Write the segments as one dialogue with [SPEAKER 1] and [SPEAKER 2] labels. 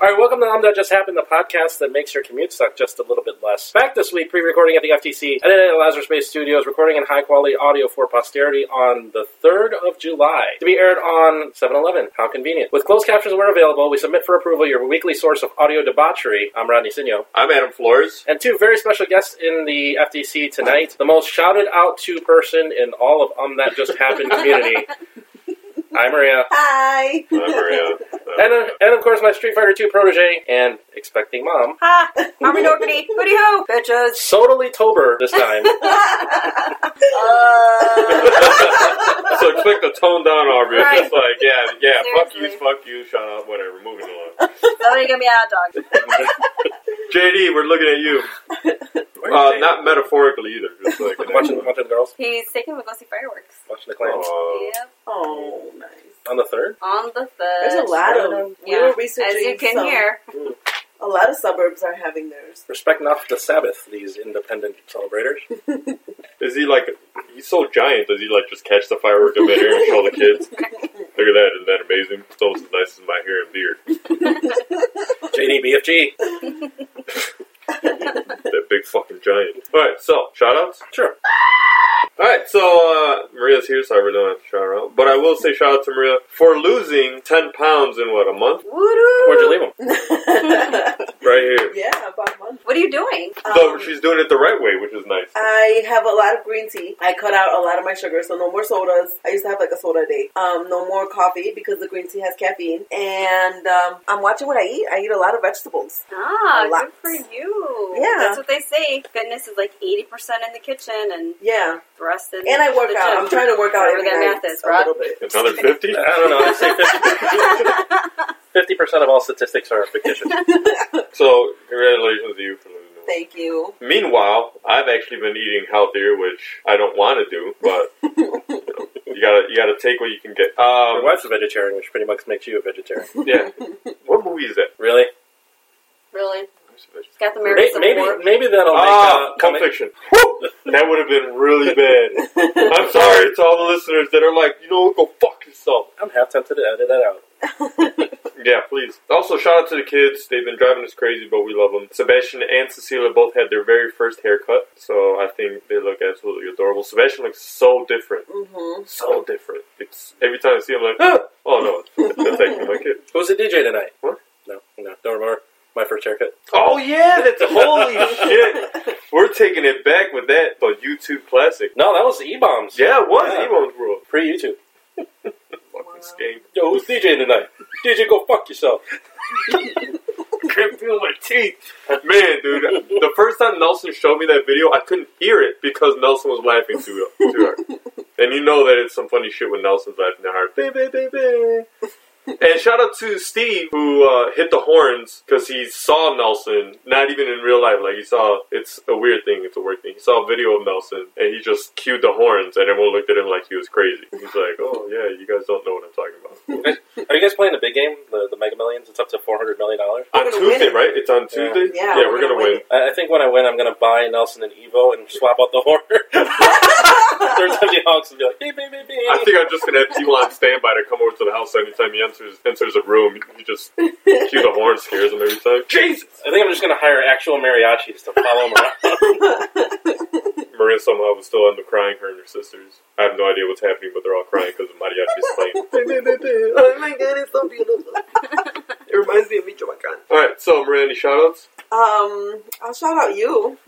[SPEAKER 1] Welcome to Hum That Just Happened, the podcast that makes your commute suck just a little bit less. Back this week, pre-recording at the FTC, edited at Lazarus Space Studios, recording in high-quality audio for posterity on the 3rd of July, to be aired on 7-Eleven. How convenient. With closed captions where available, we submit for approval your weekly source of audio debauchery. I'm Rodney Sinio.
[SPEAKER 2] I'm Adam Flores.
[SPEAKER 1] And two very special guests in the FTC tonight. The most shouted out to person in all of Um That Just Happened community. Hi, Maria.
[SPEAKER 3] Hi.
[SPEAKER 2] I'm Maria.
[SPEAKER 1] And, uh, and of course, my Street Fighter 2 protege and expecting mom.
[SPEAKER 3] Ha! Army Dorbity, booty ho, bitches.
[SPEAKER 1] Sodally Tober this time.
[SPEAKER 2] so expect a tone down Aubrey.
[SPEAKER 3] Right.
[SPEAKER 2] Just like, yeah, yeah, fuck you,
[SPEAKER 3] Seriously.
[SPEAKER 2] fuck you, shut up, whatever, moving along.
[SPEAKER 3] Somebody give me a hot dog.
[SPEAKER 2] JD, we're looking at you. Uh, not metaphorically either. Just like
[SPEAKER 1] watching, watching the girls,
[SPEAKER 3] He's taking me to go see fireworks.
[SPEAKER 1] watching the clams.
[SPEAKER 2] Uh,
[SPEAKER 3] Yep.
[SPEAKER 4] Oh, nice.
[SPEAKER 1] On the third?
[SPEAKER 3] On the third.
[SPEAKER 4] There's a lot of them. We
[SPEAKER 3] Yeah.
[SPEAKER 4] were researching
[SPEAKER 3] As you can
[SPEAKER 4] some.
[SPEAKER 3] hear.
[SPEAKER 4] A lot of suburbs are having theirs.
[SPEAKER 1] Respect not the Sabbath, these independent celebrators.
[SPEAKER 2] is he like? He's so giant. Does he like just catch the firework in midair and show the kids? Look at that! Isn't that amazing? It's almost as nice as my hair and beard.
[SPEAKER 1] JD BFG.
[SPEAKER 2] That big fucking giant. All right, so shout outs.
[SPEAKER 1] Sure.
[SPEAKER 2] All right, so uh, Maria's here, so I really don't have to shout her out. But I will say shout out to Maria for losing ten pounds in what a month,
[SPEAKER 1] Where'd you leave them?
[SPEAKER 2] right here.
[SPEAKER 4] yeah, about one.
[SPEAKER 3] What are you doing?
[SPEAKER 2] So
[SPEAKER 4] Um,
[SPEAKER 2] she's doing it the right way, which is nice.
[SPEAKER 4] I have a lot of green tea. I cut out a lot of my sugar, so no more sodas. I used to have like a soda a day. Um, no more coffee because the green tea has caffeine. And um, I'm watching what I eat. I eat a lot of vegetables.
[SPEAKER 3] Ah, good
[SPEAKER 4] Lots.
[SPEAKER 3] for you.
[SPEAKER 4] Yeah.
[SPEAKER 3] That's what they say. Fitness is like 80% in the kitchen and
[SPEAKER 4] Yeah,
[SPEAKER 3] the rest in
[SPEAKER 4] and I work
[SPEAKER 3] the
[SPEAKER 4] out.
[SPEAKER 3] gym.
[SPEAKER 4] I'm trying to work out
[SPEAKER 3] Whatever
[SPEAKER 4] every
[SPEAKER 3] that
[SPEAKER 4] night
[SPEAKER 3] math is,
[SPEAKER 4] a
[SPEAKER 3] Rod.
[SPEAKER 4] little bit.
[SPEAKER 2] Another fifty.
[SPEAKER 1] I don't know. I'd say 50, percent of all statistics are fictitious.
[SPEAKER 2] So congratulations to you for losing. the weight.
[SPEAKER 4] Thank you.
[SPEAKER 2] Meanwhile, I've actually been eating healthier, which I don't want to do, but you gotta you gotta take what you can get.
[SPEAKER 1] Your
[SPEAKER 2] Um,
[SPEAKER 1] wife's a vegetarian, which pretty much makes you a vegetarian.
[SPEAKER 2] yeah. What movie is that?
[SPEAKER 1] Really?
[SPEAKER 3] Really? It's got the marriage
[SPEAKER 1] May- Maybe,
[SPEAKER 3] support.
[SPEAKER 1] maybe that'll make
[SPEAKER 2] Ah,
[SPEAKER 1] uh,
[SPEAKER 2] Pulp
[SPEAKER 1] come-
[SPEAKER 2] Fiction. That would have been really bad. I'm sorry to all the listeners that are like, you know, what, go fuck yourself.
[SPEAKER 1] I'm half tempted to edit that out.
[SPEAKER 2] Yeah, please. Also, shout out to the kids. They've been driving us crazy, but we love them. Sebastian and Cecilia both had their very first haircut, so I think they look absolutely adorable. Sebastian looks so different,
[SPEAKER 4] Mm-hmm.
[SPEAKER 2] so different. It's every time I see him, I'm like, ah! oh no, that's actually my kid.
[SPEAKER 1] Who's the DJ tonight?
[SPEAKER 2] What?
[SPEAKER 1] No, no, don't remember. My first haircut.
[SPEAKER 2] Oh yeah, that's holy shit. We're taking it back with that the YouTube classic.
[SPEAKER 1] No, that was the E Bombs.
[SPEAKER 2] Yeah, it was
[SPEAKER 1] Yeah.
[SPEAKER 2] Evo's World.
[SPEAKER 1] Pre YouTube.
[SPEAKER 2] Fucking skank.
[SPEAKER 1] Yo, who's DJing tonight? DJ, go fuck yourself.
[SPEAKER 2] couldn't feel my teeth. Man, dude, the first time Nelson showed me that video, I couldn't hear it because Nelson was laughing too, too hard. And you know that it's some funny shit when Nelson's laughing that hard. Bae, bae, bae, bae. And shout out to Steve who uh, hit the horns because he saw Nelson, not even in real life. Like he saw, it's a weird thing, it's a weird thing. He saw a video of Nelson and he just cued the horns, and everyone looked at him like he was crazy. He's like, "Oh yeah, you guys don't know what I'm talking about."
[SPEAKER 1] Are you guys playing the big game, the, the Mega Millions? It's up to four hundred million dollars.
[SPEAKER 2] on
[SPEAKER 4] gonna
[SPEAKER 2] Tuesday,
[SPEAKER 4] win it.
[SPEAKER 2] right? It's on Tuesday.
[SPEAKER 4] Yeah,
[SPEAKER 2] we're, gonna, win.
[SPEAKER 1] I, I think when I win, I'm gonna buy Nelson and Evo and swap out the horn. Third time the honks and be like, beep beep beep beep.
[SPEAKER 2] I think I'm just gonna have people on standby to come over to the house anytime he enters enters a room. He just cue the horn, scares him every time. Jesus!
[SPEAKER 1] I think I'm just gonna hire actual mariachis to follow him around.
[SPEAKER 2] Maria somehow was still end up crying. Her and her sisters. I have no idea what's happening, but they're all crying because the mariachi's playing.
[SPEAKER 4] oh my god, it's so beautiful. it reminds me of Michoacan.
[SPEAKER 2] All right, so Maria, any shoutouts?
[SPEAKER 4] Um, I'll shout out you.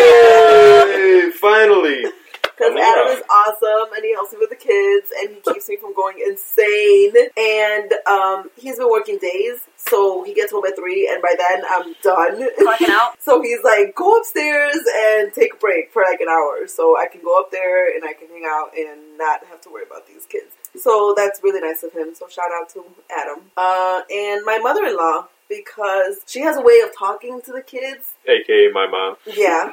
[SPEAKER 2] Hey! Finally,
[SPEAKER 4] Because
[SPEAKER 1] Yeah.
[SPEAKER 4] Adam is awesome and he helps me with the kids and he keeps me from going insane. And um, he's been working days, so he gets home at three, and by then I'm done.
[SPEAKER 3] Clocking out.
[SPEAKER 4] so he's like, go upstairs and take a break for like an hour, so I can go up there and I can hang out and not have to worry about these kids. So that's really nice of him. So shout out to Adam uh, and my mother-in-law because she has a way of talking to the kids
[SPEAKER 2] aka my mom.
[SPEAKER 4] yeah.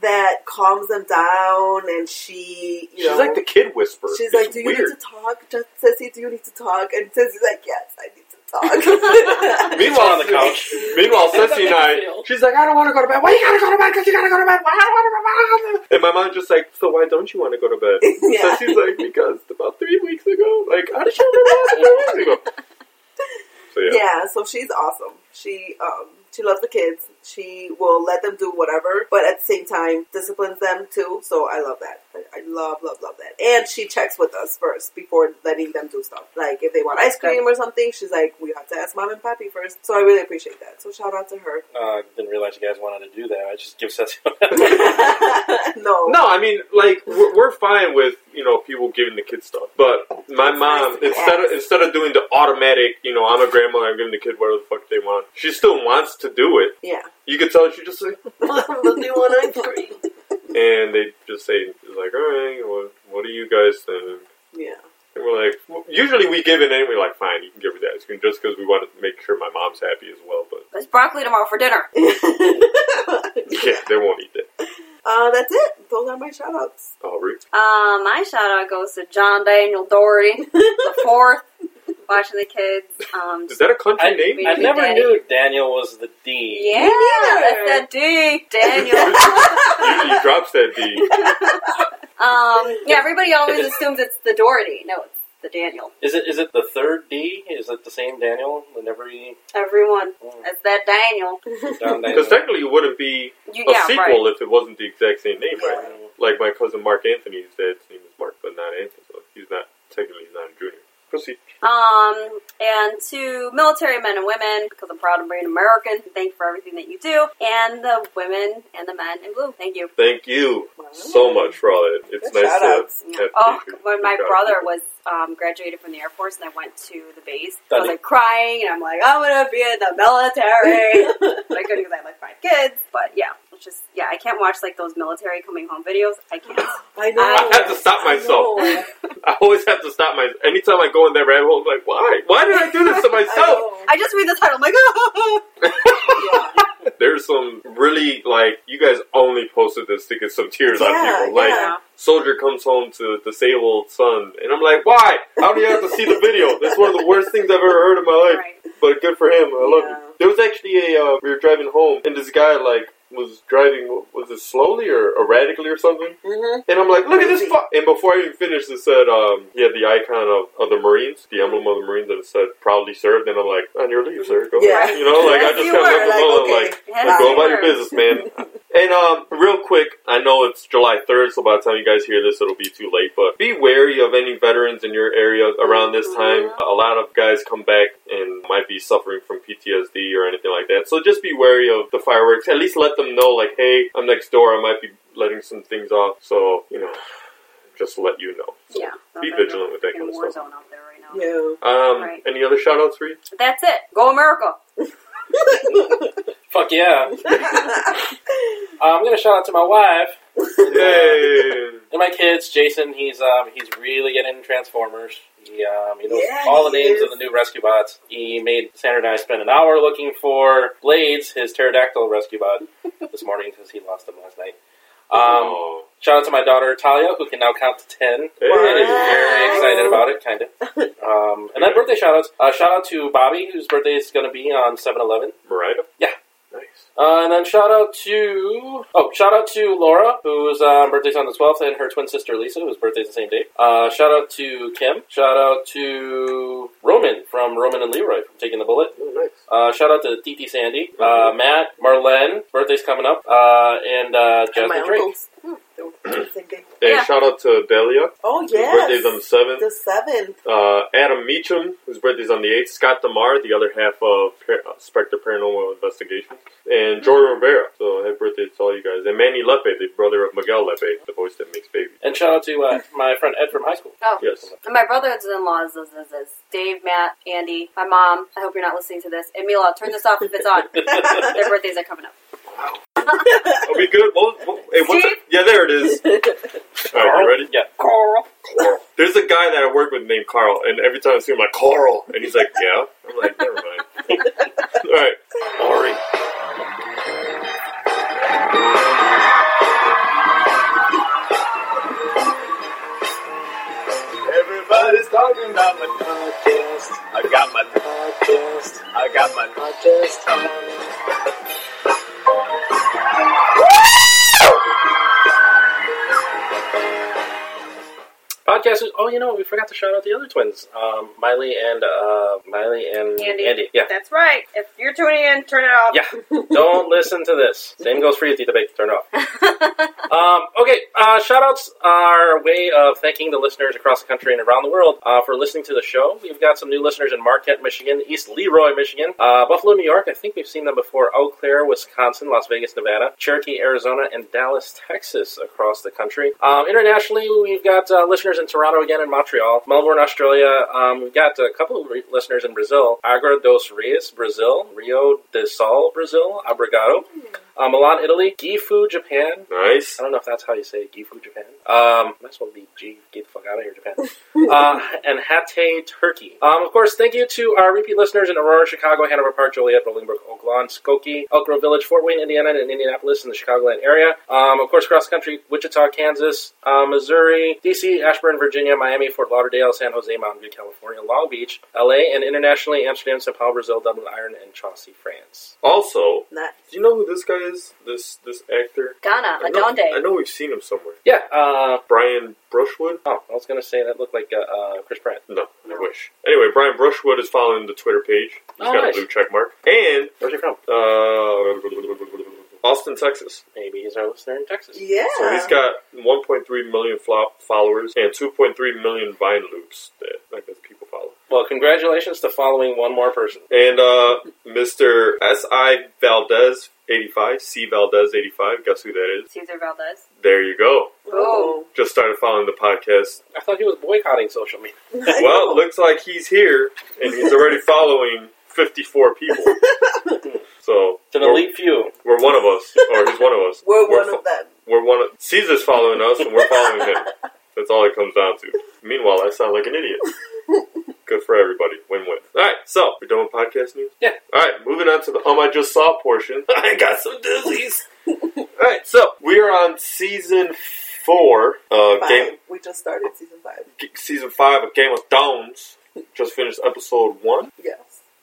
[SPEAKER 4] that calms them down, and she, you
[SPEAKER 2] She's
[SPEAKER 4] know,
[SPEAKER 2] like the kid whisperer.
[SPEAKER 4] she's
[SPEAKER 2] It's
[SPEAKER 4] like, "Do you
[SPEAKER 2] weird.
[SPEAKER 4] need to talk, Just Sissy? Do you need to talk?" And Sissy's like, "Yes, I need to talk."
[SPEAKER 2] Meanwhile,
[SPEAKER 1] on the couch.
[SPEAKER 2] Meanwhile, Ceci and I,
[SPEAKER 1] Feel.
[SPEAKER 2] she's like, I don't want to go to bed. Why you gotta go to bed? Because you gotta go to bed. Why I don't want to go to bed? And my mom's just like, so why don't you want to go to bed?
[SPEAKER 4] yeah,
[SPEAKER 2] Ceci's like, because about three weeks ago, like, I did you want to go to bed three weeks ago? So yeah.
[SPEAKER 4] yeah. So she's awesome. She um she loves the kids. She will let them do whatever, but at the same time disciplines them too. So I love that. I, I love love love that. And she checks with us first before letting them do stuff. Like if they want ice cream or something, she's like, we have to ask mom and pappy first. So I really appreciate that. So shout out to her.
[SPEAKER 1] Uh, didn't realize you guys wanted to do that. I just give Seth.
[SPEAKER 4] no,
[SPEAKER 2] No, I mean, like we're, we're fine with you know people giving the kids stuff, but my mom
[SPEAKER 4] nice to be
[SPEAKER 2] instead of
[SPEAKER 4] asked.
[SPEAKER 2] instead of doing the automatic, you know, I'm a grandmother, I'm giving the kid whatever the fuck they want. She still wants to do it.
[SPEAKER 4] Yeah.
[SPEAKER 2] You could tell she just like,
[SPEAKER 5] Mom, do you want ice cream?
[SPEAKER 2] and they just say like, all right, what, what do you guys think?
[SPEAKER 4] Yeah.
[SPEAKER 2] And we're like, well, usually we give it anyway. Like, fine, you can give her the ice cream just because we want to make sure my mom's happy as well. But
[SPEAKER 3] There's broccoli tomorrow for dinner.
[SPEAKER 2] yeah, they won't eat that. Oh,
[SPEAKER 4] uh, that's it. Those are my shout outs.
[SPEAKER 2] Aubrey,
[SPEAKER 3] Uh, my shout out goes to John Daniel Dory, the fourth, watching the kids. Um,
[SPEAKER 2] is that a country
[SPEAKER 1] I,
[SPEAKER 2] name?
[SPEAKER 1] I never knew Daniel was the D.
[SPEAKER 3] yeah, that's that D, Daniel.
[SPEAKER 2] Usually drops that D.
[SPEAKER 3] um, yeah, everybody always assumes it's the Doherty. No, it's the Daniel.
[SPEAKER 1] Is it is it the third D? Is it the same Daniel in every
[SPEAKER 3] Everyone,
[SPEAKER 1] mm,
[SPEAKER 3] it's that Daniel.
[SPEAKER 1] John Daniel?
[SPEAKER 2] Because technically, it wouldn't be
[SPEAKER 3] You,
[SPEAKER 2] a
[SPEAKER 3] yeah,
[SPEAKER 2] sequel
[SPEAKER 3] right.
[SPEAKER 2] if it wasn't the exact same name, right?
[SPEAKER 1] Yeah.
[SPEAKER 2] Like my cousin Mark Anthony's dad's name is Mark, but not Anthony, so he's not technically he's not a junior. Proceed.
[SPEAKER 3] Um, and to military men and women, because I'm proud of being American, thank you for everything that you do. And the women and the men in blue, thank you.
[SPEAKER 2] Thank you so much for all that. It's
[SPEAKER 4] Good
[SPEAKER 2] nice
[SPEAKER 4] shout-outs.
[SPEAKER 2] to have.
[SPEAKER 3] Oh,
[SPEAKER 2] teachers.
[SPEAKER 3] when my
[SPEAKER 2] Good job.
[SPEAKER 3] brother was um, graduated from the Air Force and I went to the base, I was
[SPEAKER 1] Done it.
[SPEAKER 3] like crying and I'm like, I'm gonna be in the military. but I couldn't because I had like five kids. But yeah, it's just, yeah, I can't watch like those military coming home videos. I can't.
[SPEAKER 4] I know.
[SPEAKER 3] I
[SPEAKER 2] had to stop
[SPEAKER 4] I
[SPEAKER 2] myself.
[SPEAKER 4] know.
[SPEAKER 2] I always have to stop my. Anytime I go in that rabbit hole, I'm like, why? Why did I do this to
[SPEAKER 4] I
[SPEAKER 2] myself?
[SPEAKER 4] know.
[SPEAKER 3] I just read the title, I'm like, oh.
[SPEAKER 4] Yeah.
[SPEAKER 2] There's some really like you guys only posted this to get some tears out
[SPEAKER 4] Yeah,
[SPEAKER 2] of people. Like
[SPEAKER 4] yeah.
[SPEAKER 2] soldier comes home to a disabled son, and I'm like, why? How do you have to see the video? That's one of the worst things I've ever heard in my life.
[SPEAKER 3] right.
[SPEAKER 2] But good for him. I love
[SPEAKER 4] Yeah.
[SPEAKER 2] it. There was actually a uh, we were driving home, and this guy like was driving was it slowly or erratically or something?
[SPEAKER 4] Mhm.
[SPEAKER 2] And I'm like, look at this.
[SPEAKER 4] Crazy.
[SPEAKER 2] Fu-. And before I even finished, it said um, he had the icon of, of the Marines,
[SPEAKER 4] Mm-hmm.
[SPEAKER 2] the emblem of the Marines, and it said proudly served. And I'm like, on your leave, sir. Go
[SPEAKER 4] Yeah.
[SPEAKER 2] ahead." you know, like I
[SPEAKER 4] As
[SPEAKER 2] Oh just
[SPEAKER 4] you
[SPEAKER 2] kind of
[SPEAKER 4] were,
[SPEAKER 2] left him
[SPEAKER 4] like,
[SPEAKER 2] alone,
[SPEAKER 4] okay.
[SPEAKER 2] like
[SPEAKER 3] Yeah,
[SPEAKER 4] Wow.
[SPEAKER 2] go about
[SPEAKER 3] sure.
[SPEAKER 2] your business, man. And um, real quick, I know it's July 3rd, so by the time you guys hear this, it'll be too late. But be wary of any veterans in your area around this time. A lot of guys come back and might be suffering from PTSD or anything like that. So just be wary of the fireworks. At least let them know, like, hey, I'm next door. I might be letting some things off. So you know, just let you know. So
[SPEAKER 3] Yeah.
[SPEAKER 2] be
[SPEAKER 3] Sounds like
[SPEAKER 2] vigilant with
[SPEAKER 3] a
[SPEAKER 2] that kind
[SPEAKER 3] freaking
[SPEAKER 2] of
[SPEAKER 3] war
[SPEAKER 2] stuff.
[SPEAKER 3] zone out there right now.
[SPEAKER 4] Yeah.
[SPEAKER 2] Um,
[SPEAKER 3] Right.
[SPEAKER 2] any other shout outs for you?
[SPEAKER 3] That's it. Go America.
[SPEAKER 1] Fuck yeah! Uh, I'm gonna shout out to my wife
[SPEAKER 2] Yay!
[SPEAKER 1] and my kids. Jason, he's um, he's really getting into Transformers. He um, he knows
[SPEAKER 4] Yeah,
[SPEAKER 1] all the
[SPEAKER 4] he
[SPEAKER 1] names
[SPEAKER 4] is.
[SPEAKER 1] of the new rescue bots. He made Sandra and I spend an hour looking for Blades, his pterodactyl rescue bot, this morning because he lost him last night. Um,
[SPEAKER 2] Oh.
[SPEAKER 1] Shout out to my daughter Talia, who can now count to ten.
[SPEAKER 2] Hey.
[SPEAKER 1] And is very
[SPEAKER 4] Wow.
[SPEAKER 1] excited about it, kind of. Um, and then birthday shout outs. Uh, shout out to Bobby, whose birthday is going to be on 7 Eleven.
[SPEAKER 2] Mariah.
[SPEAKER 1] Yeah.
[SPEAKER 2] Nice.
[SPEAKER 1] Uh, and then shout out to. Oh, shout out to Laura, whose um, birthday's on the 12th, and her twin sister Lisa, whose birthday's the same day. Uh, shout out to Kim. Shout out to Roman from Roman and Leroy from Taking the Bullet.
[SPEAKER 2] Oh, nice.
[SPEAKER 1] Uh, shout out to Titi Sandy,
[SPEAKER 4] Mm-hmm.
[SPEAKER 1] uh, Matt, Marlene, birthday's coming up, uh, and uh,
[SPEAKER 4] And my
[SPEAKER 1] Jasmine Drake.
[SPEAKER 4] uncles. Hmm. They were thinking.
[SPEAKER 2] And
[SPEAKER 3] Yeah.
[SPEAKER 2] shout out to Delia.
[SPEAKER 4] Oh
[SPEAKER 2] Whose
[SPEAKER 4] yes.
[SPEAKER 2] birthday's on the seventh.
[SPEAKER 4] The seventh.
[SPEAKER 2] Uh, Adam Meacham, whose birthday's on the eighth. Scott Demar, the other half of Par- uh, Spectre Paranormal Investigation, and Jordan Rivera. So happy birthday to all you guys. And Manny Lepe, the brother of Miguel Lepe, the voice that makes baby.
[SPEAKER 1] And shout out to uh, my friend Ed from high school.
[SPEAKER 3] Oh.
[SPEAKER 2] Yes.
[SPEAKER 3] And my brothers in laws is, is, is Dave, Matt, Andy, my mom. I hope you're not listening to this. And Mila, turn this off if it's on. Their birthdays are coming up.
[SPEAKER 2] Are we good? Well, well, hey, what's
[SPEAKER 3] Steve?
[SPEAKER 2] up? Yeah, there it is. All right, you ready?
[SPEAKER 1] Yeah.
[SPEAKER 3] Coral.
[SPEAKER 2] There's a guy that I work with named Carl, and every time I see him, I'm like, Carl! And he's like, yeah. I'm like, never mind. All right. Sorry.
[SPEAKER 6] Everybody's talking about my podcast. I got my podcast. I got my podcast.
[SPEAKER 1] Podcast is oh, you know, we forgot to shout out the other twins, um, Miley and uh, Miley and
[SPEAKER 3] Andy.
[SPEAKER 1] Yeah,
[SPEAKER 3] That's right. If you're tuning in, turn it off.
[SPEAKER 1] yeah. Don't listen to this. Same goes for you, Tita Baker. Turn it off. Um, okay, uh, shout outs are a way of thanking the listeners across the country and around the world uh, for listening to the show. We've got some new listeners in Marquette, Michigan, East Leroy, Michigan, uh, Buffalo, New York. I think we've seen them before. Eau Claire, Wisconsin, Las Vegas, Nevada, Cherokee, Arizona, and Dallas, Texas across the country. Um, internationally, we've got uh, listeners in Toronto again and Montreal, Melbourne, Australia. Um, we've got a couple of re- listeners in Brazil, Agra dos Reis, Brazil, Rio de Sol, Brazil, Abrigado, uh, Milan, Italy, Gifu, Japan,
[SPEAKER 2] Nice.
[SPEAKER 1] I don't know if that's how you say it, Gifu, Japan. Um, might as well be G, get the fuck out of here, Japan. uh, and Hatay, Turkey. Um, of course, thank you to our repeat listeners in Aurora, Chicago, Hanover Park, Joliet, Bolingbrook, Oaklawn, Skokie, Elk Grove Village, Fort Wayne, Indiana, and Indianapolis in the Chicagoland area. Um, of course, across the country, Wichita, Kansas, uh, Missouri, D.C., Ashburn, Virginia, Miami, Fort Lauderdale, San Jose, Mountain View, California, Long Beach, L.A., and internationally, Amsterdam, Sao Paulo, Brazil, Dublin, Ireland, and Chauncey, France.
[SPEAKER 2] Also,
[SPEAKER 4] Nice.
[SPEAKER 2] do you know who this guy is? This this actor.
[SPEAKER 3] Ghana,
[SPEAKER 2] I know, I know we've seen him somewhere.
[SPEAKER 1] Yeah, uh,
[SPEAKER 2] Brian Brushwood.
[SPEAKER 1] oh, I was going to say that looked like uh, uh, Chris Pratt.
[SPEAKER 2] No, I wish. Anyway, Brian Brushwood is following the Twitter page. He's
[SPEAKER 1] Oh,
[SPEAKER 2] got
[SPEAKER 1] nice.
[SPEAKER 2] a blue check mark. And
[SPEAKER 1] Where's he from?
[SPEAKER 2] uh, Austin, Texas.
[SPEAKER 1] Maybe he's our listener in Texas.
[SPEAKER 4] Yeah.
[SPEAKER 2] So he's got 1.3 million flop followers and 2.3 million Vine loops that I guess people follow.
[SPEAKER 1] Well, congratulations to following one more person.
[SPEAKER 2] And uh, Mr. S. I. Valdez. 85, C. Valdez 85. Guess who that is?
[SPEAKER 3] Cesar Valdez.
[SPEAKER 2] There you go.
[SPEAKER 3] Oh.
[SPEAKER 2] Just started following the podcast.
[SPEAKER 1] I thought he was boycotting social media.
[SPEAKER 2] Well, looks like he's here and he's already following 54 people. So,
[SPEAKER 1] To the
[SPEAKER 2] we're-
[SPEAKER 1] elite few.
[SPEAKER 2] We're one of us, or he's one of us.
[SPEAKER 4] We're one
[SPEAKER 2] fo-
[SPEAKER 4] of them.
[SPEAKER 2] We're one. Of, Caesar's following us, and we're following him. That's all it comes down to. Meanwhile, I sound like an idiot. Good for everybody. Win-win. All right, so we're done with podcast news.
[SPEAKER 1] Yeah.
[SPEAKER 2] All right, moving on to the um I just saw portion. I got some dizzies. all right, so we are on season four. Uh,
[SPEAKER 4] Five.
[SPEAKER 2] game
[SPEAKER 4] We just started season five.
[SPEAKER 2] g- season five of Game of Thrones. Just finished episode one.
[SPEAKER 4] Yes.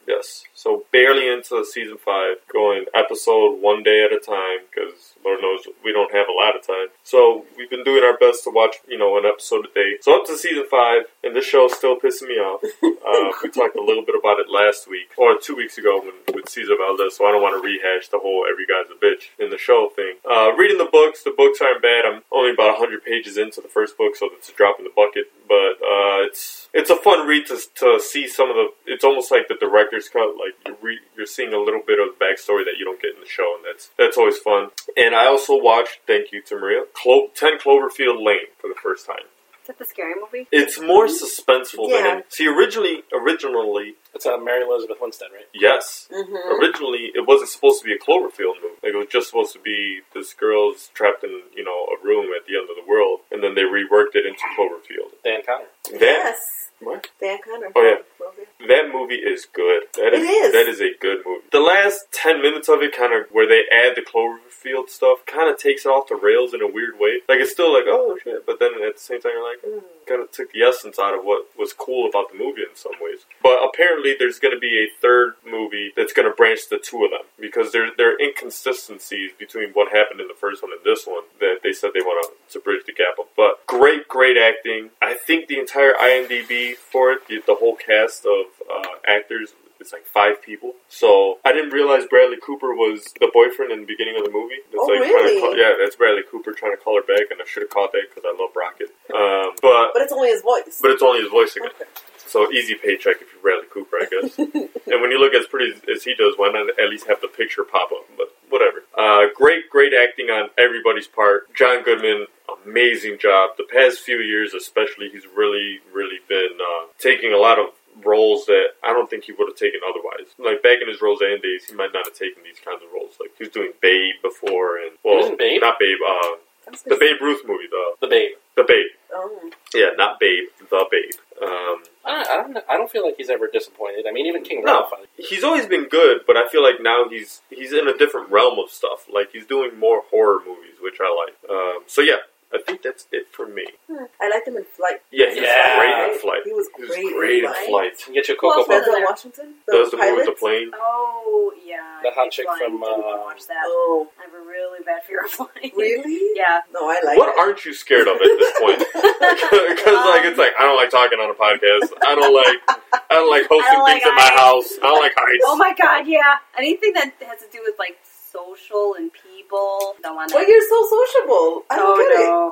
[SPEAKER 2] Yes. So barely into season five, going episode one day at a time, because Lord knows we don't have a lot of time. So we've been doing our best to watch, you know, an episode a day. So up to season five, and this show's still pissing me off. Uh, we talked a little bit about it last week or two weeks ago when, with Cesar Valdez, so I don't want to rehash the whole "every guy's a bitch" in the show thing. Uh, reading the books, the books aren't bad. I'm only about 100 pages into the first book, so it's a drop in the bucket. But uh, it's it's a fun read to, to see some of the. It's almost like the director's cut. Like you re, you're seeing a little bit of the backstory that you don't get in the show, and that's that's always fun. And I also watched, thank you to Maria, Clo- 10 Cloverfield Lane for the first time.
[SPEAKER 3] Is that the scary movie?
[SPEAKER 2] It's more suspenseful
[SPEAKER 4] Yeah.
[SPEAKER 2] than see originally originally
[SPEAKER 1] That's uh, Mary Elizabeth Winstead, right?
[SPEAKER 2] yes
[SPEAKER 4] Mm-hmm.
[SPEAKER 2] Originally, it wasn't supposed to be a Cloverfield movie. Like, it was just supposed to be this girl's trapped in, you know, a room at the end of the world, and then they reworked it into Cloverfield.
[SPEAKER 1] Dan Connor.
[SPEAKER 2] That
[SPEAKER 4] Yes.
[SPEAKER 2] What?
[SPEAKER 4] Dan Connor.
[SPEAKER 2] Oh, yeah.
[SPEAKER 4] Well, yeah.
[SPEAKER 2] that movie is good. That is,
[SPEAKER 4] It is.
[SPEAKER 2] that is a good movie. The last ten minutes of it, kind of where they add the Cloverfield stuff, kind of takes it off the rails in a weird way. Like it's still like, oh shit, but then at the same time, you're like, eh, kind of took the essence out of what was cool about the movie in some ways. But apparently, there's going to be a third movie that's going to branch the two of them because there there are inconsistencies between what happened in the first one and this one that they said they want to, to bridge the gap of. But great, great acting. I think the entire IMDb for it, the, the whole cast of uh, actors. It's like five people. So I didn't realize Bradley Cooper was the boyfriend in the beginning of the movie. That's
[SPEAKER 4] Oh,
[SPEAKER 2] like trying to
[SPEAKER 4] really?
[SPEAKER 2] call- yeah, that's Bradley Cooper trying to call her back, and I should have caught that because I love Rocket. Um, but
[SPEAKER 4] But it's only his voice.
[SPEAKER 2] but it's only his voice again. So easy paycheck if you're Bradley Cooper, I guess. and when you look as pretty as he does, why not at least have the picture pop up? But whatever. Uh, great, great acting on everybody's part. John Goodman, amazing job. The past few years, especially, he's really, really been uh, taking a lot of roles that I don't think he would have taken otherwise. Like back in his Roseanne days, he might not have taken these kinds of roles. Like he was doing Babe before, and well,
[SPEAKER 1] was in Babe?
[SPEAKER 2] not Babe, uh, the Babe Ruth movie, the
[SPEAKER 1] The Babe.
[SPEAKER 2] the Babe.
[SPEAKER 4] Oh.
[SPEAKER 2] Yeah, not Babe, the Babe. Um,
[SPEAKER 1] I don't, I don't. I don't feel like he's ever disappointed. I mean, even King
[SPEAKER 2] No.
[SPEAKER 1] Ralph.
[SPEAKER 2] he's always been good, but I feel like now he's he's in a different realm of stuff. Like he's doing more horror movies, which I like. Um, so yeah, I think that's it for me.
[SPEAKER 4] I liked him in Flight.
[SPEAKER 2] Yeah, he's
[SPEAKER 1] Yeah.
[SPEAKER 2] great in Flight.
[SPEAKER 4] He was
[SPEAKER 2] He
[SPEAKER 4] great,
[SPEAKER 2] was great in
[SPEAKER 4] Flight.
[SPEAKER 2] Flight.
[SPEAKER 1] Can get you a cocoa
[SPEAKER 3] Well,
[SPEAKER 1] puff.
[SPEAKER 4] Denzel
[SPEAKER 3] Another.
[SPEAKER 4] Washington?
[SPEAKER 2] Does the movie with the plane?
[SPEAKER 3] Oh yeah.
[SPEAKER 1] The hot
[SPEAKER 3] Big
[SPEAKER 1] chick
[SPEAKER 3] Blind.
[SPEAKER 1] from,
[SPEAKER 3] Didn't
[SPEAKER 1] uh,
[SPEAKER 3] watch that.
[SPEAKER 4] Oh,
[SPEAKER 3] I have a really bad fear of flying.
[SPEAKER 4] really?
[SPEAKER 3] Yeah.
[SPEAKER 4] No, I like
[SPEAKER 2] What
[SPEAKER 4] it.
[SPEAKER 2] aren't you scared of at this point? Because like it's like I don't like talking on a podcast. I don't like I don't like hosting
[SPEAKER 3] I don't
[SPEAKER 2] things
[SPEAKER 3] like
[SPEAKER 2] at my
[SPEAKER 3] heights.
[SPEAKER 2] house. I don't like heights.
[SPEAKER 3] Oh my god, yeah. Anything that has to do with like social and people. Don't want
[SPEAKER 4] Well,
[SPEAKER 3] that.
[SPEAKER 4] you're so sociable. I don't get it.
[SPEAKER 3] Oh no.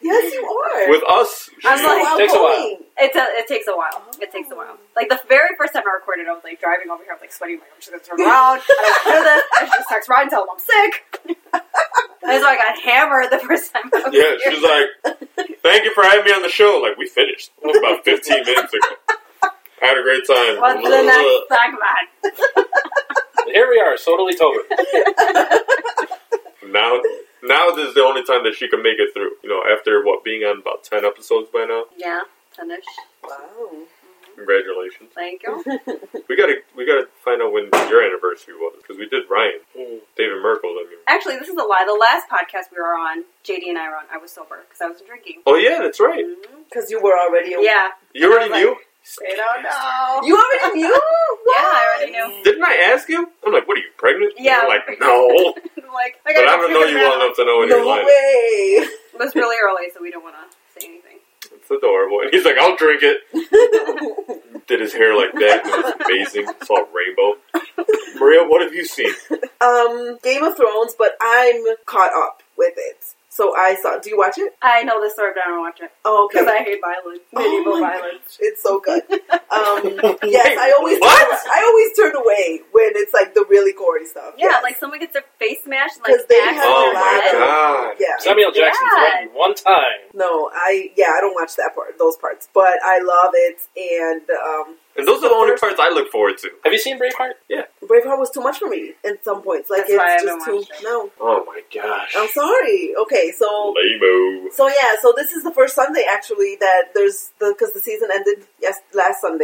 [SPEAKER 4] Yes, you are.
[SPEAKER 2] With us,
[SPEAKER 3] I'm
[SPEAKER 4] You're
[SPEAKER 3] like-
[SPEAKER 4] so
[SPEAKER 1] Takes a while.
[SPEAKER 4] outgoing.
[SPEAKER 3] It's a, it takes a while. It takes a while. Like the very first time I recorded, I was like driving over here, I'm like sweating, like I'm just gonna turn around. I don't wanna do this. I should just text Ryan, and tell him I'm sick. and so I got hammered the first time. I was
[SPEAKER 2] yeah,
[SPEAKER 3] here.
[SPEAKER 2] she's like, "Thank you for having me on the show." Like we finished It was about 15 minutes ago. I had a great time.
[SPEAKER 3] What's the next segment?
[SPEAKER 1] Here we are, totally Tober.
[SPEAKER 2] Now, now this is the only time that she can make it through. You know, after what being on about 10 episodes by now.
[SPEAKER 3] Yeah, finish.
[SPEAKER 4] Wow.
[SPEAKER 2] Congratulations.
[SPEAKER 3] Thank you.
[SPEAKER 2] We gotta we gotta find out when your anniversary was because we did Ryan,
[SPEAKER 3] Hmm.
[SPEAKER 1] Mm.
[SPEAKER 2] David Merkel. I mean,
[SPEAKER 3] Actually, this is a lie. The last podcast we were on, JD and I were on, I was sober because I was drinking.
[SPEAKER 2] oh yeah, that's right.
[SPEAKER 3] Mhm.
[SPEAKER 4] Because you were already.
[SPEAKER 3] Yeah.
[SPEAKER 2] You already knew.
[SPEAKER 3] I don't know.
[SPEAKER 4] You already knew.
[SPEAKER 3] yeah, I already knew.
[SPEAKER 2] Didn't I ask him? I'm like, what are you pregnant?
[SPEAKER 3] Yeah.
[SPEAKER 2] I'm like no,
[SPEAKER 3] I'm like, I
[SPEAKER 2] but I
[SPEAKER 3] gotta go
[SPEAKER 2] don't
[SPEAKER 3] through
[SPEAKER 2] know
[SPEAKER 3] the
[SPEAKER 2] you well
[SPEAKER 3] round.
[SPEAKER 2] enough to know when Oh, you're
[SPEAKER 4] No
[SPEAKER 2] lying.
[SPEAKER 4] way.
[SPEAKER 3] It was really early, so we don't want to say anything.
[SPEAKER 2] It's adorable. And he's like, I'll drink it. Did his hair like that. and It was amazing. It's all rainbow. Maria, what have you seen?
[SPEAKER 4] Um, Game of Thrones, but I'm caught up with it. So I saw. Do you watch it?
[SPEAKER 3] I know this story, but I don't want to.
[SPEAKER 4] Oh, okay.
[SPEAKER 3] Because I hate violence.
[SPEAKER 4] Oh
[SPEAKER 3] Medieval
[SPEAKER 4] my
[SPEAKER 3] violence.
[SPEAKER 4] It's so good. Um, yes, I always
[SPEAKER 2] What?
[SPEAKER 4] I always turn away when it's like the really gory stuff.
[SPEAKER 3] Yeah,
[SPEAKER 4] Yes.
[SPEAKER 3] like someone gets their face smashed and
[SPEAKER 4] 'Cause
[SPEAKER 3] like
[SPEAKER 4] they
[SPEAKER 3] axed
[SPEAKER 4] have
[SPEAKER 3] in
[SPEAKER 2] Oh
[SPEAKER 3] their
[SPEAKER 2] my
[SPEAKER 3] head.
[SPEAKER 4] Yeah.
[SPEAKER 2] god.
[SPEAKER 4] yeah.
[SPEAKER 1] Samuel Jackson
[SPEAKER 3] Yeah.
[SPEAKER 1] threatened one time.
[SPEAKER 4] No, I yeah, I don't watch that part, those parts, but I love it. And um,
[SPEAKER 2] And those are the only parts I look forward to.
[SPEAKER 1] Have you seen Braveheart?
[SPEAKER 4] Braveheart was too much for me at some points. Like
[SPEAKER 3] That's why I
[SPEAKER 4] it's
[SPEAKER 3] haven't
[SPEAKER 4] just too.
[SPEAKER 3] watched it.
[SPEAKER 4] No,
[SPEAKER 2] Oh my gosh.
[SPEAKER 4] I'm sorry. Okay, so
[SPEAKER 2] Lame-o.
[SPEAKER 4] So yeah, so this is the first Sunday actually that there's the because the season ended yes last Sunday.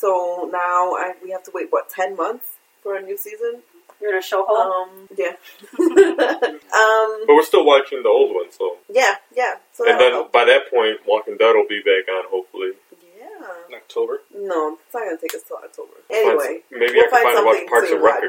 [SPEAKER 4] So now I, we have to wait what ten months for a new season.
[SPEAKER 3] You're in a show hole.
[SPEAKER 4] Um, yeah, um,
[SPEAKER 2] But we're still watching the old one, so.
[SPEAKER 4] yeah, yeah. So
[SPEAKER 2] And
[SPEAKER 4] that'll
[SPEAKER 2] then
[SPEAKER 4] help.
[SPEAKER 2] by that point, Walking Dead will be back on, hopefully.
[SPEAKER 4] yeah,
[SPEAKER 1] In October.
[SPEAKER 4] no, it's not gonna take us till October
[SPEAKER 2] Find-
[SPEAKER 4] anyway.
[SPEAKER 2] maybe
[SPEAKER 4] we'll
[SPEAKER 2] I can
[SPEAKER 4] find
[SPEAKER 2] finally watch
[SPEAKER 4] something
[SPEAKER 2] Parks
[SPEAKER 4] to
[SPEAKER 2] and Rec
[SPEAKER 4] watch.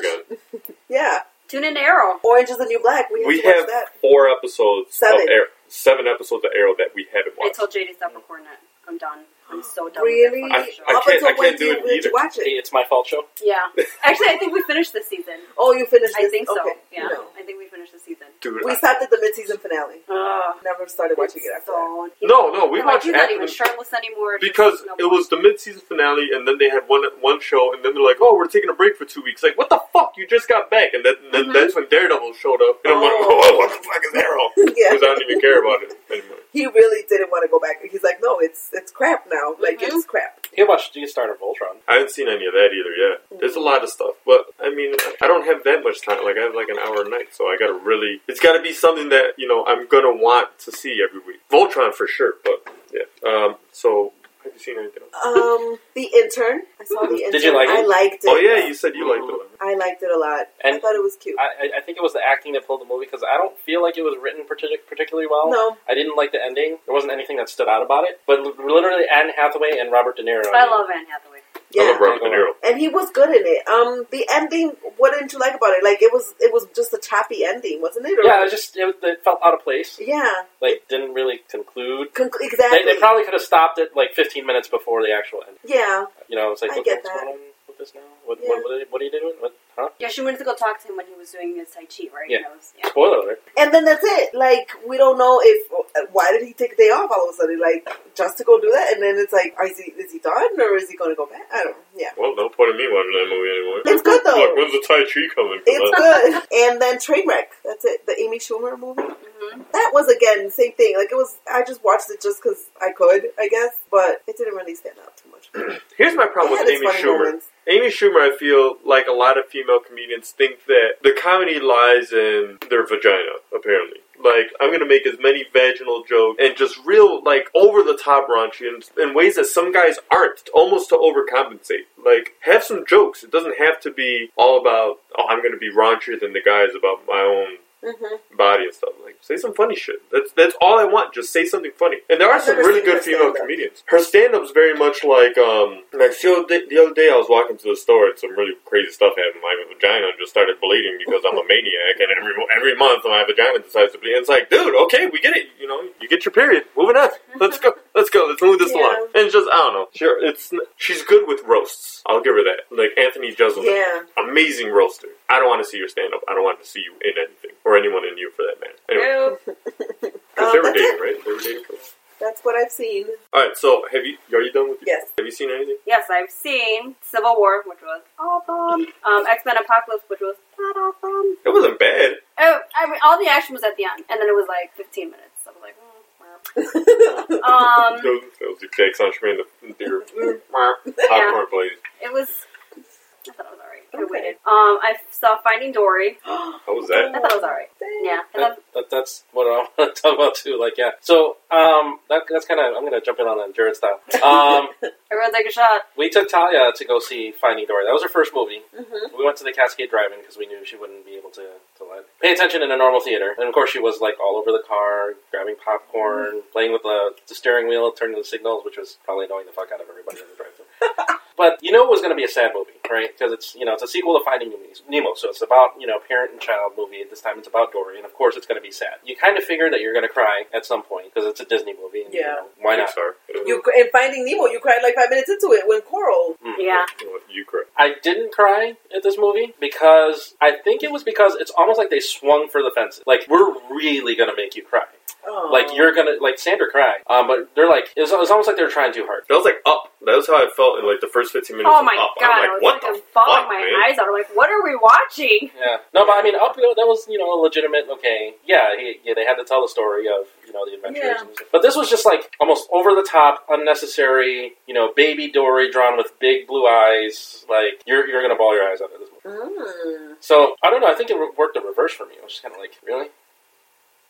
[SPEAKER 2] again.
[SPEAKER 4] Yeah,
[SPEAKER 3] Tune in to Arrow.
[SPEAKER 4] Orange is the New Black. We have
[SPEAKER 2] We
[SPEAKER 4] to watch
[SPEAKER 2] have
[SPEAKER 4] that.
[SPEAKER 2] four episodes
[SPEAKER 4] Seven.
[SPEAKER 2] of Arrow. Seven episodes of Arrow that we haven't
[SPEAKER 3] I
[SPEAKER 2] watched.
[SPEAKER 3] told JD stop recording it. I'm done. I'm so done.
[SPEAKER 4] Really?
[SPEAKER 3] With
[SPEAKER 2] I-
[SPEAKER 3] that fucking show.
[SPEAKER 2] I-
[SPEAKER 4] Up
[SPEAKER 2] can't-
[SPEAKER 4] until when
[SPEAKER 2] can't
[SPEAKER 4] do
[SPEAKER 2] do
[SPEAKER 4] you
[SPEAKER 2] it
[SPEAKER 4] when did
[SPEAKER 2] either.
[SPEAKER 4] you watch
[SPEAKER 1] Hey,
[SPEAKER 4] it?
[SPEAKER 1] it's my fault show.
[SPEAKER 3] yeah. Actually, I think we finished this season.
[SPEAKER 4] Oh, you finished.
[SPEAKER 3] I
[SPEAKER 4] this?
[SPEAKER 3] think so.
[SPEAKER 4] Okay.
[SPEAKER 3] Yeah.
[SPEAKER 4] No.
[SPEAKER 3] I think we finished the season.
[SPEAKER 2] Dude,
[SPEAKER 4] We
[SPEAKER 2] I-
[SPEAKER 4] stopped at the mid-season finale.
[SPEAKER 3] Ugh.
[SPEAKER 4] Never started watching it after. that.
[SPEAKER 3] So,
[SPEAKER 2] no, no, we
[SPEAKER 3] I'm like,
[SPEAKER 2] watched
[SPEAKER 3] you're not
[SPEAKER 2] after
[SPEAKER 3] even
[SPEAKER 2] the-
[SPEAKER 3] shirtless anymore. Just
[SPEAKER 2] because
[SPEAKER 3] no
[SPEAKER 2] it was the mid-season finale, and then they had one one show, and then they're like, "Oh, we're taking a break for two weeks." Like, what the fuck? You just got back, and, that, and then
[SPEAKER 3] Mhm.
[SPEAKER 2] that's when Daredevil showed up, and I'm like,
[SPEAKER 4] Mm-hmm. Oh.
[SPEAKER 2] "Oh, what the fuck is Arrow?"
[SPEAKER 4] Yeah.
[SPEAKER 2] Because I don't even care about it anymore.
[SPEAKER 4] he really didn't want to go back. He's like, no, it's it's crap now. Like
[SPEAKER 3] Mhm.
[SPEAKER 4] it's crap.
[SPEAKER 1] He watched the start of Voltron.
[SPEAKER 2] I haven't seen any of that either yet. There's a lot of stuff, but I mean, I don't have that much time. Like I have like an hour a night, so I gotta really. It's gotta be something that you know I'm gonna want to see every week. Voltron for sure, but yeah. Um, so have you seen anything? Else?
[SPEAKER 4] Um, the intern. I saw the intern.
[SPEAKER 1] Did you like
[SPEAKER 4] I
[SPEAKER 1] it?
[SPEAKER 4] liked it.
[SPEAKER 2] Oh yeah, you said you liked it.
[SPEAKER 4] I liked it a lot. I
[SPEAKER 1] And-
[SPEAKER 4] thought it was cute.
[SPEAKER 1] I, I- I think it was the acting that pulled the movie because I don't feel like it was written partic- particularly well.
[SPEAKER 4] no,
[SPEAKER 1] I didn't like the ending. There wasn't anything that stood out about it. But li- literally, Anne Hathaway and Robert De Niro.
[SPEAKER 3] I love Anne Hathaway.
[SPEAKER 4] yeah,
[SPEAKER 2] I love Robert De Niro.
[SPEAKER 4] and he was good in it. Um, the ending. What didn't you like about it? Like it was it was just a choppy ending, wasn't it? Or-
[SPEAKER 1] Yeah, it just it, it felt out of place.
[SPEAKER 4] yeah,
[SPEAKER 1] Like, didn't really conclude.
[SPEAKER 4] Con- exactly.
[SPEAKER 1] They, they probably could have stopped it like 15 minutes before the actual end.
[SPEAKER 4] yeah,
[SPEAKER 1] You know, it's like,
[SPEAKER 4] I
[SPEAKER 1] what,
[SPEAKER 4] get
[SPEAKER 1] what's
[SPEAKER 4] that.
[SPEAKER 1] going on with this now? What,
[SPEAKER 4] Yeah.
[SPEAKER 1] what, what, are, what are you doing? What, huh?
[SPEAKER 3] Yeah, she went to go talk to him when he was doing his Tai Chi, right?
[SPEAKER 1] Yeah.
[SPEAKER 3] And I was- yeah.
[SPEAKER 1] Spoiler alert.
[SPEAKER 4] and then that's it. Like we don't know if why did he take a day off all of a sudden? Like just to go do that, and then it's like, is he is he done or is he going to go back? I don't. know. Yeah,
[SPEAKER 2] Well, no point in me watching that movie anymore.
[SPEAKER 4] It's good, though.
[SPEAKER 2] Look, when's the Tai Chi coming? For that?
[SPEAKER 4] It's good. And then Trainwreck. That's it. The Amy Schumer movie.
[SPEAKER 3] Mhm.
[SPEAKER 4] That was again same thing. Like it was. I just watched it just because I could, I guess. But it didn't really stand out too much.
[SPEAKER 2] Here's my problem with
[SPEAKER 4] It had its
[SPEAKER 2] Amy
[SPEAKER 4] funny
[SPEAKER 2] Schumer.
[SPEAKER 4] moments.
[SPEAKER 2] Amy Schumer, I feel like a lot of female comedians think that the comedy lies in their vagina, apparently. Like, I'm gonna make as many vaginal jokes and just real, like, over the top raunchy in, in ways that some guys aren't, almost to overcompensate. Like, have some jokes. It doesn't have to be all about, oh, I'm gonna be raunchier than the guys about my own body and stuff. Like, say some funny shit. That's that's all I want. Just say something funny. And there are
[SPEAKER 4] I've
[SPEAKER 2] some
[SPEAKER 4] never
[SPEAKER 2] really
[SPEAKER 4] seen
[SPEAKER 2] good
[SPEAKER 4] her
[SPEAKER 2] female
[SPEAKER 4] stand-up.
[SPEAKER 2] comedians. Her stand up's very much like um like the other, day, the other day I was walking to the store and some really crazy stuff happened. My vagina just started bleeding because I'm a maniac, and every every month my vagina decides to bleed. And it's like, dude, okay, we get it. You know, you get your period. Moving on. Let's go. Let's go. Let's move this
[SPEAKER 4] Yeah.
[SPEAKER 2] along. And it's just I don't know. Sure, it's n- she's good with roasts. I'll give her that. Like Anthony Jeselnik
[SPEAKER 4] Yeah.
[SPEAKER 2] amazing roaster. I don't want to see your stand up. I don't want to see you in anything or anyone in you for that matter. Anyway,
[SPEAKER 3] Ew.
[SPEAKER 2] 'cause
[SPEAKER 4] Um,
[SPEAKER 2] they were
[SPEAKER 4] that's,
[SPEAKER 2] dating,
[SPEAKER 4] it.
[SPEAKER 2] right? They were dating.
[SPEAKER 4] that's what I've seen.
[SPEAKER 2] All right. So have you? Are you done with? your-
[SPEAKER 4] Yes.
[SPEAKER 2] Have you seen anything?
[SPEAKER 3] Yes, I've seen Civil War, which was awesome. Um, X Men Apocalypse, which was not awesome.
[SPEAKER 2] It wasn't bad.
[SPEAKER 3] Oh, I mean, all the action was at the end, and then it was like 15 minutes. I was like, mm, well.
[SPEAKER 2] That
[SPEAKER 3] um,
[SPEAKER 2] was- that was the Jackson Schmidt in the in the theater. Popcorn place.
[SPEAKER 3] it was. I thought it was alright. I
[SPEAKER 4] Okay.
[SPEAKER 3] waited. Um, I saw Finding Dory.
[SPEAKER 2] How was that?
[SPEAKER 3] I thought it was alright. Yeah, and then
[SPEAKER 1] That, that, that's what I want to talk about too. Like, yeah. So, um, that, that's kind of I'm gonna jump in on endurance style. Um,
[SPEAKER 3] everyone take a shot.
[SPEAKER 1] we took Talia to go see Finding Dory. That was her first movie.
[SPEAKER 4] Mhm.
[SPEAKER 1] We went to the Cascade Drive-In because we knew she wouldn't be able to, to like, pay attention in a normal theater. And of course, she was like all over the car, grabbing popcorn, playing with the, the steering wheel, turning the signals, which was probably annoying the fuck out of everybody in the drive-thru. But you know it was going to be a sad movie, right? Because it's you know it's a sequel to Finding Nemo, so it's about you know parent and child movie. This time it's about Dory, and of course it's going to be sad. You kind of figure that you're going to cry at some point because it's a Disney movie. And, you
[SPEAKER 4] Yeah.
[SPEAKER 1] know, why not?
[SPEAKER 2] Pixar.
[SPEAKER 4] You in Finding Nemo, you cried like five minutes into it when Coral.
[SPEAKER 1] Mm.
[SPEAKER 3] Yeah.
[SPEAKER 2] You cry.
[SPEAKER 1] I didn't cry at this movie because I think it was because it's almost like they swung for the fences. Like we're really gonna make you cry.
[SPEAKER 4] Oh.
[SPEAKER 1] Like you're gonna like Sandra cry. Um, but they're like it was, it was almost like they were trying too hard.
[SPEAKER 2] That was like up. That was how I felt in like the first fifteen minutes.
[SPEAKER 3] Oh
[SPEAKER 2] of
[SPEAKER 3] my
[SPEAKER 2] up.
[SPEAKER 3] god,
[SPEAKER 2] I'm
[SPEAKER 3] I
[SPEAKER 2] like,
[SPEAKER 3] was
[SPEAKER 2] what
[SPEAKER 3] like,
[SPEAKER 2] the
[SPEAKER 3] I'm bawling
[SPEAKER 2] fuck,
[SPEAKER 3] my
[SPEAKER 2] man?
[SPEAKER 3] eyes out. I'm like, what are we watching?
[SPEAKER 1] Yeah. No, but I mean, up you know, that was you know a legitimate. Okay, yeah, he, yeah, they had to tell the story of you know the adventures.
[SPEAKER 4] Yeah.
[SPEAKER 1] and stuff. But this was just like almost over the top, unnecessary. You know, baby Dory drawn with big blue eyes. Like you're you're gonna ball your eyes out at this movie.
[SPEAKER 4] Mm.
[SPEAKER 1] So I don't know. I think it re- worked the reverse for me. I was just kind of like, really.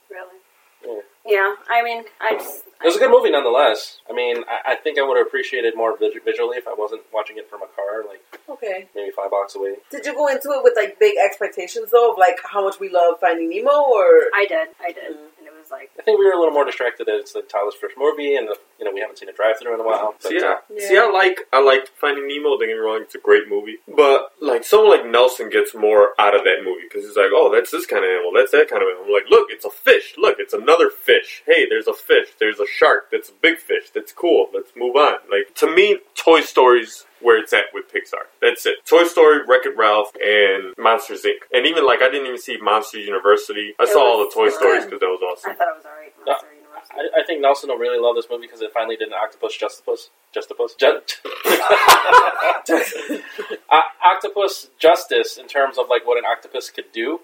[SPEAKER 3] Really?
[SPEAKER 1] Yeah.
[SPEAKER 3] Yeah, I mean, I just.
[SPEAKER 1] It was a good movie nonetheless. I mean, I, I think I would have appreciated more vis- visually if I wasn't watching it from a car, like
[SPEAKER 4] Okay.
[SPEAKER 1] maybe five blocks away.
[SPEAKER 4] Did you go into it with like big expectations though, of like how much we love Finding Nemo, or
[SPEAKER 3] I did, I did.
[SPEAKER 4] Mm.
[SPEAKER 3] And it was like,
[SPEAKER 1] I think we were a little more distracted that it's the Tyler's first movie, and you know we haven't seen a drive-through in a while. But, uh,
[SPEAKER 2] See, yeah.
[SPEAKER 4] Yeah.
[SPEAKER 2] see, I like I like Finding Nemo. Don't get me wrong; it's a great movie. But like someone like Nelson gets more out of that movie because he's like, "Oh, that's this kind of animal. That's that kind of animal." I'm like, "Look, it's a fish. Look, it's another fish. Hey, there's a fish. There's a shark. That's a big fish. That's cool. Let's move on." Like to me, Toy Story's where it's at with Pixar. That's it. Toy Story, Wreck It Ralph, and Monsters Inc. And even like I didn't even see Monsters University. I
[SPEAKER 3] It
[SPEAKER 2] saw all the
[SPEAKER 3] was
[SPEAKER 2] Toy
[SPEAKER 3] good.
[SPEAKER 2] Stories because that was
[SPEAKER 3] I
[SPEAKER 2] awesome.
[SPEAKER 3] thought it was alright.
[SPEAKER 1] No,
[SPEAKER 3] Monster University.
[SPEAKER 1] I, I think Nelson will really love this movie because it finally did an octopus justipus justipus ju- uh, octopus justice in terms of like what an octopus could do.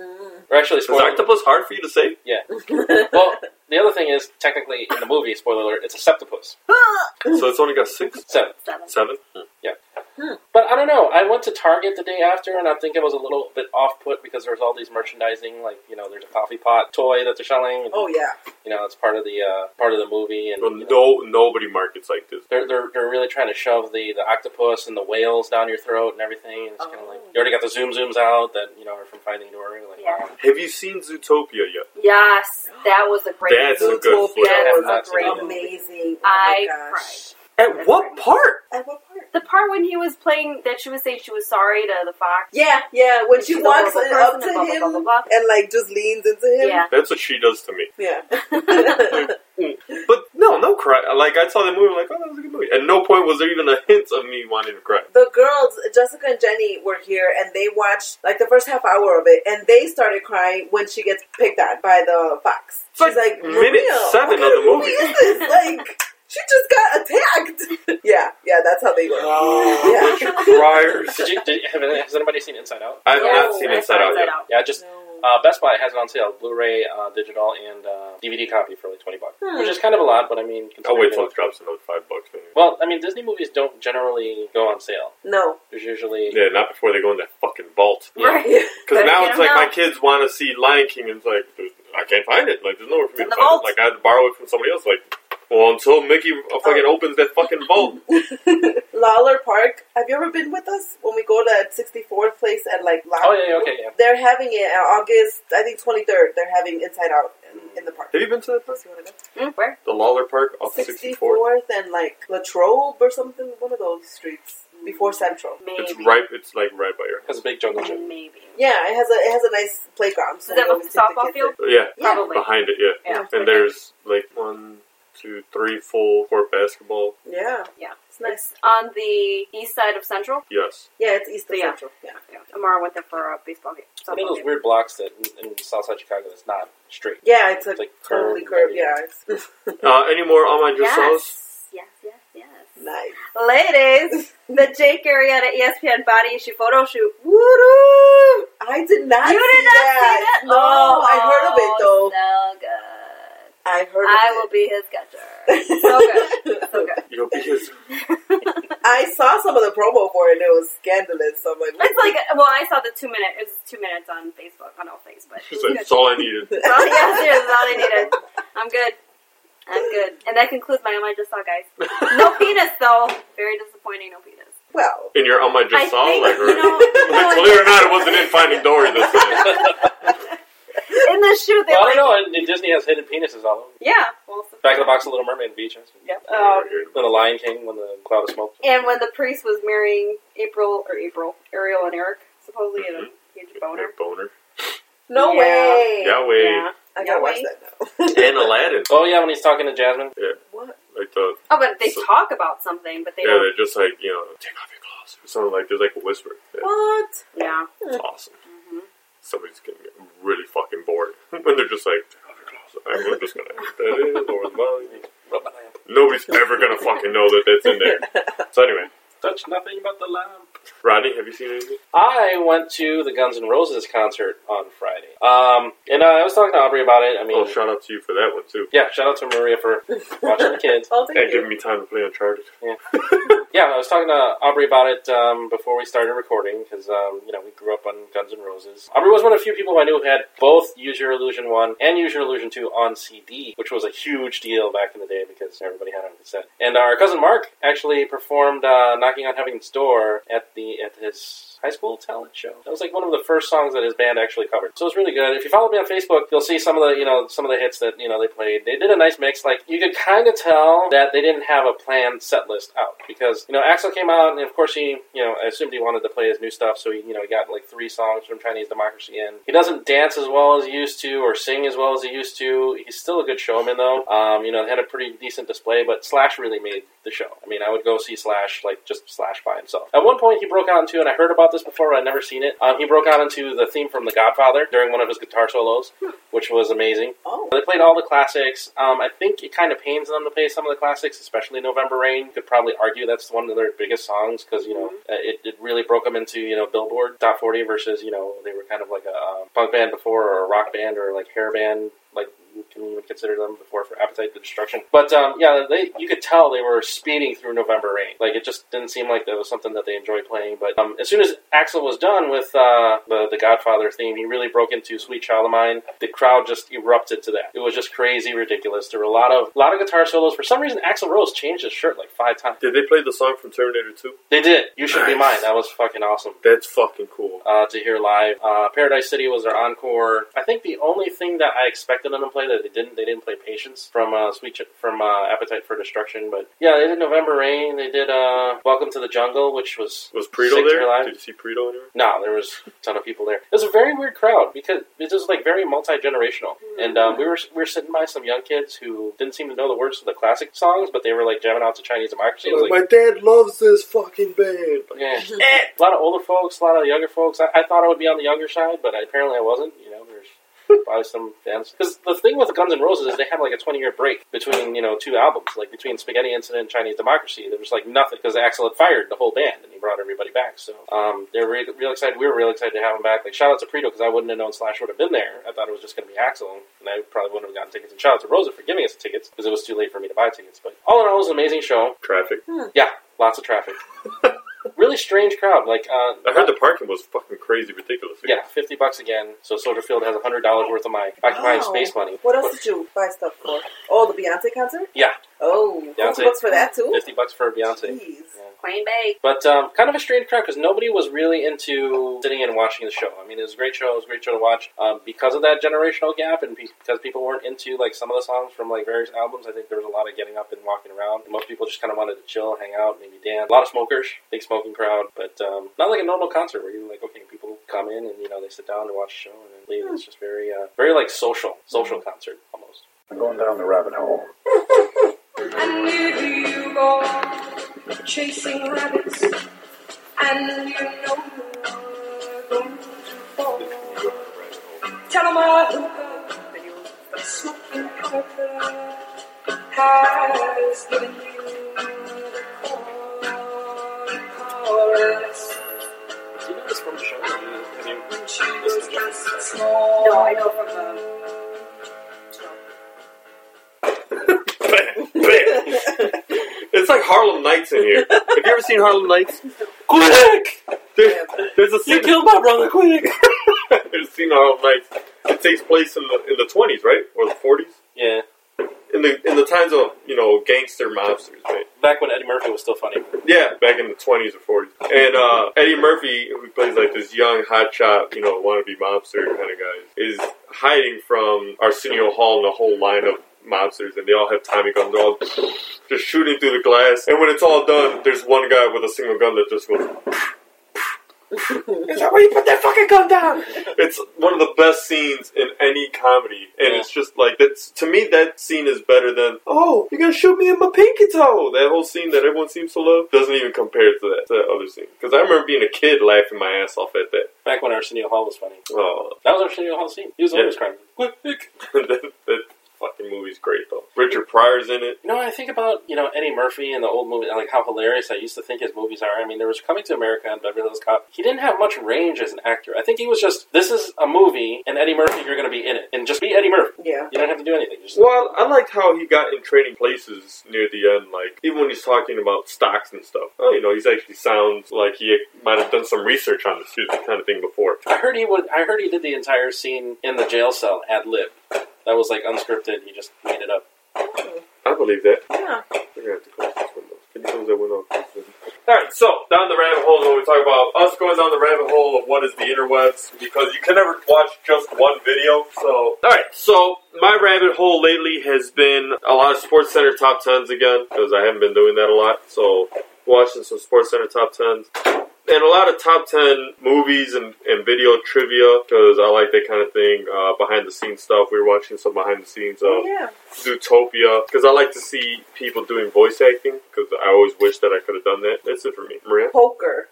[SPEAKER 4] Mm.
[SPEAKER 1] Or actually,
[SPEAKER 2] Is
[SPEAKER 1] spoiler-
[SPEAKER 2] octopus hard for you to say?
[SPEAKER 1] Well, the other thing is technically in the movie, spoiler alert, it's a septopus.
[SPEAKER 2] So it's only got six,
[SPEAKER 1] So
[SPEAKER 3] Seven.
[SPEAKER 4] Ah.
[SPEAKER 2] seven.
[SPEAKER 1] But I don't know. I went to Target the day after, and I think it was a little bit off put because there's all these merchandising, like you know, there's a coffee pot toy that they're selling. And,
[SPEAKER 4] Oh yeah.
[SPEAKER 1] You know, it's part of the uh, part of the movie, and
[SPEAKER 2] Well,
[SPEAKER 1] you know,
[SPEAKER 2] no, nobody markets like this.
[SPEAKER 1] they're, they're they're really trying to shove the the octopus and the whales down your throat and everything. It's kind of
[SPEAKER 4] Oh.
[SPEAKER 1] like you already got the zoom zooms out that you know are from Finding Dory. Like,
[SPEAKER 3] Yeah.
[SPEAKER 1] wow.
[SPEAKER 2] Have you seen Zootopia yet?
[SPEAKER 3] Yes, that was a great
[SPEAKER 2] That's
[SPEAKER 3] movie.
[SPEAKER 2] a good
[SPEAKER 4] Zootopia
[SPEAKER 2] flick.
[SPEAKER 3] That's
[SPEAKER 1] I've not
[SPEAKER 4] was
[SPEAKER 1] seen it.
[SPEAKER 4] amazing. Oh
[SPEAKER 3] I
[SPEAKER 4] my gosh.
[SPEAKER 3] cried.
[SPEAKER 2] At what part?
[SPEAKER 4] At what part?
[SPEAKER 3] The part when he was playing that she was saying she was sorry to the fox.
[SPEAKER 4] Yeah, yeah. When
[SPEAKER 3] And
[SPEAKER 4] she
[SPEAKER 3] she's a
[SPEAKER 4] walks
[SPEAKER 3] horrible
[SPEAKER 4] up to
[SPEAKER 3] person and blah,
[SPEAKER 4] him
[SPEAKER 3] blah, blah, blah, blah.
[SPEAKER 4] and like just leans into him.
[SPEAKER 3] Yeah.
[SPEAKER 2] That's what she does to me.
[SPEAKER 4] Yeah.
[SPEAKER 2] But no, no cry. Like I saw the movie, like oh, that was a good movie. At no point was there even a hint of me wanting to cry.
[SPEAKER 4] the girls, Jessica and Jenny, were here and they watched like the first half hour of it, and they started crying when she gets picked on by the fox.
[SPEAKER 2] It's like
[SPEAKER 4] She's like
[SPEAKER 2] minute
[SPEAKER 4] "Maria,
[SPEAKER 2] seven of
[SPEAKER 4] what
[SPEAKER 2] the
[SPEAKER 4] kind
[SPEAKER 2] movie."
[SPEAKER 4] Is this? Like she just got attacked. yeah, yeah, that's how they were.
[SPEAKER 2] Oh,
[SPEAKER 4] Yeah.
[SPEAKER 2] criers.
[SPEAKER 1] Did you, did, have, has anybody seen Inside Out?
[SPEAKER 2] I've
[SPEAKER 3] Yeah,
[SPEAKER 2] not seen
[SPEAKER 3] I
[SPEAKER 2] Inside
[SPEAKER 3] saw
[SPEAKER 2] Out yet.
[SPEAKER 1] Yeah, I just uh, Best Buy has it on sale, Blu-ray, uh, digital, and uh, DVD copy for like twenty bucks,
[SPEAKER 4] Hmm.
[SPEAKER 1] which is kind of a lot, but I mean,
[SPEAKER 2] I'll wait till
[SPEAKER 1] considering-
[SPEAKER 2] it drops another five bucks. Maybe.
[SPEAKER 1] Well, I mean, Disney movies don't generally go on sale.
[SPEAKER 4] No.
[SPEAKER 1] There's usually
[SPEAKER 2] Yeah, not before they go in that fucking vault.
[SPEAKER 3] Right.
[SPEAKER 2] Because
[SPEAKER 3] Better
[SPEAKER 2] now
[SPEAKER 3] get
[SPEAKER 2] it's
[SPEAKER 3] them
[SPEAKER 2] like my
[SPEAKER 3] now.
[SPEAKER 2] kids want to see Lion King, and it's like there's- I can't find it. Like there's nowhere for me
[SPEAKER 3] In
[SPEAKER 2] to
[SPEAKER 3] the
[SPEAKER 2] find
[SPEAKER 3] vault.
[SPEAKER 2] it. Like I had to borrow it from somebody else. Like Well, until Mickey uh, fucking opens that fucking vault.
[SPEAKER 4] Lawler Park. Have you ever been with us when we go to that 64th place at like Lawler?
[SPEAKER 1] Oh, yeah, yeah, okay, yeah.
[SPEAKER 4] They're having it on August, I think 23rd. They're having Inside Out in, in the park.
[SPEAKER 2] Have you been to that place?
[SPEAKER 4] You wanna go?
[SPEAKER 3] Where?
[SPEAKER 2] The Lawler Park
[SPEAKER 1] Oh,
[SPEAKER 2] off 64th.
[SPEAKER 4] 64th and like Latrobe or something, one of those streets
[SPEAKER 3] Mm.
[SPEAKER 4] before Central.
[SPEAKER 3] Maybe.
[SPEAKER 2] It's right. It's like right by your.
[SPEAKER 1] It's a big jungle gym.
[SPEAKER 3] Maybe.
[SPEAKER 4] Yeah, it has a it has a nice playground. So
[SPEAKER 3] Does that
[SPEAKER 4] we always
[SPEAKER 3] look like
[SPEAKER 4] take
[SPEAKER 3] a
[SPEAKER 4] the
[SPEAKER 3] softball
[SPEAKER 4] kids
[SPEAKER 3] field?
[SPEAKER 4] there.
[SPEAKER 2] Yeah,
[SPEAKER 4] Yeah.
[SPEAKER 3] Probably.
[SPEAKER 2] behind it. Yeah,
[SPEAKER 3] Yeah.
[SPEAKER 2] and there's like one, two, three full court basketball.
[SPEAKER 4] Yeah,
[SPEAKER 3] Yeah.
[SPEAKER 4] it's nice.
[SPEAKER 3] On the east side of Central.
[SPEAKER 2] Yes,
[SPEAKER 4] Yeah, it's east of
[SPEAKER 3] Yeah.
[SPEAKER 4] Central. Yeah,
[SPEAKER 3] Yeah. Amara went there for a baseball game.
[SPEAKER 1] One of
[SPEAKER 3] softball
[SPEAKER 1] those
[SPEAKER 3] game.
[SPEAKER 1] weird blocks that in, in Southside Chicago that's not straight.
[SPEAKER 4] yeah, it's a
[SPEAKER 1] It's like
[SPEAKER 4] totally curve.
[SPEAKER 1] curved.
[SPEAKER 4] Yeah, it's
[SPEAKER 2] Uh, any more on my just sauce?
[SPEAKER 3] Yes. Yes. Yes. Yes.
[SPEAKER 4] nice.
[SPEAKER 3] Ladies, the Jake E Arrieta ESPN body issue photo shoot. Woo!
[SPEAKER 4] I did not.
[SPEAKER 3] You
[SPEAKER 4] see
[SPEAKER 3] did not see that? Oh,
[SPEAKER 4] No, Oh, I heard of it though.
[SPEAKER 3] So good.
[SPEAKER 4] I heard. Of
[SPEAKER 3] I
[SPEAKER 4] it.
[SPEAKER 3] will be his catcher. So good. So good.
[SPEAKER 2] Yo, because
[SPEAKER 4] I saw some of the promo for it and it was scandalous. So I'm like,
[SPEAKER 3] It's like, well, I saw the two minute, it was two minutes on Facebook, on all things, but.
[SPEAKER 2] it's like, that's all I needed.
[SPEAKER 3] That's all- yeah, seriously, that's all I needed. I'm good. I'm good. And that concludes my Am I Just Saw, guys. No penis, though. Very disappointing, no penis.
[SPEAKER 4] well,
[SPEAKER 2] And you're on my just
[SPEAKER 3] I
[SPEAKER 2] sauce,
[SPEAKER 3] think,
[SPEAKER 2] like,
[SPEAKER 3] you know,
[SPEAKER 2] like,
[SPEAKER 3] no,
[SPEAKER 2] believe it or not, it wasn't in Finding Dory this time.
[SPEAKER 3] in the shoot, they
[SPEAKER 1] Well, I don't
[SPEAKER 3] were like,
[SPEAKER 1] know. And, and Disney has hidden penises all over.
[SPEAKER 3] yeah. Well,
[SPEAKER 1] Back in the box of Little Mermaid features.
[SPEAKER 3] Yeah. Um,
[SPEAKER 1] When the Lion King, when the cloud of smoke.
[SPEAKER 3] And when the priest was marrying April or April, Ariel and Eric, supposedly in a
[SPEAKER 2] Mm-hmm.
[SPEAKER 3] huge Um, boner.
[SPEAKER 2] boner.
[SPEAKER 4] no
[SPEAKER 3] Yeah.
[SPEAKER 4] way.
[SPEAKER 2] Yahweh
[SPEAKER 4] I
[SPEAKER 3] No
[SPEAKER 4] gotta watch
[SPEAKER 3] way.
[SPEAKER 4] that now.
[SPEAKER 2] and Aladdin.
[SPEAKER 1] Oh yeah, when he's talking to Jasmine.
[SPEAKER 4] what?
[SPEAKER 2] Like the
[SPEAKER 3] Oh, but they
[SPEAKER 2] So-
[SPEAKER 3] talk about something, but they
[SPEAKER 2] yeah,
[SPEAKER 3] don't.
[SPEAKER 2] they're just like you know, take off your clothes or something like. There's like a whisper. Yeah,
[SPEAKER 4] What?
[SPEAKER 3] Yeah. Mm-hmm.
[SPEAKER 2] it's awesome. Somebody's getting really fucking bored when they're just like, take off your clothes. Like, we're just gonna act that in or mine.
[SPEAKER 1] Rub my lamp.
[SPEAKER 2] Nobody's ever gonna fucking know that that's in there. So anyway,
[SPEAKER 1] Touch nothing but the lamp.
[SPEAKER 2] Rodney, have you seen anything?
[SPEAKER 1] I went to the Guns N' Roses concert on Friday. Um, and uh, I was talking to Aubrey about it. I mean,
[SPEAKER 2] Oh, shout out to you for that one too.
[SPEAKER 1] yeah, shout out to Maria for watching the kids.
[SPEAKER 4] Oh, thank
[SPEAKER 2] And
[SPEAKER 4] you.
[SPEAKER 2] giving me time to play Uncharted.
[SPEAKER 1] Yeah, I was talking to Aubrey about it um, before we started recording because um, you know we grew up on Guns N' Roses. Aubrey was one of the few people I knew who had both Use Your Illusion one and Use Your Illusion two on CD, which was a huge deal back in the day because everybody had it on cassette. And our cousin Mark actually performed uh, "Knocking on Heaven's Door" at the at his high school talent show. That was like one of the first songs that his band actually covered. So it was really good. If you follow me on Facebook, you'll see some of the you know some of the hits that you know they played. They did a nice mix. Like you could kind of tell that they didn't have a planned set list out because you know Axel came out and of course he you know I assumed he wanted to play his new stuff, so he you know he got like three songs from Chinese Democracy in. He doesn't dance as well as he used to or sing as well as he used to. He's still a good showman though. Um, you know had a pretty decent display, but Slash really made the show. I mean I would go see Slash like just Slash by himself. At one point he broke out into and I heard about this before, but I'd never seen it. Um, he broke out into the theme from The Godfather during one of his guitar solos, which was amazing.
[SPEAKER 4] Oh,
[SPEAKER 1] They played all the classics. Um, I think it kind of pains them to play some of the classics, especially November Rain. You could probably argue that's one of their biggest songs because you know uh it, it really broke them into you know Billboard top forty versus you know they were kind of like a um, punk band before or a rock band or like hair band like. You can even consider them before for Appetite for Destruction, but um, yeah, they you could tell they were speeding through November Rain. Like it just didn't seem like that was something that they enjoyed playing. But um, as soon as Axel was done with uh, the the Godfather theme, he really broke into Sweet Child of Mine. The crowd just erupted to that. It was just crazy, ridiculous. There were a lot of lot of guitar solos. For some reason, Axel Rose changed his shirt like five times.
[SPEAKER 2] Did they play the song from Terminator 2?
[SPEAKER 1] They did. You should be
[SPEAKER 2] Nice.
[SPEAKER 1] mine. That was fucking awesome
[SPEAKER 2] That's fucking cool.
[SPEAKER 1] uh, to hear live. Uh, Paradise City was their encore. I think the only thing that I expected them to play that they didn't, they didn't play Patience from uh, Sweet Ch- from uh, Appetite for Destruction. But yeah, they did November Rain. They did uh, Welcome to the Jungle, which was
[SPEAKER 2] Was
[SPEAKER 1] sick
[SPEAKER 2] Preto
[SPEAKER 1] to
[SPEAKER 2] there?
[SPEAKER 1] hear live.
[SPEAKER 2] Did you see Preto anywhere?
[SPEAKER 1] No, there was a ton of people there. It was a very weird crowd because it was like very multi generational, and um, we were we were sitting by some young kids who didn't seem to know the words to the classic songs, but they were like jamming out to Chinese democracy. It was like,
[SPEAKER 2] My dad loves this fucking band.
[SPEAKER 1] yeah. a lot of older folks, a lot of younger folks. I, I thought I would be on the younger side, but I, apparently I wasn't. You know, there's probably some fans. Because the thing with Guns N' Roses is they had like a 20 year break between you know two albums, like between Spaghetti Incident and Chinese Democracy. There was like nothing because Axel had fired the whole band and he brought everybody back. So um, they're re- real excited. We were real excited to have him back. Like shout out to Preto because I wouldn't have known Slash would have been there. I thought it was just going to be Axel, and I probably wouldn't have gotten tickets. And shout out to Rosa for giving us tickets because it was too late for me to buy tickets. But all in all, it was an amazing show.
[SPEAKER 2] Traffic.
[SPEAKER 1] Yeah, lots of traffic. really strange crowd. Like uh,
[SPEAKER 2] I heard the parking was fucking crazy ridiculous.
[SPEAKER 1] yeah, fifty bucks again. So Soldier Field has hundred dollars worth of my occupying
[SPEAKER 4] Wow.
[SPEAKER 1] space money.
[SPEAKER 4] What else did you buy stuff for? Oh, the Beyonce concert.
[SPEAKER 1] Yeah,
[SPEAKER 4] Oh,
[SPEAKER 1] Yeah, I'd
[SPEAKER 4] that's
[SPEAKER 1] say-
[SPEAKER 4] books for that too.
[SPEAKER 1] Fifty bucks for Beyonce.
[SPEAKER 4] Jeez.
[SPEAKER 3] Plain bake.
[SPEAKER 1] But um, kind of a strange crowd because nobody was really into sitting and watching the show. I mean, it was a great show. It was a great show to watch. Um, because of that generational gap and pe- because people weren't into like some of the songs from like various albums, I think there was a lot of getting up and walking around. And most people just kind of wanted to chill, hang out, maybe dance. A lot of smokers, big smoking crowd, but um, not like a normal concert where you like okay, people come in and you know they sit down to watch the show and then leave. It's just very, uh, very like social, social concert almost.
[SPEAKER 6] I'm going down the rabbit hole.
[SPEAKER 5] And you you go chasing rabbits, and you know you're going to fall. Tell 'em I hope that you're the smoking cracker has given you the chorus.
[SPEAKER 1] Do you know this from the show? Or do you- have you-
[SPEAKER 5] And she was just small.
[SPEAKER 3] No, I know from
[SPEAKER 4] uh,
[SPEAKER 3] the.
[SPEAKER 2] It's like Harlem Nights in here. Have you ever seen Harlem Nights? Quick! There, there's a scene.
[SPEAKER 1] killed my brother, quick!
[SPEAKER 2] there's a scene in Harlem Nights. It takes place in the in the 20s, right, or the 40s,
[SPEAKER 1] yeah.
[SPEAKER 2] in the in the times of you know gangster mobsters, right?
[SPEAKER 1] Back when Eddie Murphy was still funny.
[SPEAKER 2] Yeah, back in the twenties or forties. And uh, Eddie Murphy, who plays like this young hotshot, you know, wannabe mobster kind of guy, is hiding from Arsenio Hall and the whole line of mobsters, and they all have Tommy guns, they're all just shooting through the glass. And when it's all done, there's one guy with a single gun that just goes. It's like, "Why you put that fucking gun down?" It's one of the best scenes in any comedy, and
[SPEAKER 1] Yeah.
[SPEAKER 2] it's just like that's to me that scene is better than oh you're gonna shoot me in my pinky toe. That whole scene that everyone seems to love doesn't even compare to that, to that other scene because I remember being a kid laughing my ass off at that.
[SPEAKER 1] Back when Arsenio Hall was funny.
[SPEAKER 2] Oh,
[SPEAKER 1] That was Arsenio Hall's scene. He was
[SPEAKER 2] Yeah.
[SPEAKER 1] always crying. Quick, quick.
[SPEAKER 2] that, that fucking movie's great though. Richard Pryor's in it.
[SPEAKER 1] You know, I think about, you know, Eddie Murphy and the old movie, and, like how hilarious I used to think his movies are. I mean, there was Coming to America and Beverly Hills Cop. He didn't have much range as an actor. I think he was just, this is a movie, and Eddie Murphy, you're going to be in it. And just be Eddie Murphy.
[SPEAKER 4] Yeah.
[SPEAKER 1] You don't have to do anything. Just,
[SPEAKER 2] Well, uh, I liked how he got in trading places near the end. Like even when he's talking about stocks and stuff, oh, you know, he's actually sounds like he might have done some research on this kind of thing before.
[SPEAKER 1] I heard he would, I heard he did the entire scene in the jail cell ad lib. That was like unscripted. He just made it up.
[SPEAKER 2] I believe that.
[SPEAKER 4] Oh, Yeah.
[SPEAKER 2] We're gonna have to close this window. Can you close that window? Alright, so down the rabbit hole is when we talk about us going down the rabbit hole of what is the interwebs because you can never watch just one video. So Alright, so my rabbit hole lately has been a lot of Sports Center top tens again, because I haven't been doing that a lot. So watching some Sports Center top tens. And a lot of top 10 movies and, and video trivia because I like that kind of thing. Uh, behind the scenes stuff. We were watching some behind the scenes of
[SPEAKER 4] yeah.
[SPEAKER 2] Zootopia because I like to see people doing voice acting because I always wish that I could have done that. That's it for me, Maria.
[SPEAKER 4] Poker.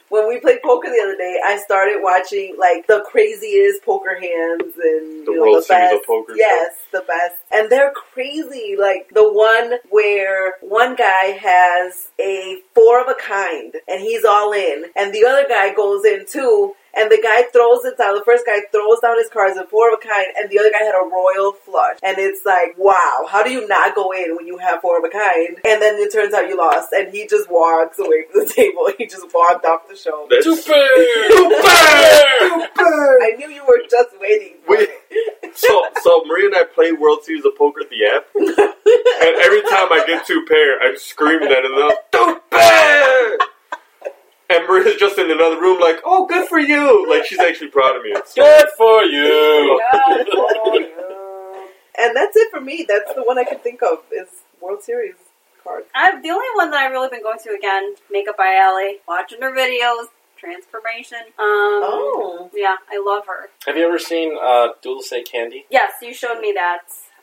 [SPEAKER 4] when we played poker the other day, I started watching like the craziest poker hands and
[SPEAKER 2] The
[SPEAKER 4] you know,
[SPEAKER 2] World
[SPEAKER 4] the
[SPEAKER 2] Series
[SPEAKER 4] best.
[SPEAKER 2] of Poker
[SPEAKER 4] Yes, the best. And they're crazy. Like the one where one guy has a four of a kind and he's all in, and the other guy goes in too. And the guy throws it down. The first guy throws down his cards and four of a kind, and the other guy had a royal flush. And it's like, wow, how do you not go in when you have four of a kind? And then it turns out you lost, and he just walks away from the table. He just walked off the show.
[SPEAKER 2] That's
[SPEAKER 1] Too fair!
[SPEAKER 2] Super!
[SPEAKER 4] I knew you were just waiting. For
[SPEAKER 2] Wait. so, so Maria and I play World Series of Poker the app, and every time I get two pair, I'm screaming at another stupid. And Maria's just in another room, like, "Oh, good for you!" Like she's actually proud of me. It's-
[SPEAKER 1] Good for you!
[SPEAKER 4] it. and that's it for me. That's the one I can think of is World Series card.
[SPEAKER 3] I've, the only one that I've really been going to again, Makeup by Ally, watching her videos, transformation. Um,
[SPEAKER 4] Oh,
[SPEAKER 3] Yeah, I love her.
[SPEAKER 1] Have you ever seen uh, Dulce Candy?
[SPEAKER 3] Yes, you showed me that.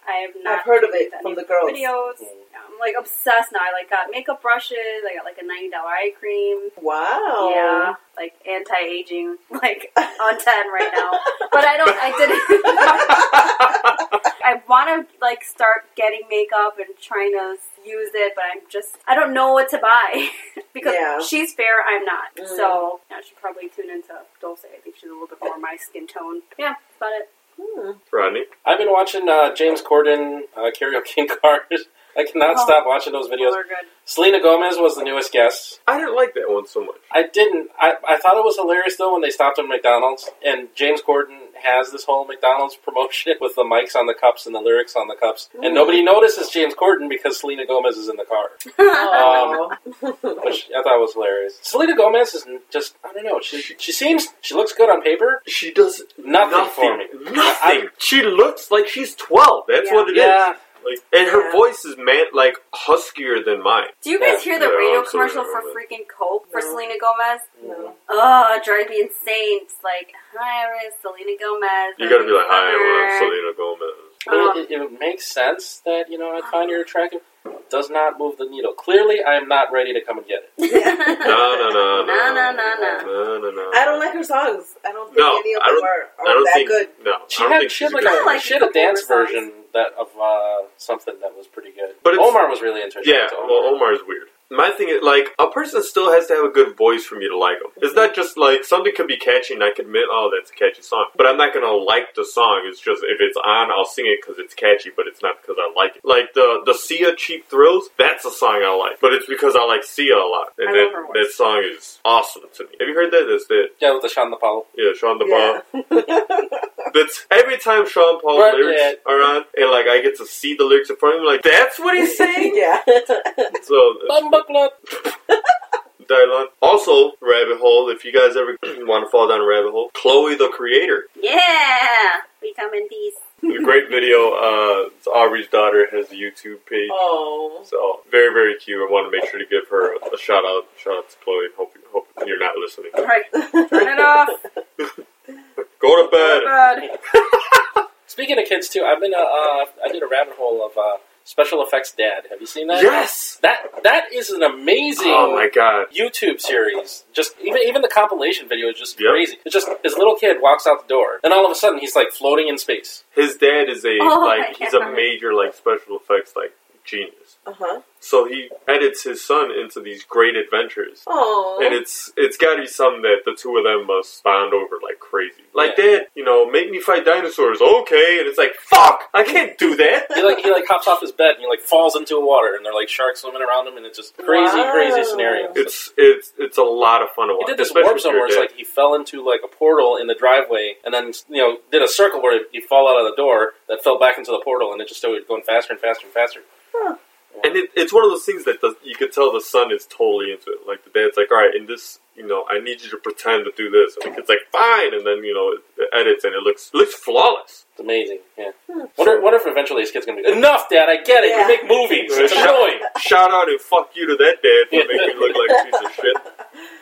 [SPEAKER 3] I have not
[SPEAKER 4] I've heard of
[SPEAKER 3] looked
[SPEAKER 4] it
[SPEAKER 3] at
[SPEAKER 4] from
[SPEAKER 3] any
[SPEAKER 4] the girls.
[SPEAKER 3] videos.
[SPEAKER 1] Mm.
[SPEAKER 3] Yeah, I'm like obsessed now. I like got makeup brushes. I got like a ninety dollar eye cream.
[SPEAKER 4] wow.
[SPEAKER 3] Yeah, like anti aging, like on ten right now. But I don't. I didn't. I want to like start getting makeup and trying to use it, but I'm just I don't know what to buy because
[SPEAKER 4] Yeah.
[SPEAKER 3] she's fair, I'm not.
[SPEAKER 4] Mm.
[SPEAKER 3] So I should probably tune into Dulce. I think she's a little bit more my skin tone. Yeah, that's about it.
[SPEAKER 4] Hmm.
[SPEAKER 2] Rodney,
[SPEAKER 1] I've been watching uh, James Corden uh, karaoke cars. I cannot
[SPEAKER 4] Oh.
[SPEAKER 1] stop watching those videos.
[SPEAKER 3] They're good.
[SPEAKER 1] Selena Gomez was the newest guest.
[SPEAKER 2] I didn't like that one so much.
[SPEAKER 1] I didn't. I, I thought it was hilarious though when they stopped at McDonald's and James Corden has this whole McDonald's promotion with the mics on the cups and the lyrics on the cups, and nobody notices James Corden because Selena Gomez is in the car,
[SPEAKER 4] Oh.
[SPEAKER 1] which I thought was hilarious. Selena Gomez is just I don't know. She she seems she looks good on paper.
[SPEAKER 2] She does
[SPEAKER 1] Nothing, for me.
[SPEAKER 2] Nothing. she looks like she's twelve. That's
[SPEAKER 3] Yeah.
[SPEAKER 2] what it is.
[SPEAKER 1] Yeah.
[SPEAKER 2] Like, and her
[SPEAKER 4] Yeah.
[SPEAKER 2] voice is man like huskier than mine.
[SPEAKER 3] Do you guys hear the
[SPEAKER 2] Yeah,
[SPEAKER 3] radio
[SPEAKER 2] I'm sorry,
[SPEAKER 3] commercial for
[SPEAKER 2] but-
[SPEAKER 3] freaking Coke for
[SPEAKER 4] No.
[SPEAKER 3] Selena Gomez?
[SPEAKER 4] No.
[SPEAKER 3] Oh, it drives me insane. It's like, hi, I'm Selena Gomez.
[SPEAKER 2] You gotta be like, hi,
[SPEAKER 3] Another-
[SPEAKER 2] I'm Selena Gomez.
[SPEAKER 1] But it, it, it makes sense that you know I find her attractive. Does not move the needle. Clearly, I am not ready to come and get it.
[SPEAKER 2] No, no, no, no,
[SPEAKER 3] No, no, no, no.
[SPEAKER 2] no, no, no.
[SPEAKER 4] I don't like her songs. I don't think
[SPEAKER 2] No,
[SPEAKER 4] any of
[SPEAKER 2] I
[SPEAKER 4] them
[SPEAKER 2] don't-
[SPEAKER 4] are,
[SPEAKER 2] I
[SPEAKER 4] are
[SPEAKER 2] don't
[SPEAKER 4] that
[SPEAKER 2] think.
[SPEAKER 4] good.
[SPEAKER 2] No,
[SPEAKER 1] She
[SPEAKER 2] I don't
[SPEAKER 1] had,
[SPEAKER 2] think
[SPEAKER 1] she
[SPEAKER 2] she's
[SPEAKER 1] had like
[SPEAKER 2] a
[SPEAKER 1] a,
[SPEAKER 2] good.
[SPEAKER 3] like
[SPEAKER 1] she had a
[SPEAKER 3] couple
[SPEAKER 1] dance
[SPEAKER 3] oversized.
[SPEAKER 1] version that of uh, something that was pretty good.
[SPEAKER 2] But
[SPEAKER 1] But
[SPEAKER 2] it's-
[SPEAKER 1] Omar was really interesting.
[SPEAKER 2] Yeah,
[SPEAKER 1] to Omar.
[SPEAKER 2] well, Omar's weird. My thing is, like, a person still has to have a good voice for me to like them. It's not just like something could be catchy and I could admit, oh, that's a catchy song, but I'm not gonna like the song. It's just if it's on, I'll sing it because it's catchy, but it's not because I like it. Like the the Sia "Cheap Thrills," that's a song I like, but it's because I like Sia a lot, and
[SPEAKER 3] I
[SPEAKER 2] that,
[SPEAKER 3] love her voice.
[SPEAKER 2] that song is awesome to me. Have you heard that? That's that.
[SPEAKER 1] yeah, with the Sean Paul.
[SPEAKER 2] Yeah, Sean the Bomb.
[SPEAKER 4] Yeah.
[SPEAKER 2] That's every time Sean Paul
[SPEAKER 1] Right,
[SPEAKER 2] lyrics
[SPEAKER 1] yeah.
[SPEAKER 2] are on, and like I get to see the lyrics in front of me, like that's what he's saying.
[SPEAKER 4] yeah.
[SPEAKER 2] so
[SPEAKER 1] Bumbleclot.
[SPEAKER 2] Dylan. Also, rabbit hole. If you guys ever want to fall down a rabbit hole, Chloe the Creator,
[SPEAKER 3] Yeah, we come in peace.
[SPEAKER 2] a great video. Uh, it's Aubrey's daughter has a YouTube page.
[SPEAKER 4] Oh.
[SPEAKER 2] So very very cute. I want to make sure to give her a shout out. Shout out to Chloe. Hope you, hope you're not listening.
[SPEAKER 3] Right, turn it off.
[SPEAKER 2] Go to bed.
[SPEAKER 3] Bud.
[SPEAKER 1] Speaking of kids too, I've been uh, uh, I did a rabbit hole of uh, special effects dad. Have you seen that?
[SPEAKER 2] Yes.
[SPEAKER 1] That that is an amazing.
[SPEAKER 2] Oh my god.
[SPEAKER 1] YouTube series, just even even the compilation video is just
[SPEAKER 2] Yep.
[SPEAKER 1] crazy. It's just his little kid walks out the door, and all of a sudden he's like floating in space.
[SPEAKER 2] His dad is a
[SPEAKER 3] Oh,
[SPEAKER 2] like
[SPEAKER 3] my
[SPEAKER 2] he's a
[SPEAKER 3] God.
[SPEAKER 2] major like special effects like genius.
[SPEAKER 4] Uh huh.
[SPEAKER 2] So he edits his son into these great adventures.
[SPEAKER 4] Oh.
[SPEAKER 2] And it's it's got to be something that the two of them must bond over like crazy. Like
[SPEAKER 1] Yeah.
[SPEAKER 2] Dad, you know, make me fight dinosaurs, okay? And it's like, fuck, I can't do that.
[SPEAKER 1] He like he like hops off his bed and he like falls into water, and they're like sharks swimming around him, and it's just crazy,
[SPEAKER 4] Wow.
[SPEAKER 1] crazy scenario.
[SPEAKER 2] It's it's it's a lot of fun to
[SPEAKER 1] He
[SPEAKER 2] watch.
[SPEAKER 1] did this
[SPEAKER 2] especially
[SPEAKER 1] warp
[SPEAKER 2] with
[SPEAKER 1] zone
[SPEAKER 2] your
[SPEAKER 1] where it's
[SPEAKER 2] dad.
[SPEAKER 1] like he fell into like a portal in the driveway, and then you know did a circle where he fall out of the door that fell back into the portal, and it just started going faster and faster and faster.
[SPEAKER 2] And it, it's one of those things that does, you could tell the son is totally into it. Like the dad's like, all right, in this, you know, I need you to pretend to do this, and the kid's like, fine. And then you know, it, it edits and it looks it looks flawless.
[SPEAKER 1] It's amazing. Yeah. Wonder, wonder if eventually his kid's gonna be enough, Dad. I get it.
[SPEAKER 4] Yeah.
[SPEAKER 1] You make movies. It's
[SPEAKER 2] Shout-
[SPEAKER 1] annoying.
[SPEAKER 2] Shout out and fuck you to that dad for making me look like a piece of shit.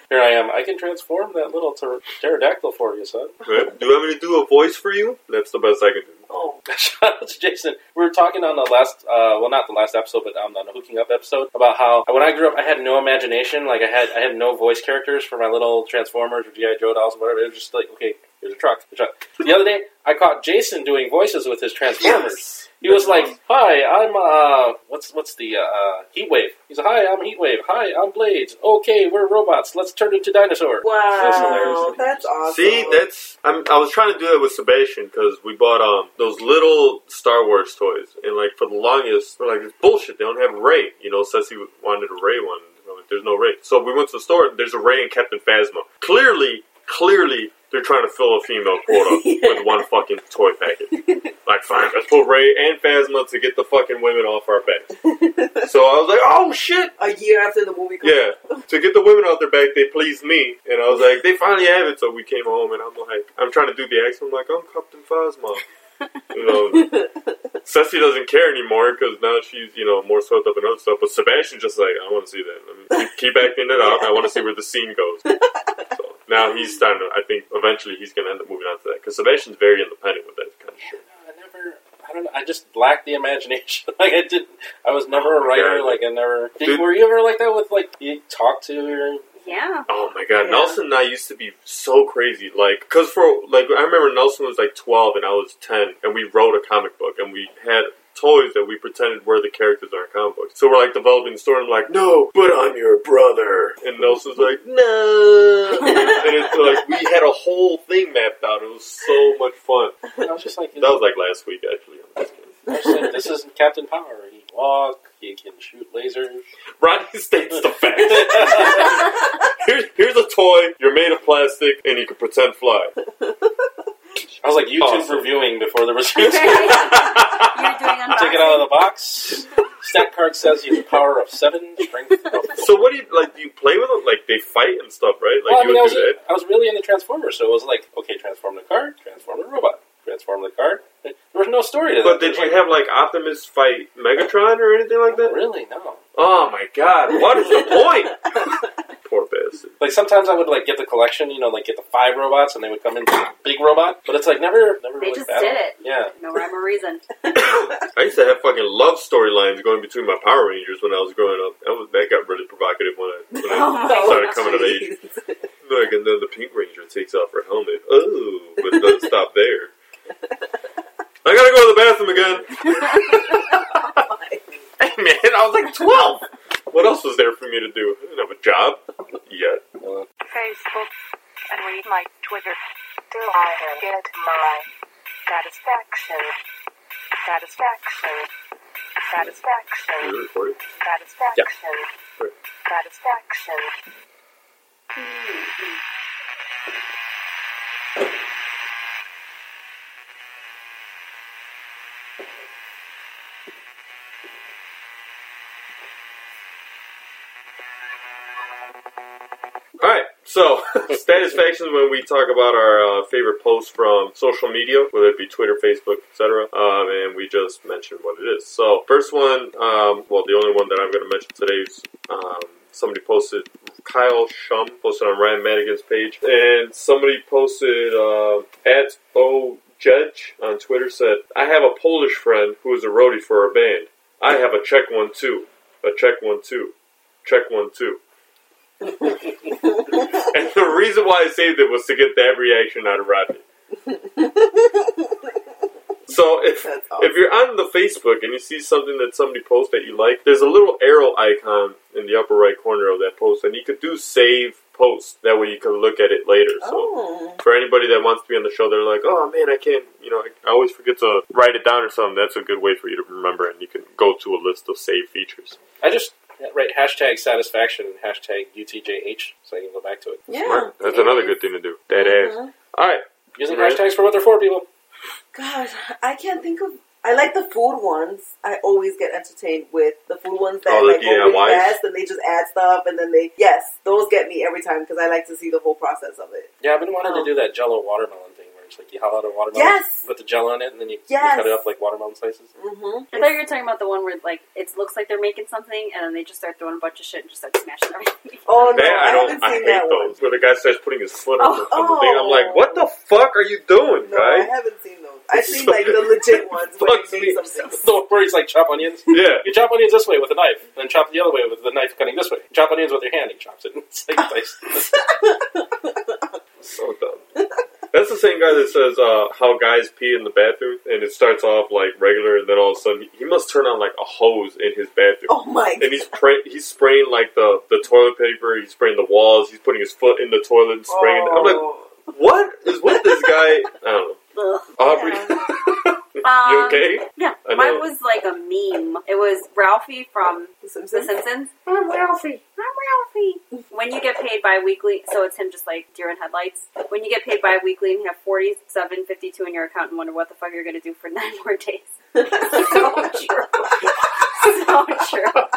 [SPEAKER 1] Here I am. I can transform that little pter- pterodactyl for you, son.
[SPEAKER 2] Right? Do you want me to do a voice for you? That's the best I can do.
[SPEAKER 4] oh.
[SPEAKER 1] Shout out to Jason. We were talking on the last, uh, well, not the last episode, but on the hooking up episode about how when I grew up, I had no imagination. Like I had, I had no voice characters for my little Transformers or GI Joe dolls, or whatever. It was just like, okay, here's a truck. Here's a truck. The other day, I caught Jason doing voices with his Transformers. He was like, "Hi, I'm uh, what's what's the uh, Heatwave?" He's like, "Hi, I'm Heatwave. Hi, I'm Blades. Okay, we're robots. Let's turn into dinosaurs."
[SPEAKER 4] Wow.
[SPEAKER 1] hilarious.
[SPEAKER 4] That's awesome.
[SPEAKER 2] See, that's I'm, I was trying to do that with Sebastian because we bought um those little Star Wars toys, and like for the longest, we're like it's bullshit. They don't have Ray. You know, Ceci wanted a Ray one. I'm like, there's no Ray. So we went to the store. and There's a Ray and Captain Phasma. Clearly, clearly. They're trying to fill a female quota with one fucking toy package. Like, fine, let's put Ray and Phasma to get the fucking women off our backs. So I was like, oh shit,
[SPEAKER 4] a year after the movie. comes
[SPEAKER 2] Yeah, to get the women off their back, they pleased me, and I was like, they finally have it. So we came home, and I'm like, I'm trying to do the accent. I'm like, I'm Captain Phasma. You know, Ceci doesn't care anymore because now she's you know more swept up in other stuff. But Sebastian just like, I want to see that. I mean, keep, keep acting it out. I want to see where the scene goes. So now he's starting. To, I think eventually he's going to end up moving on to that because Sebastian's very independent with that kind of shit.
[SPEAKER 1] I never. I don't know. I just lacked the imagination. Like I did. I was never a writer.
[SPEAKER 2] God.
[SPEAKER 1] Like I never. Did,
[SPEAKER 2] Dude.
[SPEAKER 1] were you ever like that with like you talk to your?
[SPEAKER 3] Yeah.
[SPEAKER 2] Oh my god,
[SPEAKER 4] Yeah.
[SPEAKER 2] Nelson and I used to be so crazy. Like, cause for like, I remember Nelson was like twelve and I was ten, and we wrote a comic book, and we had toys that we pretended were the characters in our comic book. So we're like developing the story. And I'm like, no, but I'm your brother, and Nelson's like, no, and it's like we had a whole thing mapped out. It was so much fun.
[SPEAKER 1] I was just like,
[SPEAKER 2] That was like last week, actually. I'm just kidding.
[SPEAKER 1] I was like, this is Captain Power. He, walk. He can shoot lasers.
[SPEAKER 2] Rodney states the fact. here's, here's a toy. You're made of plastic, and you can pretend fly.
[SPEAKER 1] I was like YouTube
[SPEAKER 2] Awesome.
[SPEAKER 1] reviewing before there was YouTube.
[SPEAKER 3] You're doing
[SPEAKER 1] Take it out of the box. Stat card says he has a power of seven, strength of four.
[SPEAKER 2] So what do you like? Do you play with them? Like they fight and stuff, right? Like
[SPEAKER 1] Well, I,
[SPEAKER 2] you
[SPEAKER 1] mean, I,
[SPEAKER 2] would
[SPEAKER 1] was,
[SPEAKER 2] do that.
[SPEAKER 1] I was really into Transformers, so it was like, okay, transform the car, transform the robot, transform the car. There was no story to
[SPEAKER 2] But did
[SPEAKER 1] that.
[SPEAKER 2] you have like Optimus fight Megatron or anything like that?
[SPEAKER 1] Really? No.
[SPEAKER 2] Oh my god! What is the point? Poor bastard.
[SPEAKER 1] Like sometimes I would like get the collection, you know, like get the five robots, and they would come in with a big robot. But it's like never, never
[SPEAKER 3] They
[SPEAKER 1] really
[SPEAKER 3] just
[SPEAKER 1] battle.
[SPEAKER 3] did it.
[SPEAKER 1] Yeah.
[SPEAKER 3] No rhyme or reason.
[SPEAKER 2] I used to have fucking love storylines going between my Power Rangers when I was growing up. That was that got really provocative when I, when
[SPEAKER 3] Oh
[SPEAKER 1] Oh
[SPEAKER 2] I started coming
[SPEAKER 4] Oh,
[SPEAKER 2] of age. Like, and then the Pink Ranger takes off her helmet. Oh, but it doesn't stop there. I gotta go to the bathroom again. Hey man, I was like 12! What else was there for me to do? I didn't have a job yet.
[SPEAKER 1] Uh,
[SPEAKER 7] Facebook, and read my Twitter. Do I get my satisfaction? Satisfaction. Satisfaction.
[SPEAKER 2] Is it recorded?
[SPEAKER 7] Satisfaction.
[SPEAKER 2] Right.
[SPEAKER 7] Satisfaction.
[SPEAKER 2] Alright, so satisfaction is when we talk about our uh, favorite posts from social media, whether it be Twitter, Facebook, etc. Um, and we just mentioned what it is. So, first one, um, well, the only one that I'm going to mention today is um, somebody posted, Kyle Shum posted on Ryan Madigan's page, and somebody posted uh, at O Judge on Twitter said, I have a Polish friend who is a roadie for our band. I have a check one too. A check one too. Check one too. And the reason why I saved it was to get that reaction out of Rodney. so if
[SPEAKER 4] That's
[SPEAKER 2] if you're on the Facebook and you see something that somebody posts that you like, there's a little arrow icon in the upper right corner of that post, and you could do save post. That way you can look at it later. So
[SPEAKER 4] Oh.
[SPEAKER 2] for anybody that wants to be on the show, they're like, oh man, I can't, you know, I always forget to write it down or something. That's a good way for you to remember, and you can go to a list of save features.
[SPEAKER 1] I just write hashtag satisfaction and hashtag UTJH so I can go back to it.
[SPEAKER 4] Yeah. Uh-huh. Mm-hmm.
[SPEAKER 2] Smart. That's another good thing to do. That ass. All right.
[SPEAKER 1] Using
[SPEAKER 2] Right.
[SPEAKER 1] hashtags for what they're for, people.
[SPEAKER 4] God, I can't think of. I like the food ones. I always get entertained with the food ones that
[SPEAKER 2] Oh, the
[SPEAKER 4] like go really
[SPEAKER 2] DIYs?
[SPEAKER 4] fast and they just add stuff and then they yes, those get me every time because I like to see the whole process of it.
[SPEAKER 1] Yeah, I've been wanting to
[SPEAKER 4] Oh.
[SPEAKER 1] do that Jello watermelon thing where it's like you haul out a watermelon,
[SPEAKER 4] Yes.
[SPEAKER 1] put the Jello in it, and then you, you
[SPEAKER 4] Yes.
[SPEAKER 1] cut it up like watermelon slices.
[SPEAKER 4] Mm-hmm.
[SPEAKER 3] I thought you were talking about the one where like it looks like they're making something and then they just start throwing a bunch of shit and just start smashing everything.
[SPEAKER 4] Oh no,
[SPEAKER 2] That, I
[SPEAKER 4] haven't
[SPEAKER 2] don't. I
[SPEAKER 4] seen
[SPEAKER 2] hate
[SPEAKER 4] that one.
[SPEAKER 2] those. Where the guy starts putting his foot on the,
[SPEAKER 4] Oh,
[SPEAKER 2] on the thing. I'm
[SPEAKER 4] oh.
[SPEAKER 2] like, what the fuck are you doing,
[SPEAKER 4] No, I
[SPEAKER 2] guy?
[SPEAKER 4] haven't seen those. I've
[SPEAKER 2] It's
[SPEAKER 4] seen
[SPEAKER 2] so
[SPEAKER 4] like the
[SPEAKER 2] good.
[SPEAKER 4] legit ones where
[SPEAKER 2] Fucks
[SPEAKER 4] they
[SPEAKER 2] me
[SPEAKER 4] make something.
[SPEAKER 1] the one where he's like chop onions.
[SPEAKER 2] Yeah.
[SPEAKER 1] You chop onions this way with a knife, and then chop the other way with the knife cutting this way. You chop onions with your hand, he chops it. It's like nice.
[SPEAKER 2] So dumb. That's the same guy that says uh, how guys pee in the bathroom, and it starts off like regular, and then all of a sudden he must turn on like a hose in his bathroom,
[SPEAKER 4] Oh my
[SPEAKER 2] and he's pra- he's spraying like the, the toilet paper, he's spraying the walls, he's putting his foot in the toilet, and spraying. it. I'm like,
[SPEAKER 4] Oh.
[SPEAKER 2] what is with this guy? I don't know.
[SPEAKER 3] Ugh.
[SPEAKER 2] Aubrey,
[SPEAKER 3] Um,
[SPEAKER 2] you okay?
[SPEAKER 3] Yeah,
[SPEAKER 2] I
[SPEAKER 3] mine
[SPEAKER 2] know.
[SPEAKER 3] was like a meme. It was Ralphie from
[SPEAKER 4] The
[SPEAKER 3] The
[SPEAKER 4] Simpsons.
[SPEAKER 3] Simpsons. I'm Ralphie. I'm Ralphie. When you get paid bi-weekly, so it's him just like deer in headlights. When you get paid bi-weekly and you have forty-seven fifty-two in your account and wonder what the fuck you're gonna do for nine more days. so true. so true.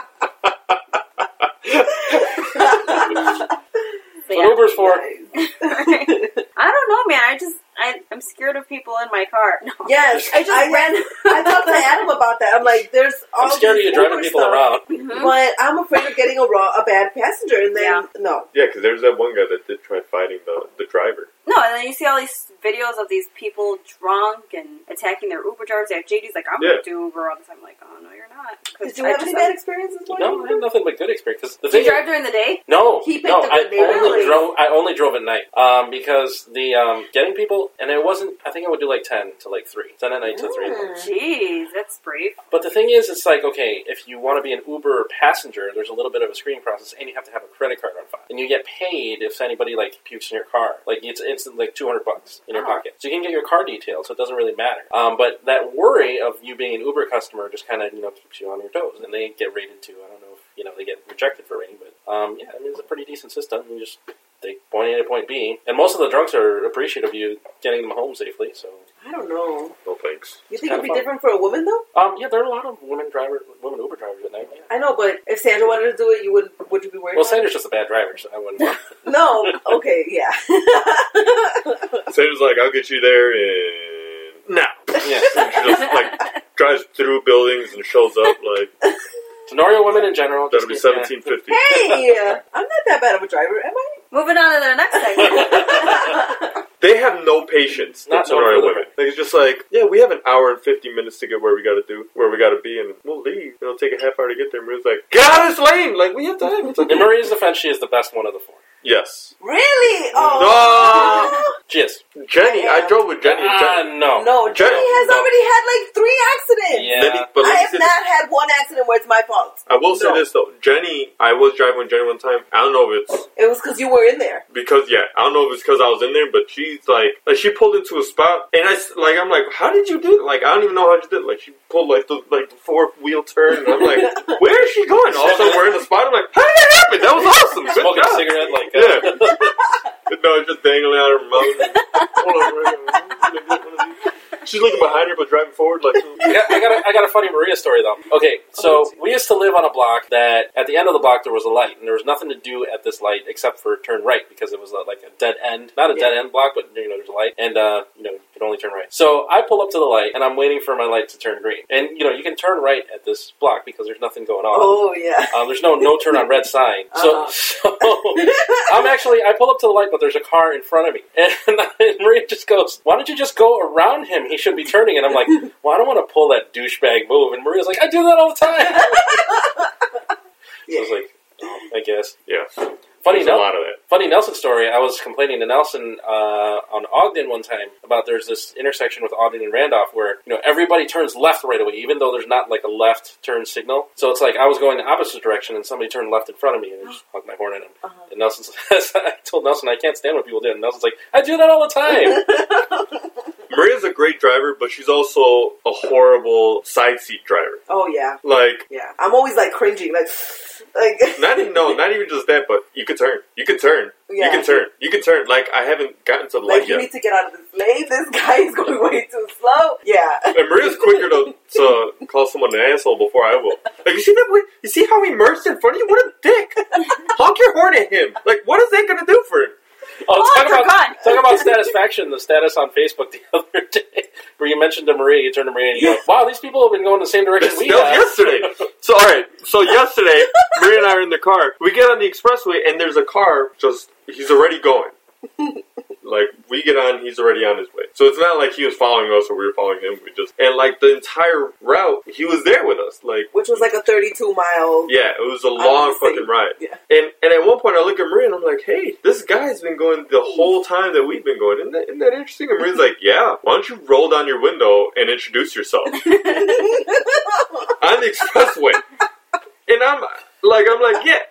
[SPEAKER 3] So,
[SPEAKER 1] What
[SPEAKER 3] yeah.
[SPEAKER 1] Uber's for?
[SPEAKER 3] I don't know, man. I just I, I'm scared of people in my car. No.
[SPEAKER 4] Yes,
[SPEAKER 3] I just ran.
[SPEAKER 4] I talked to Adam about that. I'm like, there's. All
[SPEAKER 1] I'm scared of
[SPEAKER 4] Oh, these
[SPEAKER 1] you driving
[SPEAKER 4] Uber
[SPEAKER 1] people
[SPEAKER 4] stuff,
[SPEAKER 1] around.
[SPEAKER 3] Mhm.
[SPEAKER 4] but I'm afraid of getting a raw, a bad passenger, and then
[SPEAKER 3] Yeah.
[SPEAKER 4] no.
[SPEAKER 2] Yeah, because there's that one guy that did try fighting the, the driver.
[SPEAKER 3] No, and then you see all these videos of these people drunk and attacking their Uber drivers. They have JD's like, I'm
[SPEAKER 2] Yeah.
[SPEAKER 3] gonna do Uber all the time. I'm like, oh no, you're not. 'Cause
[SPEAKER 4] Did you
[SPEAKER 3] I
[SPEAKER 4] have
[SPEAKER 3] just-
[SPEAKER 4] any bad experiences?
[SPEAKER 1] No, I had nothing but good experience. 'Cause the
[SPEAKER 3] Do you
[SPEAKER 1] thing
[SPEAKER 3] drive during the day?
[SPEAKER 1] No,
[SPEAKER 4] He picked
[SPEAKER 1] no.
[SPEAKER 4] up
[SPEAKER 1] I
[SPEAKER 4] the
[SPEAKER 1] only
[SPEAKER 4] neighborhood.
[SPEAKER 1] drove. I only drove at night um, because the um, getting people, and it wasn't. I think I would do like ten to like three, ten at night to three. in the morning.
[SPEAKER 3] Jeez, that's brave.
[SPEAKER 1] But the thing is, it's like okay, if you want to be an Uber passenger, there's a little bit of a screening process, and you have to have a credit card on file, and you get paid if anybody like pukes in your car. Like it's instant, like two hundred bucks. in your
[SPEAKER 3] Oh.
[SPEAKER 1] pocket. So you can get your car detailed, so it doesn't really matter. Um, but that worry of you being an Uber customer just kind of you know keeps you on your toes, and they get rated too. I don't know if you know they get rejected for rating, but um, yeah, I mean it's a pretty decent system. You just take point A to point B, and most of the drunks are appreciative of you getting them home safely. So
[SPEAKER 4] I don't know.
[SPEAKER 2] No thanks.
[SPEAKER 4] You think
[SPEAKER 1] kinda
[SPEAKER 4] it'd be
[SPEAKER 1] fun.
[SPEAKER 4] different for a woman though?
[SPEAKER 1] um, yeah, there are a lot of women driver, women Uber drivers at night. Yeah.
[SPEAKER 4] I know, but if Sandra wanted to do it, you wouldn't. Would you be worried?
[SPEAKER 1] Well,
[SPEAKER 4] about it?
[SPEAKER 1] Sandra's just a bad driver, so I wouldn't.
[SPEAKER 4] No. Okay. Yeah.
[SPEAKER 2] Sandra's like, I'll get you there in now.
[SPEAKER 1] yeah.
[SPEAKER 2] She just like drives through buildings and shows up like
[SPEAKER 1] Tenorio women in general.
[SPEAKER 2] that'll
[SPEAKER 1] just
[SPEAKER 2] be
[SPEAKER 1] get-
[SPEAKER 2] seventeen fifty.
[SPEAKER 4] hey, I'm not that bad of a driver, am I?
[SPEAKER 3] Moving on to the next segment.
[SPEAKER 2] They have no patience.
[SPEAKER 1] Not
[SPEAKER 2] Not Sonora
[SPEAKER 1] no
[SPEAKER 2] women. Like, it's just like, yeah, we have an hour and fifty minutes to get where we gotta do, where we gotta be, and we'll leave. It'll take a half hour to get there. Maria's like, get out of this lane. Like we have time. It's
[SPEAKER 1] In
[SPEAKER 2] okay.
[SPEAKER 1] Maria's defense, she is the best one of the four.
[SPEAKER 2] Yes.
[SPEAKER 4] Really?
[SPEAKER 2] No.
[SPEAKER 4] Oh.
[SPEAKER 1] She is.
[SPEAKER 2] Jenny, I
[SPEAKER 4] Yeah.
[SPEAKER 2] drove with Jenny.
[SPEAKER 1] Ah,
[SPEAKER 2] Jenny
[SPEAKER 1] no.
[SPEAKER 4] No, Jenny has
[SPEAKER 2] No.
[SPEAKER 4] already had like three accidents.
[SPEAKER 1] Yeah.
[SPEAKER 2] Let me- but let
[SPEAKER 4] I
[SPEAKER 2] me
[SPEAKER 4] have
[SPEAKER 2] say
[SPEAKER 4] not
[SPEAKER 2] this.
[SPEAKER 4] had one accident where it's my fault.
[SPEAKER 2] I will say
[SPEAKER 4] No.
[SPEAKER 2] this though, Jenny. I was driving with Jenny one time. I don't know if it's
[SPEAKER 4] It was because you were in there.
[SPEAKER 2] because yeah, I don't know if it's because I was in there, but she's like, like she pulled into a spot, and I s- like I'm like, how did you do? it? Like I don't even know how she did. it. Like she pulled like the like the four wheel turn, and I'm like, where is she going? All of a sudden we're in the spot. I'm like, how did that happen? That was awesome. Good
[SPEAKER 1] Smoking
[SPEAKER 2] job.
[SPEAKER 1] a cigarette like uh,
[SPEAKER 2] Yeah.
[SPEAKER 1] that.
[SPEAKER 2] no, it's just dangling out of her mouth. Hold on, wait, wait, wait. She's looking behind her but driving forward like.
[SPEAKER 1] I got, I got a, I got a funny Maria story though. Okay, so we used to live on a block that at the end of the block there was a light, and there was nothing to do at this light except for turn right because it was uh, like a dead end, not a dead end block, but you know there's a light, and uh, you know you could only turn right. So I pull up to the light, and I'm waiting for my light to turn green, and you know you can turn right at this block because there's nothing going on.
[SPEAKER 4] Oh yeah.
[SPEAKER 1] Um, there's no no turn on red sign.
[SPEAKER 2] Uh-huh.
[SPEAKER 1] So, so I'm actually I pull up to the light, but there's a car in front of me, and, Maria just goes, "Why don't you just go around him? He should be turning." And I'm like, "Well, I don't want to pull that douchebag move." And Maria's like, "I do that all the time." So I was like, oh, "I guess."
[SPEAKER 2] Yeah,
[SPEAKER 1] Funny
[SPEAKER 2] there's a
[SPEAKER 1] enough,
[SPEAKER 2] lot of that.
[SPEAKER 1] funny Nelson story. I was complaining to Nelson uh, on Ogden one time about there's this intersection with Ogden and Randolph where you know everybody turns left right away, even though there's not like a left turn signal. So it's like I was going the opposite direction and somebody turned left in front of me and I just honked my horn at him. And Nelson, I told Nelson I can't stand what people do. And Nelson's like, I do that all the time. Oh,
[SPEAKER 2] Maria's a great driver, but she's also a horrible side seat driver.
[SPEAKER 4] Oh yeah.
[SPEAKER 2] Like
[SPEAKER 4] Yeah. I'm always like cringing, like, like.
[SPEAKER 2] Not even no, not even just that, but you could turn. You could turn. You
[SPEAKER 4] Yeah.
[SPEAKER 2] can turn. You can turn. Like I haven't gotten to the
[SPEAKER 4] Like
[SPEAKER 2] light
[SPEAKER 4] you
[SPEAKER 2] yet.
[SPEAKER 4] need to get out of this lane. This guy is going way too slow. Yeah.
[SPEAKER 2] And Maria's quicker to, to call someone an asshole before I will. Like you see that? way- You see how he merged in front of you? What a dick! Honk your horn at him. Like what is that gonna do for him?
[SPEAKER 1] Oh,
[SPEAKER 3] Oh,
[SPEAKER 1] talk
[SPEAKER 3] I
[SPEAKER 1] about
[SPEAKER 3] forgot.
[SPEAKER 1] talk about satisfaction. The status on Facebook the other day where you mentioned to Maria, you turned to Maria and you go, "Wow, these people have been going the same direction
[SPEAKER 2] That
[SPEAKER 1] we
[SPEAKER 2] was
[SPEAKER 1] have."
[SPEAKER 2] yesterday. So all right. So yesterday, Maria and I are in the car. We get on the expressway, and there's a car. Just he's already going. Like we get on, he's already on his way. So it's not like he was following us or we were following him. We just and like the entire route, he was there with us. Like
[SPEAKER 4] Which was like a 32 mile.
[SPEAKER 2] yeah, it was a
[SPEAKER 4] I
[SPEAKER 2] long
[SPEAKER 4] was saying-
[SPEAKER 2] fucking ride.
[SPEAKER 4] Yeah.
[SPEAKER 2] And and at one point, I look at Maria and I'm like, hey, this guy's been going the whole time that we've been going. Isn't that, isn't that interesting? And Maria's like, yeah. Why don't you roll down your window and introduce yourself? on the expressway. And I'm like, I'm like, yeah.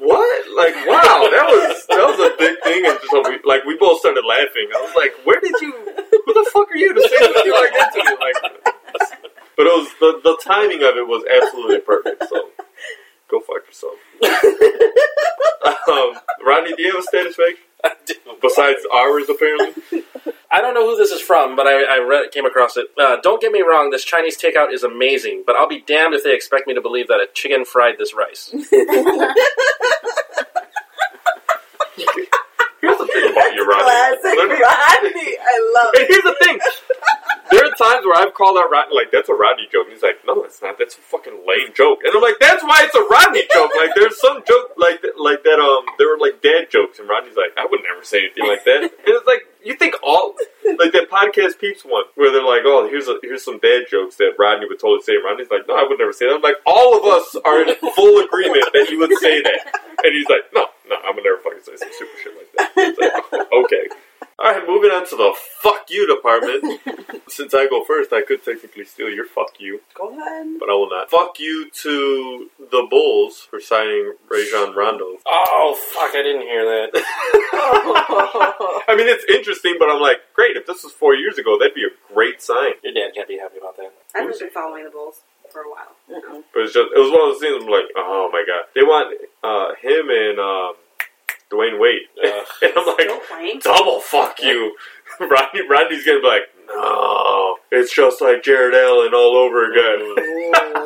[SPEAKER 2] what? Like, wow, that was that was a big thing. And so we, like, we both started laughing. I was like, where did you? Who the fuck are you to say something like that to me? Like, but it was the the timing of it was absolutely perfect. So go fuck yourself. um, Rodney, do you have a status fake
[SPEAKER 1] I do.
[SPEAKER 2] besides ours? Apparently,
[SPEAKER 1] I don't know who this is from, but I, I read, came across it. Uh, don't get me wrong, this Chinese takeout is amazing, but I'll be damned if they expect me to believe that a chicken fried this rice.
[SPEAKER 2] here's the thing about you, Rodney.
[SPEAKER 4] Classic
[SPEAKER 2] Let me-
[SPEAKER 4] Rodney. I love
[SPEAKER 2] And
[SPEAKER 4] it.
[SPEAKER 2] here's the thing. There are times where I've called out Rodney, like, that's a Rodney joke. And he's like, no, it's not. That's a fucking lame joke. And I'm like, that's why it's a Rodney joke. Like, there's some joke like that, like that, um, there were like dad jokes. And Rodney's like, I would never say anything like that. And it's like, you think all, like that podcast peeps one, where they're like, oh, here's a, here's some dad jokes that Rodney would totally say. And Rodney's like, no, I would never say that. I'm like, all of us are in full agreement that you would say that. And he's like, no, no, I'm gonna never fucking say some super shit like that. It's like, okay. All right, moving on to the fuck you department. Since I go first, I could technically steal your fuck you,
[SPEAKER 4] Go ahead.
[SPEAKER 2] but I will not. Fuck you to the Bulls for signing Rajon Rondo.
[SPEAKER 1] Oh fuck! I didn't hear that.
[SPEAKER 4] Oh.
[SPEAKER 2] I mean, it's interesting, but I'm like, great. If this was four years ago, that'd be a great sign.
[SPEAKER 1] Your dad can't be happy about that.
[SPEAKER 3] I've just been following the Bulls for a while.
[SPEAKER 4] Mm-mm.
[SPEAKER 2] But it's just it was one of those things. I'm like, oh my god, they want uh, him and um, Dwayne Wade,
[SPEAKER 1] Ugh.
[SPEAKER 2] and I'm like,
[SPEAKER 3] Still playing.
[SPEAKER 2] double fuck you. Rodney, Rodney's gonna be like, no, it's just like Jared Allen all over
[SPEAKER 4] Mm.
[SPEAKER 2] again.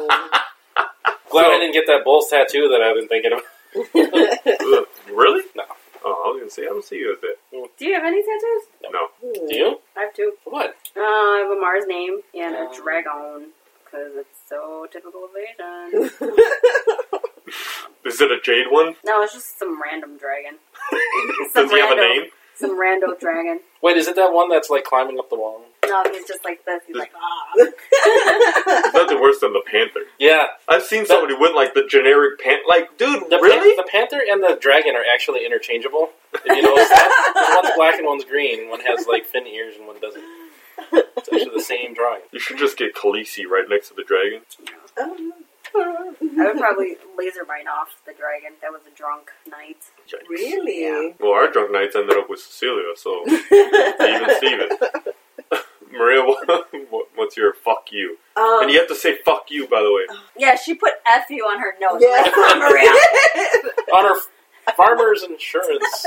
[SPEAKER 1] Glad
[SPEAKER 2] So-
[SPEAKER 1] I didn't get that Bulls tattoo that I've been thinking of.
[SPEAKER 2] Ugh, really?
[SPEAKER 1] No.
[SPEAKER 2] Oh, I was gonna say I don't see you as that.
[SPEAKER 3] Do you have any tattoos?
[SPEAKER 2] No.
[SPEAKER 1] Do you?
[SPEAKER 3] I have two.
[SPEAKER 1] What?
[SPEAKER 3] Uh, I have a Mars name and
[SPEAKER 1] Um.
[SPEAKER 3] a dragon because it's so typical of Asian.
[SPEAKER 2] Is it a jade one?
[SPEAKER 3] no, it's just some random dragon.
[SPEAKER 2] Does he have a
[SPEAKER 3] rando.
[SPEAKER 2] name?
[SPEAKER 3] Some rando dragon.
[SPEAKER 1] Wait, is it that one that's like climbing up the wall?
[SPEAKER 3] No, he's just like this. He's like, ah.
[SPEAKER 2] It's nothing worse than the panther.
[SPEAKER 1] Yeah,
[SPEAKER 2] I've seen somebody with like the generic pant. Like, dude,
[SPEAKER 1] the
[SPEAKER 2] really?
[SPEAKER 1] pan- the panther and the dragon are actually interchangeable. If you notice that, one's black and one's green. One has like fin ears and one doesn't. It's actually the same drawing.
[SPEAKER 2] you should just get Khaleesi right next to the dragon.
[SPEAKER 3] I would probably laser mine off the dragon. That was a drunk night.
[SPEAKER 2] Yikes.
[SPEAKER 4] really?
[SPEAKER 3] Yeah.
[SPEAKER 2] Well, our drunk nights ended up with Cecilia, so even Steven. Maria, what- what- what's your fuck you?
[SPEAKER 4] Um,
[SPEAKER 2] And you have to say fuck you, by the way.
[SPEAKER 3] Yeah, she put F you on her nose.
[SPEAKER 4] Yeah.
[SPEAKER 3] Like, come on, Maria.
[SPEAKER 1] On our farmer's insurance.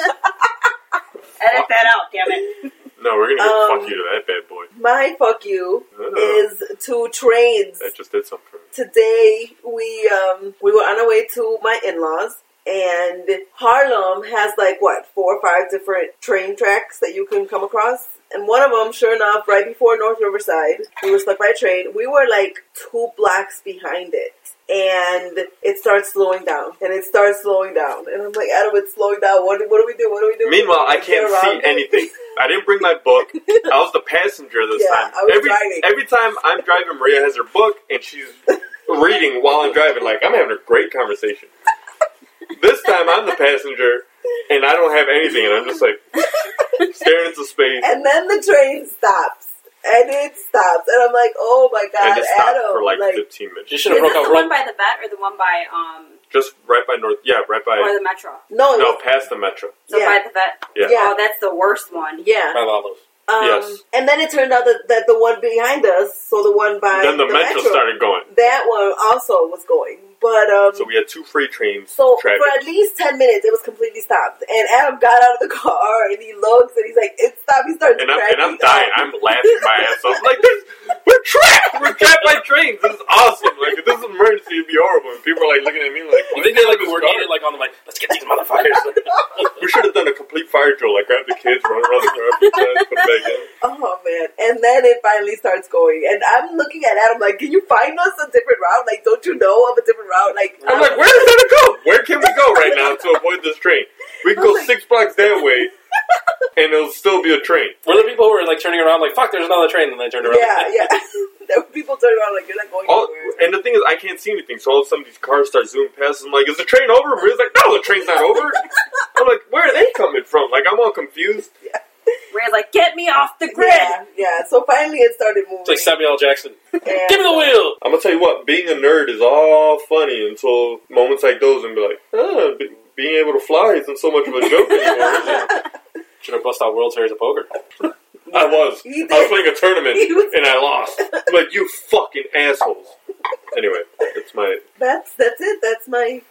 [SPEAKER 3] Edit that out, damn it.
[SPEAKER 2] No, we're gonna give
[SPEAKER 4] Um,
[SPEAKER 2] fuck you to that bad boy.
[SPEAKER 4] My fuck you
[SPEAKER 2] Ugh,
[SPEAKER 4] is two trains.
[SPEAKER 2] that just did something for me.
[SPEAKER 4] Today we um we were on our way to my in laws and Harlem has like what four or five different train tracks that you can come across. And one of them, sure enough, right before North Riverside, we were stuck by a train. We were like two blocks behind it. And it starts slowing down, and it starts slowing down, and I'm like, Adam, it's slowing down. What, do- what do we do? What do we do?
[SPEAKER 2] Meanwhile, I
[SPEAKER 4] Get
[SPEAKER 2] can't see
[SPEAKER 4] around it?
[SPEAKER 2] anything. I didn't bring my book. I was the passenger this
[SPEAKER 4] Yeah,
[SPEAKER 2] time.
[SPEAKER 4] I was
[SPEAKER 2] every
[SPEAKER 4] driving.
[SPEAKER 2] every time I'm driving, Maria has her book and she's reading while I'm driving. Like I'm having a great conversation. This time I'm the passenger and I don't have anything, and I'm just like staring into space.
[SPEAKER 4] And then the train stops. And it stops. And I'm like, oh my
[SPEAKER 2] and
[SPEAKER 4] god,
[SPEAKER 2] it stopped
[SPEAKER 4] Adam.
[SPEAKER 2] for like,
[SPEAKER 4] like,
[SPEAKER 2] 15 minutes.
[SPEAKER 1] You
[SPEAKER 2] Just,
[SPEAKER 1] should have
[SPEAKER 3] Is
[SPEAKER 1] broke
[SPEAKER 3] this
[SPEAKER 1] out.
[SPEAKER 3] the one
[SPEAKER 1] Run.
[SPEAKER 3] by the vet or the one by, um,
[SPEAKER 2] right by North. Yeah, right
[SPEAKER 3] or
[SPEAKER 2] by.
[SPEAKER 3] the metro?
[SPEAKER 4] Oh, no, it
[SPEAKER 2] No,
[SPEAKER 4] was-
[SPEAKER 2] past the metro.
[SPEAKER 3] So
[SPEAKER 4] Yeah.
[SPEAKER 3] by the vet?
[SPEAKER 2] Yeah.
[SPEAKER 4] Yeah.
[SPEAKER 3] Oh, that's the worst one.
[SPEAKER 4] yeah.
[SPEAKER 1] By Lalo's.
[SPEAKER 4] Um,
[SPEAKER 2] Yes.
[SPEAKER 4] And then it turned out that, that the one behind us, so the one by
[SPEAKER 2] then the, metro, started going.
[SPEAKER 4] that one also was going. But um,
[SPEAKER 2] So we had two freight trains.
[SPEAKER 4] So
[SPEAKER 2] traffic.
[SPEAKER 4] for at least ten minutes, it was completely stopped. And Adam got out of the car and he looks and he's like, "It's stopped." He starts
[SPEAKER 2] and I'm, and I'm
[SPEAKER 4] cracking
[SPEAKER 2] dying. I'm
[SPEAKER 4] up.
[SPEAKER 2] laughing my ass off. I'm like, this, we're trapped. We're trapped by trains. This is awesome. Like, if this is an emergency, it'd be horrible. And people are like looking at me like, what
[SPEAKER 1] You think they like
[SPEAKER 2] the fuck is going
[SPEAKER 1] coordinated like on the like? Let's get these motherfuckers.
[SPEAKER 2] on? we should have done a complete fire drill. Like, grab the kids, run around the car, put them back in.
[SPEAKER 4] Oh man! And then it finally starts going, and I'm looking at Adam like, "Can you find us a different route? Like, don't you know of a different route? Like,
[SPEAKER 2] I'm like, where is that to go? Where can we go right now to avoid this train? We can go six blocks that way, and it'll still be a train.
[SPEAKER 1] Were the people who were like turning around like fuck? There's another train, and they turned around.
[SPEAKER 4] yeah, yeah." there were people turn around like, "You're not going
[SPEAKER 2] All,
[SPEAKER 4] anywhere."
[SPEAKER 2] and the thing is, I can't see anything. So all of a sudden, these cars start zooming past. I'm like, "Is the train over?" Maria's like, "No, the train's not over." I'm like, "Where are they coming from?" Like, I'm all confused.
[SPEAKER 3] Rhea's like, get me off the grid!
[SPEAKER 4] Yeah, yeah. So finally, it started moving.
[SPEAKER 1] It's like Samuel L. Jackson.
[SPEAKER 4] and-
[SPEAKER 1] Give me the wheel.
[SPEAKER 2] I'm gonna tell you what, being a nerd is all funny until moments like those, and be like, "Huh, be, being able to fly isn't so much of a joke anymore." Is it?
[SPEAKER 1] Should have bust out World Series of Poker.
[SPEAKER 2] I was.
[SPEAKER 4] You
[SPEAKER 2] I was
[SPEAKER 4] did.
[SPEAKER 2] playing a tournament
[SPEAKER 4] You was-
[SPEAKER 2] and I lost. I'm like you fucking assholes. Anyway, it's my
[SPEAKER 4] That's that's it. That's my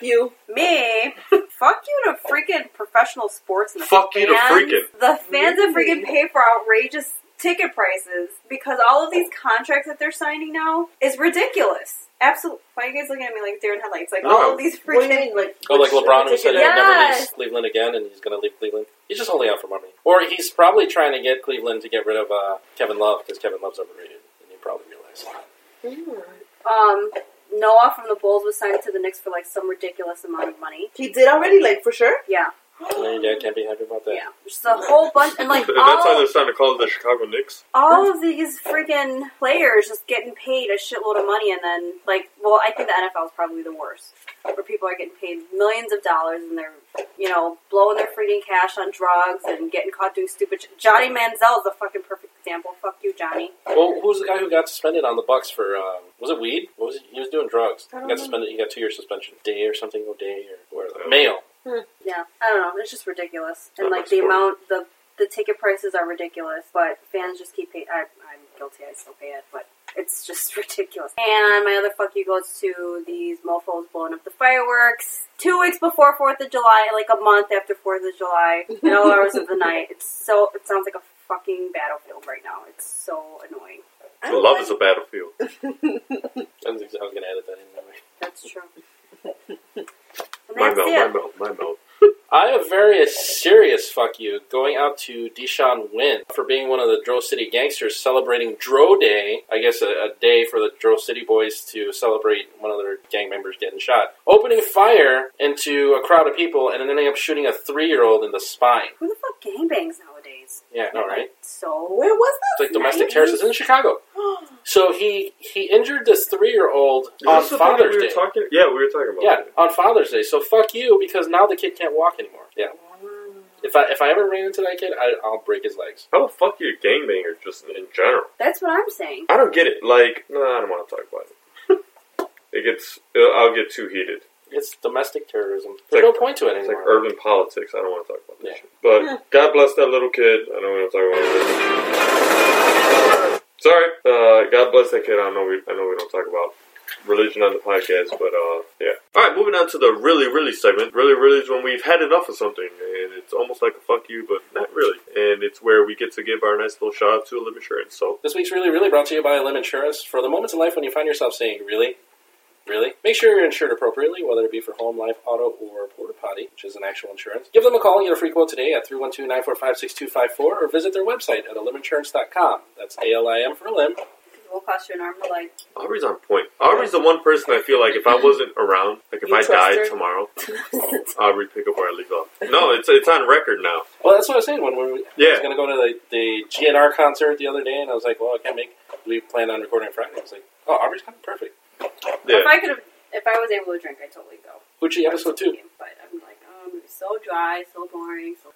[SPEAKER 4] fu.
[SPEAKER 3] Me? Fuck you to freaking professional sports and the
[SPEAKER 2] Fuck you to
[SPEAKER 3] fans.
[SPEAKER 2] freaking.
[SPEAKER 3] The fans that
[SPEAKER 4] Really?
[SPEAKER 3] freaking pay for outrageous ticket prices because all of these contracts that they're signing now is ridiculous. Absolutely. Why are you guys looking at me like deer in headlights? Like
[SPEAKER 2] No.
[SPEAKER 3] all of these
[SPEAKER 4] What do you
[SPEAKER 3] freaking.
[SPEAKER 4] mean, like?
[SPEAKER 1] Oh, like LeBron who said he'd never leaves
[SPEAKER 3] Yes.
[SPEAKER 1] Cleveland again, and he's going to leave Cleveland. He's just holding out for money, or he's probably trying to get Cleveland to get rid of uh, Kevin Love because Kevin Love's overrated, and he probably realized that.
[SPEAKER 3] Um, Noah from the Bulls was signed to the Knicks for like some ridiculous amount of money.
[SPEAKER 4] He did already, like for sure.
[SPEAKER 3] Yeah.
[SPEAKER 1] No, your dad can't be happy about that.
[SPEAKER 3] Yeah, just a whole bunch, and like
[SPEAKER 2] And that's how
[SPEAKER 3] all,
[SPEAKER 2] they're starting to call it the Chicago Knicks.
[SPEAKER 3] all of these freaking players just getting paid a shitload of money, and then like, well, I think the NFL is probably the worst, where people are getting paid millions of dollars and they're, you know, blowing their freaking cash on drugs and getting caught doing stupid. Sh- Johnny Manziel is a fucking perfect example. Fuck you, Johnny.
[SPEAKER 1] Well, who was the guy who got suspended on the Bucks for? Um, was it weed? What was it? He was doing drugs. He
[SPEAKER 4] I don't
[SPEAKER 1] got
[SPEAKER 4] know.
[SPEAKER 1] suspended. He got two year suspension. Day or something. O'Day or
[SPEAKER 2] Oh.
[SPEAKER 1] whatever. Mail.
[SPEAKER 3] Yeah, I don't know. It's just ridiculous, and
[SPEAKER 2] Not my
[SPEAKER 3] like the
[SPEAKER 2] sport.
[SPEAKER 3] amount the the ticket prices are ridiculous, but fans just keep paying. I, I'm guilty. I still pay it, but it's just ridiculous. And my other fuck you goes to these mofo's blowing up the fireworks two weeks before Fourth of July, like a month after Fourth of July, in all hours of the night. It's so. It sounds like a fucking battlefield right now. It's so annoying.
[SPEAKER 4] I don't
[SPEAKER 2] Love
[SPEAKER 4] like-
[SPEAKER 2] is a battlefield.
[SPEAKER 1] I was, I was gonna edit that in. Anyway.
[SPEAKER 3] That's true. And
[SPEAKER 2] My
[SPEAKER 3] that's
[SPEAKER 2] mouth, my
[SPEAKER 3] it.
[SPEAKER 2] mouth, my mouth.
[SPEAKER 1] I have very serious fuck you going out to Deshaun Wynn for being one of the Dro City gangsters celebrating Dro Day. I guess a, a day for the Dro City boys to celebrate one of their gang members getting shot. Opening fire into a crowd of people and then ending up shooting a three year old in the spine.
[SPEAKER 3] Who the fuck gangbangs nowadays?
[SPEAKER 1] Yeah, no, right?
[SPEAKER 3] So
[SPEAKER 4] Where was
[SPEAKER 1] It's
[SPEAKER 4] this?
[SPEAKER 1] like domestic terrorists It's in Chicago. So he he injured this three year old
[SPEAKER 2] Is
[SPEAKER 1] on
[SPEAKER 2] this the thing that
[SPEAKER 1] Father's
[SPEAKER 2] we were
[SPEAKER 1] Day.
[SPEAKER 2] Talking? Yeah, we were talking about
[SPEAKER 1] Yeah,
[SPEAKER 2] it.
[SPEAKER 1] on Father's Day. So fuck you because now the kid can't walk anymore. Yeah. If I if I ever ran into that kid, I, I'll break his legs.
[SPEAKER 2] How the fuck are you a gangbanger just in general?
[SPEAKER 3] that's what I'm saying.
[SPEAKER 2] I don't get it. Like, no, I don't want to talk about it. it gets, uh, I'll get too heated.
[SPEAKER 1] It's domestic terrorism.
[SPEAKER 2] It's
[SPEAKER 1] There's
[SPEAKER 2] like-
[SPEAKER 1] no point to it
[SPEAKER 2] It's like
[SPEAKER 1] anymore.
[SPEAKER 2] urban politics. I don't want to talk about that
[SPEAKER 1] Yeah.
[SPEAKER 2] shit. But God bless that little kid. I don't want to talk about it. Sorry. Uh, God bless that kid. I know we. I know we don't talk about religion on the podcast, but uh, yeah. All right, moving on to the really, really segment. Really, really is when we've had enough of something, and it's almost like a fuck you, but not really. And it's where we get to give our nice little shout out to Olivia Insurance. So
[SPEAKER 1] This week's Really Really brought to you by Lim Insurance. For the moments in life when you find yourself saying really, really, make sure you're insured appropriately, whether it be for home, life, auto, or porta potty, which is an actual insurance. Give them a call and get a free quote today at 312-945-6254 or visit their website at aliminsurance.com. That's A-L-I-M for limb.
[SPEAKER 3] It will cost you an arm and a leg.
[SPEAKER 2] Aubrey's on point. Aubrey's the one person I feel like if I wasn't around, like if
[SPEAKER 4] You
[SPEAKER 2] I
[SPEAKER 4] trust
[SPEAKER 2] died
[SPEAKER 4] her?
[SPEAKER 2] tomorrow, Aubrey pick up where I leave off. No, it's it's on record now.
[SPEAKER 1] Well, that's what I was saying when we were
[SPEAKER 2] Yeah.
[SPEAKER 1] I was going to go to the, the GNR concert the other day, and I was like, well, I can't make, we planned on recording Friday. I was like, oh, Aubrey's coming, perfect.
[SPEAKER 2] Yeah.
[SPEAKER 3] If I could have, if I was able to drink, I'd totally go.
[SPEAKER 1] Gucci episode two.
[SPEAKER 3] But I'm like, oh, I'm gonna be so dry, so boring. So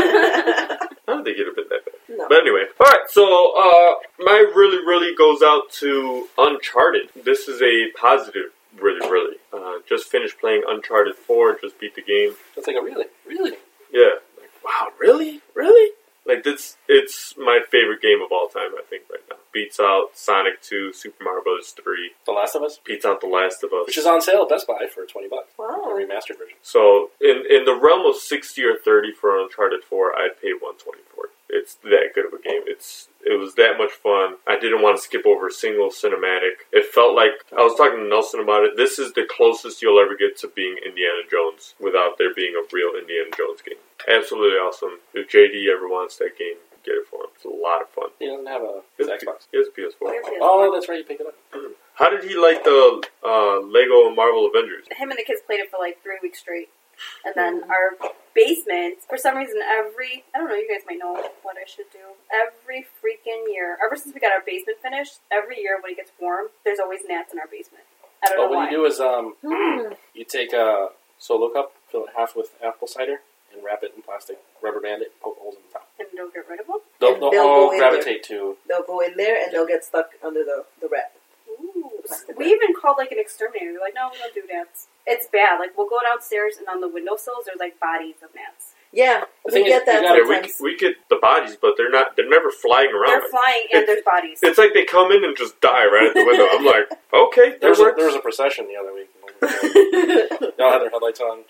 [SPEAKER 2] How did they get a bit that bad?
[SPEAKER 4] No.
[SPEAKER 2] But anyway, all right. So uh, my really, really goes out to Uncharted. This is a positive, really, really. Uh, just finished playing Uncharted Four and just beat the game.
[SPEAKER 1] That's like a really, really.
[SPEAKER 2] Yeah. Like, wow, really? Really? Like this it's my favorite game of all time, I think, right now. Beats out Sonic Two, Super Mario Bros. Three,
[SPEAKER 1] The Last of Us,
[SPEAKER 2] beats out The Last of Us.
[SPEAKER 1] which is on sale at Best Buy for 20 bucks. The
[SPEAKER 4] Wow.
[SPEAKER 1] remastered version.
[SPEAKER 2] so in in the realm of sixty or thirty for Uncharted Four, I'd pay one twenty for it. It's that good of a game. It's it was that much fun. I didn't want to skip over a single cinematic. It felt like I was talking to Nelson about it. This is the closest you'll ever get to being Indiana Jones without there being a real Indiana Jones game. Absolutely awesome. If JD ever wants that game, get it for him. It's a lot of fun.
[SPEAKER 1] He doesn't have a his
[SPEAKER 2] It's,
[SPEAKER 1] Xbox.
[SPEAKER 2] it's PS4.
[SPEAKER 1] Oh, that's right. You picked it up.
[SPEAKER 2] How did he like the uh, Lego and Marvel Avengers?
[SPEAKER 3] Him and the kids played it for like three weeks straight, and then our basement. For some reason, every I don't know. You guys might know what I should do. Every freaking year, ever since we got our basement finished, every year when it gets warm, there's always gnats in our basement. I don't
[SPEAKER 1] But
[SPEAKER 3] know why.
[SPEAKER 1] what you do is um, you take a solo cup, fill it half with apple cider, and wrap it in plastic, rubber band it, poke holes in the top.
[SPEAKER 3] and don't get rid of them.
[SPEAKER 1] They'll,
[SPEAKER 4] And
[SPEAKER 1] they'll
[SPEAKER 4] they'll
[SPEAKER 1] all
[SPEAKER 4] go in
[SPEAKER 1] gravitate to.
[SPEAKER 4] They'll go in there and they'll get stuck under the, the wrap.
[SPEAKER 3] Ooh. We even called like an exterminator. They're like, no, we don't do gnats. It's bad. Like we'll go downstairs and on the windowsills there's like bodies of gnats.
[SPEAKER 4] Yeah,
[SPEAKER 1] The
[SPEAKER 4] we
[SPEAKER 1] thing is,
[SPEAKER 4] get that
[SPEAKER 1] you gotta-
[SPEAKER 2] Yeah, we,
[SPEAKER 4] sometimes.
[SPEAKER 2] we get the bodies, but they're not. They're never flying around.
[SPEAKER 3] They're flying and there's bodies.
[SPEAKER 2] It's like they come in and just die right at the window. I'm like, okay, that
[SPEAKER 1] There's a,
[SPEAKER 2] works.
[SPEAKER 1] there was a procession the other week. they all had their headlights on.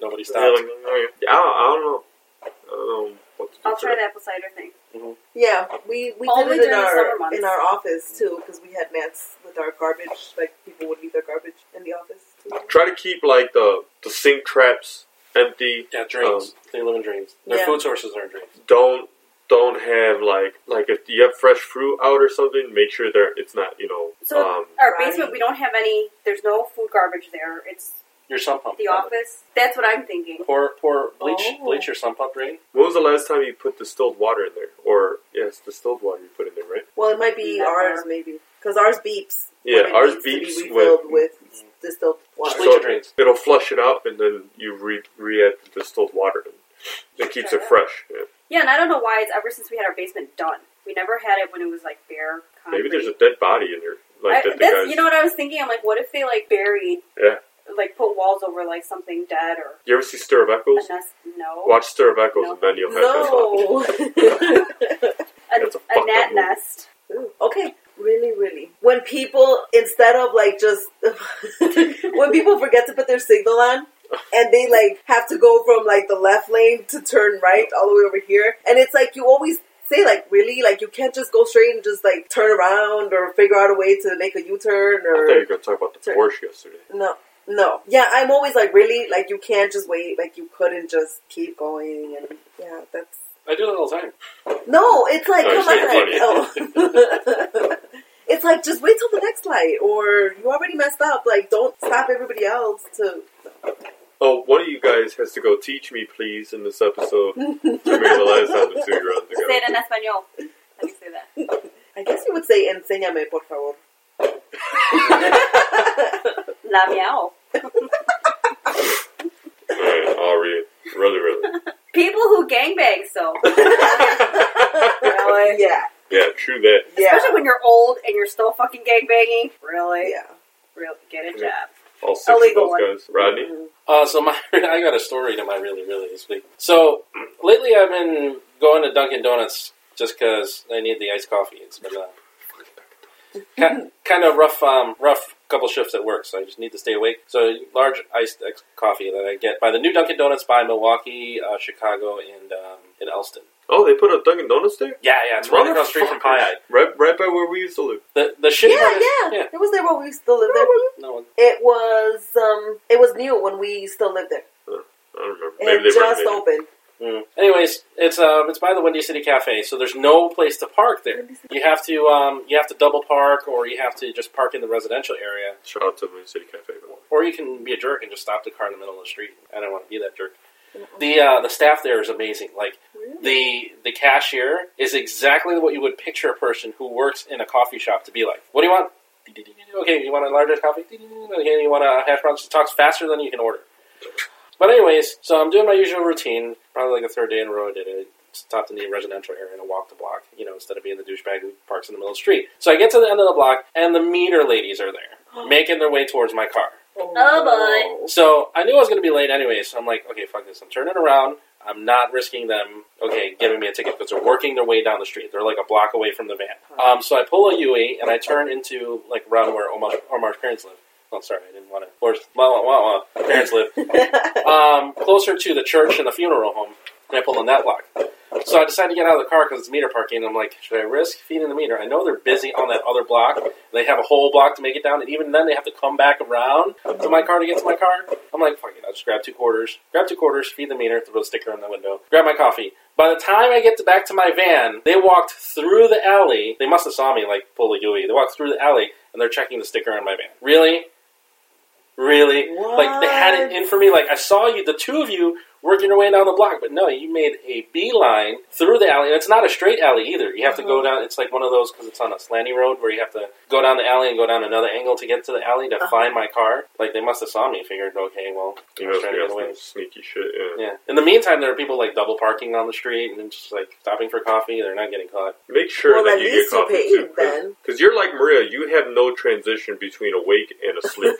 [SPEAKER 1] Nobody
[SPEAKER 2] Yeah,
[SPEAKER 1] stopped.
[SPEAKER 2] like, oh, yeah. I, don't, I don't know. I don't know what to do.
[SPEAKER 3] I'll
[SPEAKER 2] for
[SPEAKER 3] try
[SPEAKER 2] that.
[SPEAKER 3] the apple cider thing.
[SPEAKER 4] yeah, we, we did
[SPEAKER 3] Only
[SPEAKER 4] it in
[SPEAKER 3] during the summer
[SPEAKER 4] our,
[SPEAKER 3] months.
[SPEAKER 4] in our office too because we had mats with our garbage. Like people would leave their garbage in the office too.
[SPEAKER 2] Try to keep like the the sink traps empty.
[SPEAKER 1] Yeah, dreams. they live in dreams. Their
[SPEAKER 4] Yeah.
[SPEAKER 1] food sources are in dreams.
[SPEAKER 2] Don't don't have like like if you have fresh fruit out or something, make sure they're it's not you know.
[SPEAKER 3] So
[SPEAKER 2] um,
[SPEAKER 3] our
[SPEAKER 4] Right.
[SPEAKER 3] basement we don't have any there's no food garbage there. It's
[SPEAKER 1] Your sump pump.
[SPEAKER 2] Oh,
[SPEAKER 3] The
[SPEAKER 1] probably.
[SPEAKER 3] Office. That's what I'm thinking.
[SPEAKER 1] Pour, pour bleach,
[SPEAKER 3] Oh.
[SPEAKER 1] bleach your sump pump rating.
[SPEAKER 2] When was the last time you put distilled water in there? Or yeah, it's distilled water you put in there, right?
[SPEAKER 4] Well, it might be
[SPEAKER 3] Never.
[SPEAKER 4] ours, maybe. Because ours beeps.
[SPEAKER 2] Yeah,
[SPEAKER 4] when it
[SPEAKER 2] ours
[SPEAKER 4] needs to be
[SPEAKER 2] beeps
[SPEAKER 4] refilled
[SPEAKER 2] when-
[SPEAKER 4] with distilled water.
[SPEAKER 1] Just leave your drains.
[SPEAKER 2] It'll flush it out, and then you re re add the distilled water. And it keeps it fresh. Yeah.
[SPEAKER 3] Yeah, and I don't know why it's ever since we had our basement done. We never had it when it was like bare concrete.
[SPEAKER 2] Maybe there's a dead body in there,
[SPEAKER 3] I,
[SPEAKER 2] like that the
[SPEAKER 3] that's,
[SPEAKER 2] guys.
[SPEAKER 3] you know what I was thinking? I'm like, what if they like buried,
[SPEAKER 2] Yeah.
[SPEAKER 3] like put walls over like something dead or
[SPEAKER 2] you ever see Stir of Echoes?
[SPEAKER 3] a nest? No,
[SPEAKER 2] Watch Stir of Echoes,
[SPEAKER 3] No.
[SPEAKER 2] and then you'll have that thought.
[SPEAKER 4] No.
[SPEAKER 3] a,
[SPEAKER 2] that's a
[SPEAKER 3] a
[SPEAKER 2] fucked up
[SPEAKER 3] gnat
[SPEAKER 2] movie.
[SPEAKER 3] nest.
[SPEAKER 4] okay. Really, really. When people, instead of like just, when people forget to put their signal on, and they like have to go from like the left lane to turn right all the way over here, and it's like you always say like really like you can't just go straight and just like turn around or figure out a way to make a U turn
[SPEAKER 2] I thought you were
[SPEAKER 4] or
[SPEAKER 2] going to talk about the
[SPEAKER 4] Sorry.
[SPEAKER 2] Porsche yesterday.
[SPEAKER 4] no. No. Yeah, I'm always like, really? Like, you can't just wait. Like, you couldn't just keep going. And yeah, that's
[SPEAKER 1] I do that all the time.
[SPEAKER 4] no, it's like,
[SPEAKER 2] No,
[SPEAKER 4] come
[SPEAKER 2] it's
[SPEAKER 4] on,
[SPEAKER 2] like
[SPEAKER 4] like, oh. it's like, just wait till the next light, or you already messed up. Like, don't stop everybody else to.
[SPEAKER 2] Oh, one of you guys has to go teach me, please, in this episode. to be the last time the two year olds
[SPEAKER 3] Say it in
[SPEAKER 2] together.
[SPEAKER 3] Espanol. Let me say that.
[SPEAKER 4] I guess you would say, enséñame, por favor.
[SPEAKER 3] La meow.
[SPEAKER 2] Alright, I'll read it. Really, really.
[SPEAKER 3] People who gangbang, so
[SPEAKER 4] really? Yeah.
[SPEAKER 2] Yeah, true that.
[SPEAKER 4] Eh, Yeah.
[SPEAKER 3] especially when youyou're old and you're still fucking gangbanging. Really,
[SPEAKER 4] Yeah.
[SPEAKER 3] really, get a
[SPEAKER 2] Yeah.
[SPEAKER 3] job.
[SPEAKER 2] All six
[SPEAKER 3] Illegal
[SPEAKER 2] of
[SPEAKER 3] one.
[SPEAKER 2] those guys. Rodney?
[SPEAKER 1] Uh, so my, I got a story to my really, really this week. So lately I've been going to Dunkin' Donuts just because I need the iced coffee. It's been a kind, kind of rough, um, rough couple shifts at work, so I just need to stay awake. So large iced ex- coffee that I get by the new Dunkin' Donuts by Milwaukee, uh, Chicago, and um, in Elston.
[SPEAKER 2] Oh, they put a Dunkin' Donuts there?
[SPEAKER 1] Yeah, yeah, it's right across the street from Pie Eye.
[SPEAKER 2] Right, right by where we used to live.
[SPEAKER 1] The the shitty
[SPEAKER 4] Yeah,
[SPEAKER 1] part is-
[SPEAKER 4] yeah, It was there when we still lived there.
[SPEAKER 1] no one.
[SPEAKER 4] It was, um, it was new when we still lived there.
[SPEAKER 2] I don't remember. Maybe
[SPEAKER 4] It
[SPEAKER 2] they
[SPEAKER 4] just
[SPEAKER 2] renovated.
[SPEAKER 4] opened.
[SPEAKER 1] Mm. Anyways, it's um, it's by the Windy City Cafe, so there's no place to park there. You have to um, you have to double park, or you have to just park in the residential area,
[SPEAKER 2] Shout out to Moon City Cafe.
[SPEAKER 1] or you can be a jerk and just stop the car in the middle of the street. I don't want to be that jerk. The uh, the staff there is amazing. Like the the cashier is exactly what you would picture a person who works in a coffee shop to be like. What do you want? Okay, you want a larger coffee? Okay, you want a hash brown? She talks faster than you can order. But anyways, so I'm doing my usual routine. Probably like the third day in a row, I did it. Stopped in the residential area and I walked the block. You know, instead of being the douchebag who parks in the middle of the street. So I get to the end of the block, and the meter ladies are there, making their way towards my car.
[SPEAKER 3] Oh,
[SPEAKER 1] So I knew I was going to be late anyway, so I'm like, okay, fuck this. I'm turning around. I'm not risking them, okay, giving me a ticket because they're working their way down the street. They're like a block away from the van. Um, so I pull a UE and I turn into like around where Omar, Omar's parents live. Oh, sorry, I didn't want to. Or, well, well, well, parents live um, closer to the church and the funeral home, and I pull in that block. So I decided to get out of the car because it's meter parking. And I'm like, should I risk feeding the meter? I know they're busy on that other block. They have a whole block to make it down, and even then they have to come back around to my car to get to my car. I'm like, fuck it, I'll just grab two quarters, grab two quarters, feed the meter, throw the sticker in the window, grab my coffee. By the time I get to back to my van, they walked through the alley. They must have saw me like pull a Yui. They walked through the alley and they're checking the sticker on my van. Really? Really? Like they had it in for me. Like I saw you, the two of you working your way down the block, but no, you made a beeline through the alley, and it's not a straight alley either. You have to go down. It's like one of those because it's on a slanty road where you have to go down the alley and go down another angle to get to the alley to find my car. Like they must have saw me, and figured okay, well,
[SPEAKER 2] You know,
[SPEAKER 1] I was trying to
[SPEAKER 2] they
[SPEAKER 1] get
[SPEAKER 2] got
[SPEAKER 1] away.
[SPEAKER 2] some sneaky shit. Yeah.
[SPEAKER 1] Yeah. In the meantime, there are people like double parking on the street and just like stopping for coffee. They're not getting caught.
[SPEAKER 2] Make sure
[SPEAKER 4] Well,
[SPEAKER 2] that
[SPEAKER 4] at
[SPEAKER 2] you get
[SPEAKER 4] least you
[SPEAKER 2] coffee
[SPEAKER 4] paid
[SPEAKER 2] too,
[SPEAKER 4] then.
[SPEAKER 2] because you're like Maria. You have no transition between awake and asleep.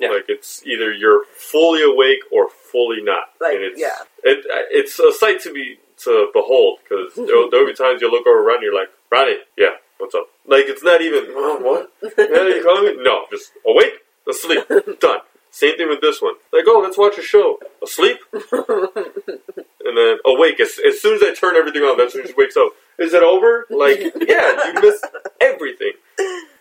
[SPEAKER 1] Yeah.
[SPEAKER 2] Like it's either you're fully awake or fully not.
[SPEAKER 4] Like,
[SPEAKER 2] and it's,
[SPEAKER 4] yeah.
[SPEAKER 2] it, it's a sight to be to behold because there'll, there'll be times you look over Ronnie, you're like Ronnie, yeah, what's up? Like it's not even oh, what? Yeah, you calling me? No, just awake, asleep, done. Same thing with this one. Like oh, let's watch a show. Asleep, and then awake. As, as soon as I turn everything off, that's when she wakes up. Is it over? Like yeah, you miss everything,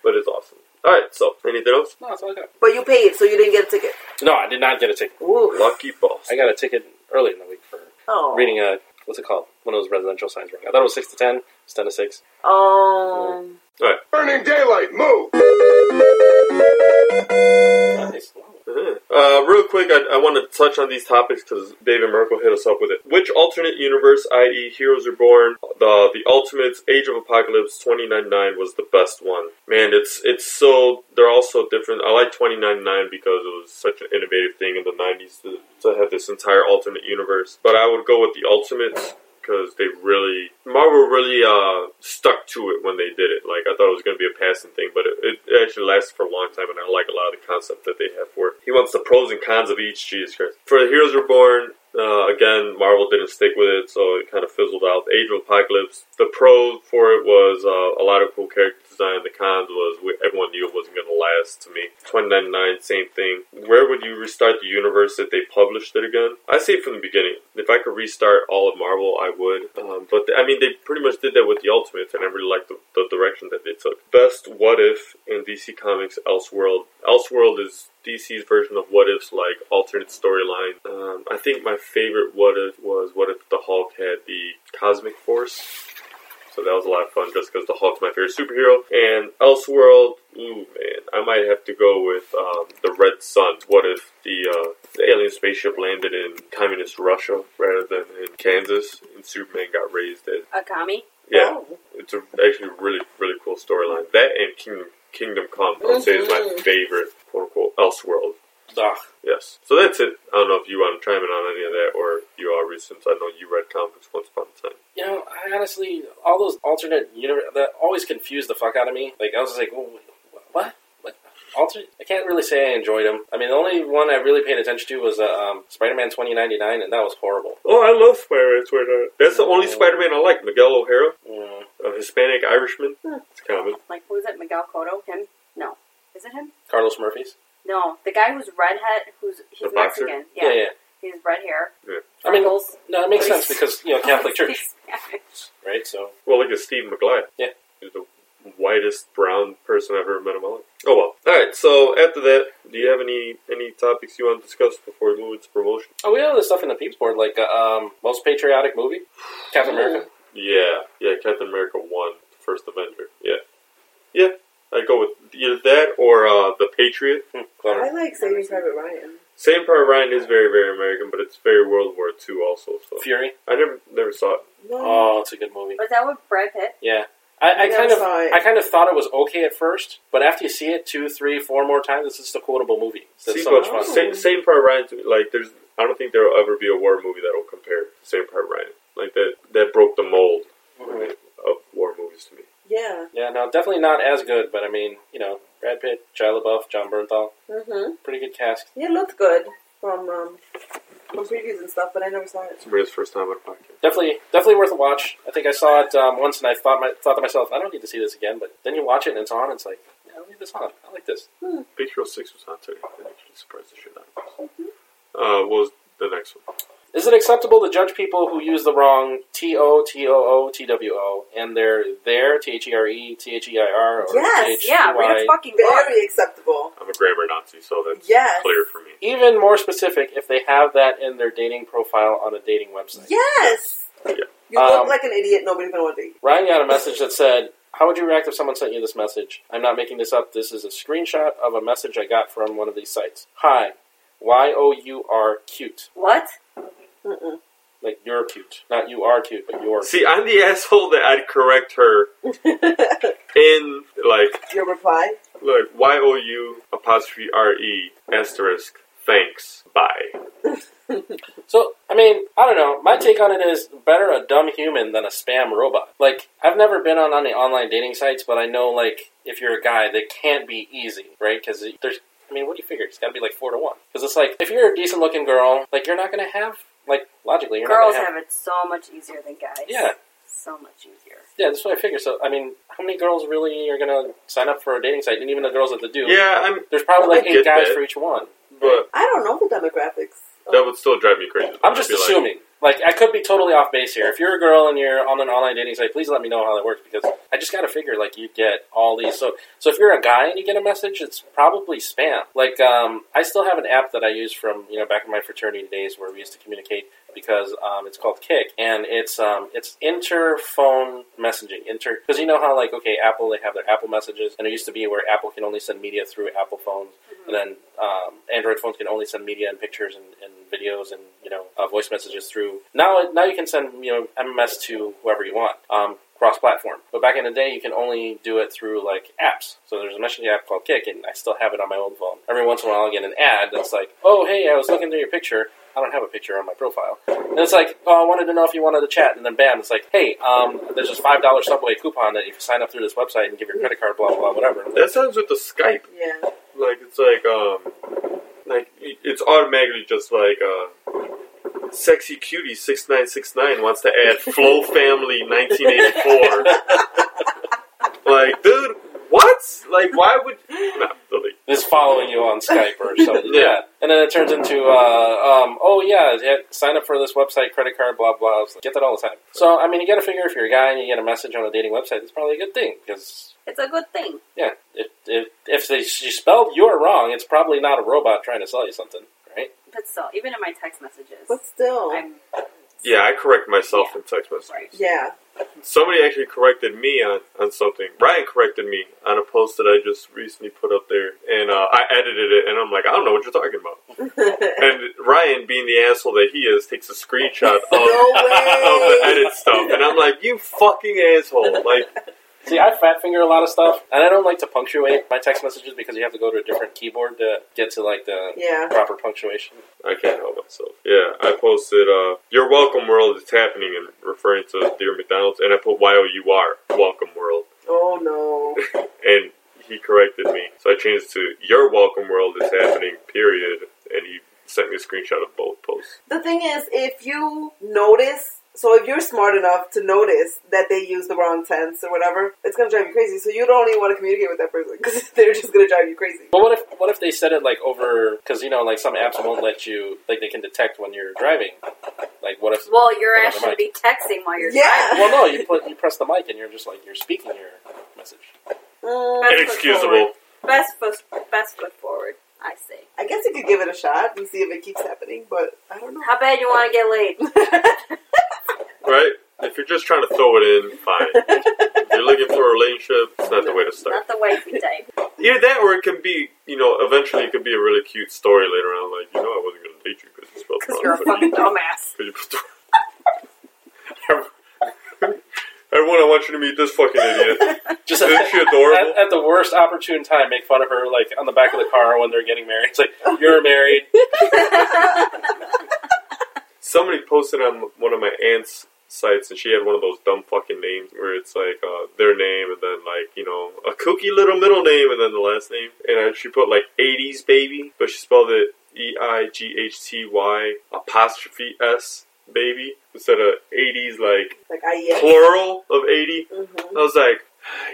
[SPEAKER 2] but it's awesome. All right, so anything else?
[SPEAKER 1] No, it's all good.
[SPEAKER 4] But you paid, so you didn't get a ticket.
[SPEAKER 1] No, I did not get a ticket.
[SPEAKER 4] Ooh.
[SPEAKER 2] Lucky boss.
[SPEAKER 1] I got a ticket early in the week for
[SPEAKER 4] Oh.
[SPEAKER 1] reading a what's it called? One of those residential signs wrong. I thought it was six to ten. It's ten to six.
[SPEAKER 4] Um.
[SPEAKER 2] All right.
[SPEAKER 6] Burning daylight, move!
[SPEAKER 1] Nice.
[SPEAKER 2] Uh-huh. Uh, real quick, I, I want to touch on these topics because Dave and Merkel hit us up with it. Which alternate universe, i.e., Heroes Reborn, the the Ultimates, Age of Apocalypse, twenty nine nine was the best one. Man, it's it's so they're all so different. I like twenty nine nine because it was such an innovative thing in the nineties to, to have this entire alternate universe. But I would go with the Ultimates because they really Marvel really uh, stuck to it when they did it. Like I thought it was going to be a passing thing, but it, it, it actually lasted for a long time, and I like a lot of the concept that they have for it. He wants the pros and cons of each. Jesus Christ! For the Heroes Reborn, uh, again, Marvel didn't stick with it, so it kind of fizzled out. Age of Apocalypse. The pro for it was uh, a lot of cool character design. The cons was we, everyone knew it wasn't going to last. To me, twenty ninety nine, same thing. Where would you restart the universe if they published it again? I say from the beginning. If I could restart all of Marvel, I would. Um, but I mean, they pretty much did that with the Ultimates, and I really liked the, the direction that they took. Best what if in DC Comics Elseworld. Elseworld is DC's version of what ifs, like alternate storyline. Um, I think my favorite what if was what if the Hulk had the cosmic force. So that was a lot of fun just because the Hulk's my favorite superhero. And Elseworld, ooh man, I might have to go with um, the Red Sun. What if the, uh, the alien spaceship landed in communist Russia rather than in Kansas and Superman got raised as.
[SPEAKER 3] Akami.
[SPEAKER 2] Yeah,
[SPEAKER 4] oh,
[SPEAKER 2] it's a, actually a really, really cool storyline. That and Kingdom, Kingdom Come, I would say is my favorite, quote unquote, Elseworld
[SPEAKER 1] Ugh.
[SPEAKER 2] Yes. So that's it. I don't know if you want to chime in on any of that or you already, since I know you read comics once upon a time.
[SPEAKER 1] You know, I honestly, all those alternate universe that always confused the fuck out of me. Like I was just like, well, wh- what? What? Alternate? I can't really say I enjoyed them. I mean, the only one I really paid attention to was uh, um, Spider-Man 2099, and that was horrible.
[SPEAKER 2] Oh, I love Spider-Man. Spider-Man. That's the only Spider-Man I like. Miguel O'Hara,
[SPEAKER 1] Mm.
[SPEAKER 2] a Hispanic Irishman. It's common.
[SPEAKER 3] Like, who is it? Miguel Cotto? Him? No. Is it him?
[SPEAKER 1] Carlos Murphy's.
[SPEAKER 3] No. The guy who's redhead, who's he's
[SPEAKER 2] The boxer?
[SPEAKER 3] Mexican.
[SPEAKER 1] Yeah, yeah.
[SPEAKER 3] He's red hair.
[SPEAKER 2] Yeah.
[SPEAKER 1] I mean,
[SPEAKER 3] freckles.
[SPEAKER 1] no, it makes sense because you know Catholic Church,
[SPEAKER 3] Spanish.
[SPEAKER 1] right? So
[SPEAKER 2] Well, like a Steve McGuire.
[SPEAKER 1] Yeah.
[SPEAKER 2] He's the whitest brown person I've ever met in my life. Oh, well. All right. So after that, do you have any any topics you want to discuss before we move into promotion?
[SPEAKER 1] oh, we have other stuff in the Peeps board, like uh, um, most patriotic movie, Captain America.
[SPEAKER 2] Yeah, yeah, Captain America one, first Avenger. Yeah, yeah. I go with either that or uh, the Patriot.
[SPEAKER 1] Hmm,
[SPEAKER 4] I
[SPEAKER 1] clever.
[SPEAKER 4] like Saving Private Ryan.
[SPEAKER 2] Saving Private Ryan is very, very American, but it's very World War Two also. So
[SPEAKER 1] Fury.
[SPEAKER 2] I never, never saw it.
[SPEAKER 4] No,
[SPEAKER 1] Oh, it's a good movie.
[SPEAKER 3] Was that with Brad Pitt?
[SPEAKER 1] Yeah. I, I
[SPEAKER 4] Yeah,
[SPEAKER 1] kind of
[SPEAKER 4] saw it.
[SPEAKER 1] I kind of thought it was okay at first, but after you see it two, three, four more times, it's just a quotable movie. It's
[SPEAKER 2] See,
[SPEAKER 1] so much
[SPEAKER 2] but
[SPEAKER 1] fun.
[SPEAKER 4] Oh.
[SPEAKER 2] Sa- Saving Private Ryan, to- like, there's, I don't think there'll ever be a war movie that'll compare to Saving Private Ryan. Like that, that broke the mold
[SPEAKER 1] Mhm.
[SPEAKER 2] of war movies to me.
[SPEAKER 4] yeah.
[SPEAKER 1] Yeah, no, definitely not as good, but I mean, you know, Brad Pitt, Shia LaBeouf, John Bernthal,
[SPEAKER 4] Mm-hmm.
[SPEAKER 1] pretty good cast.
[SPEAKER 4] It looked good from um, from previews and stuff, but I never saw it.
[SPEAKER 2] It's Maria's first time on a podcast.
[SPEAKER 1] Definitely, definitely worth a watch. I think I saw it um, once, and I thought my, thought to myself, I don't need to see this again. But then you watch it, and it's on, and it's like, yeah, I need this on. I like this.
[SPEAKER 2] Big Hero Six was on today. I'm actually surprised the shit out of this. Uh, what was the next one?
[SPEAKER 1] Is it acceptable to judge people who use the wrong T O T O O T W O and they're there T H E R E T H E I R or
[SPEAKER 4] Yes,
[SPEAKER 1] T H E
[SPEAKER 3] Yeah, read
[SPEAKER 1] Y?
[SPEAKER 3] a fucking book.
[SPEAKER 4] Very acceptable.
[SPEAKER 2] I'm a grammar Nazi, so that's
[SPEAKER 4] Yes.
[SPEAKER 2] clear for me.
[SPEAKER 1] even more specific if they have that in their dating profile on a dating website.
[SPEAKER 4] Yes. You
[SPEAKER 1] Um,
[SPEAKER 4] look like an idiot. Nobody's gonna want to date. you.
[SPEAKER 1] Ryan got a message that said, How would you react if someone sent you this message? I'm not making this up. This is a screenshot of a message I got from one of these sites. Hi, Y O U R cute.
[SPEAKER 3] What?
[SPEAKER 4] Mm-mm.
[SPEAKER 1] Like, you're cute. Not you are cute, but you're
[SPEAKER 2] See, I'm the asshole that I'd correct her in like
[SPEAKER 4] Your reply.
[SPEAKER 2] like Y O U apostrophe R E asterisk thanks bye.
[SPEAKER 1] So, I mean, I don't know. My take on it is better a dumb human than a spam robot. Like, I've never been on any online dating sites, but I know, like, if you're a guy, they can't be easy, right? Because there's, I mean, what do you figure? It's got to be like four to one. Because it's like, if you're a decent looking girl, like, you're not going to have, like, logically, you're
[SPEAKER 3] Girls
[SPEAKER 1] not going to
[SPEAKER 3] have it so much easier than guys.
[SPEAKER 1] Yeah,
[SPEAKER 3] So much easier.
[SPEAKER 1] yeah, that's what I figure. So, I mean, how many girls really are going to sign up for a dating site? And even the girls that do,
[SPEAKER 2] Yeah, I'm,
[SPEAKER 1] there's probably like
[SPEAKER 2] I
[SPEAKER 1] eight
[SPEAKER 2] get
[SPEAKER 1] guys
[SPEAKER 2] that.
[SPEAKER 1] for each one.
[SPEAKER 2] but
[SPEAKER 4] I don't know the demographics. of-
[SPEAKER 2] that would still drive me crazy.
[SPEAKER 1] I'm just
[SPEAKER 2] I'd be like,
[SPEAKER 1] assuming. Like, I could be totally off base here. If you're a girl and you're on an online dating site, please let me know how that works because I just gotta figure like you get all these. So, so if you're a guy and you get a message, it's probably spam. Like, um, I still have an app that I use from you know back in my fraternity days where we used to communicate because um, it's called Kick and it's um, it's interphone messaging. Inter because you know how like okay Apple they have their Apple messages and it used to be where Apple can only send media through Apple phones And then um, Android phones can only send media and pictures and, and videos and you know uh, voice messages through. Now now you can send you know MMS to whoever you want. Um, cross-platform but back in the day you can only do it through like apps so there's a messaging app called kick and i still have it on my old phone every once in a while i get an ad that's like oh hey i was looking through your picture i don't have a picture on my profile and it's like, oh, I wanted to know if you wanted to chat. And then bam, it's like, hey, um, there's this $5 Subway coupon that if you sign up through this website and give your credit card, blah, blah, blah, whatever. I'm like,
[SPEAKER 2] That sounds with the Skype.
[SPEAKER 4] Yeah.
[SPEAKER 2] Like it's like um, like it's automatically just like uh, sexy cutie six nine six nine wants to add flow family nineteen eighty four. Like, dude, what? Like, why would? Nah, really.
[SPEAKER 1] It's following you on Skype or something.
[SPEAKER 2] Yeah.
[SPEAKER 1] yeah. And then it turns into, uh, um, oh, yeah, yeah, sign up for this website, credit card, blah, blah. It's like, get that all the time. So, I mean, you got to figure if you're a guy and you get a message on a dating website, it's probably a good thing because
[SPEAKER 3] It's a good thing.
[SPEAKER 1] Yeah, if if, if they, she spelled you're wrong, it's probably not a robot trying to sell you something, right?
[SPEAKER 3] But still, even in my text messages,
[SPEAKER 4] But still.
[SPEAKER 3] I'm
[SPEAKER 2] Yeah, I correct myself in text messages.
[SPEAKER 3] right.
[SPEAKER 4] yeah.
[SPEAKER 2] Somebody actually corrected me on, on something. Ryan corrected me on a post that I just recently put up there, and uh, I edited it, and I'm like, I don't know what you're talking about.
[SPEAKER 1] Uh,
[SPEAKER 2] And Ryan, being the asshole that he is, takes a screenshot of, of the
[SPEAKER 4] way.
[SPEAKER 2] edit stuff, and I'm like, you fucking asshole! Like,
[SPEAKER 1] See, I fat finger a lot of stuff, and I don't like to punctuate my text messages because you have to go to a different keyboard to get to like the
[SPEAKER 4] Yeah.
[SPEAKER 1] proper punctuation.
[SPEAKER 2] I can't help myself. Yeah, I posted, uh, "Your welcome world is happening," and referring to dear McDonald's, and I put "Y O U R welcome world,"
[SPEAKER 4] Oh no.
[SPEAKER 2] and he corrected me, so I changed it to "Your welcome world is happening." Period, and he sent me a screenshot of both posts.
[SPEAKER 4] The thing is, if you notice, so if you're smart enough to notice that they use the wrong tense or whatever, it's gonna drive you crazy. So you don't even want to communicate with that person because they're just gonna drive you crazy.
[SPEAKER 1] But what if what if they said it like over? Because you know, like some apps won't let you like they can detect when you're driving. Like what if?
[SPEAKER 3] Well, your
[SPEAKER 1] Put it on
[SPEAKER 3] ass
[SPEAKER 1] the
[SPEAKER 3] should
[SPEAKER 1] mic.
[SPEAKER 3] be texting while you're
[SPEAKER 4] Yeah.
[SPEAKER 1] Well, no, you put you press the mic and you're just like you're speaking your message.
[SPEAKER 4] Mm,
[SPEAKER 3] Best foot
[SPEAKER 2] Inexcusable.
[SPEAKER 3] forward. Best foot, best foot forward. I say.
[SPEAKER 4] I guess you could give it a shot and see if it keeps happening, but I don't know.
[SPEAKER 3] How bad you want to get laid?
[SPEAKER 2] Right? If you're just trying to throw it in, fine. if you're looking for a relationship, it's not the way to start.
[SPEAKER 3] Not the wifey type.
[SPEAKER 2] Either that or it can be, you know, eventually it could be a really cute story later on. Like, you know, I wasn't going to date you because you spelled
[SPEAKER 3] Because
[SPEAKER 2] wrong,
[SPEAKER 3] you're a
[SPEAKER 2] but
[SPEAKER 3] fucking
[SPEAKER 2] you-
[SPEAKER 3] dumbass.
[SPEAKER 2] 'cause you put the- Everyone, I want you to meet this fucking idiot.
[SPEAKER 1] Just
[SPEAKER 2] Isn't she
[SPEAKER 1] at,
[SPEAKER 2] adorable?
[SPEAKER 1] at the worst opportune time, make fun of her like on the back of the car when they're getting married. It's like you're married.
[SPEAKER 2] Somebody posted on one of my aunt's sites, and she had one of those dumb fucking names where it's like uh, their name and then like you know a kooky little middle name and then the last name, and I, she put like '80s baby, but she spelled it E I G H T Y apostrophe S baby instead of '80s like
[SPEAKER 4] Like I yeah.
[SPEAKER 2] plural of '80.
[SPEAKER 4] hmm
[SPEAKER 2] I was like,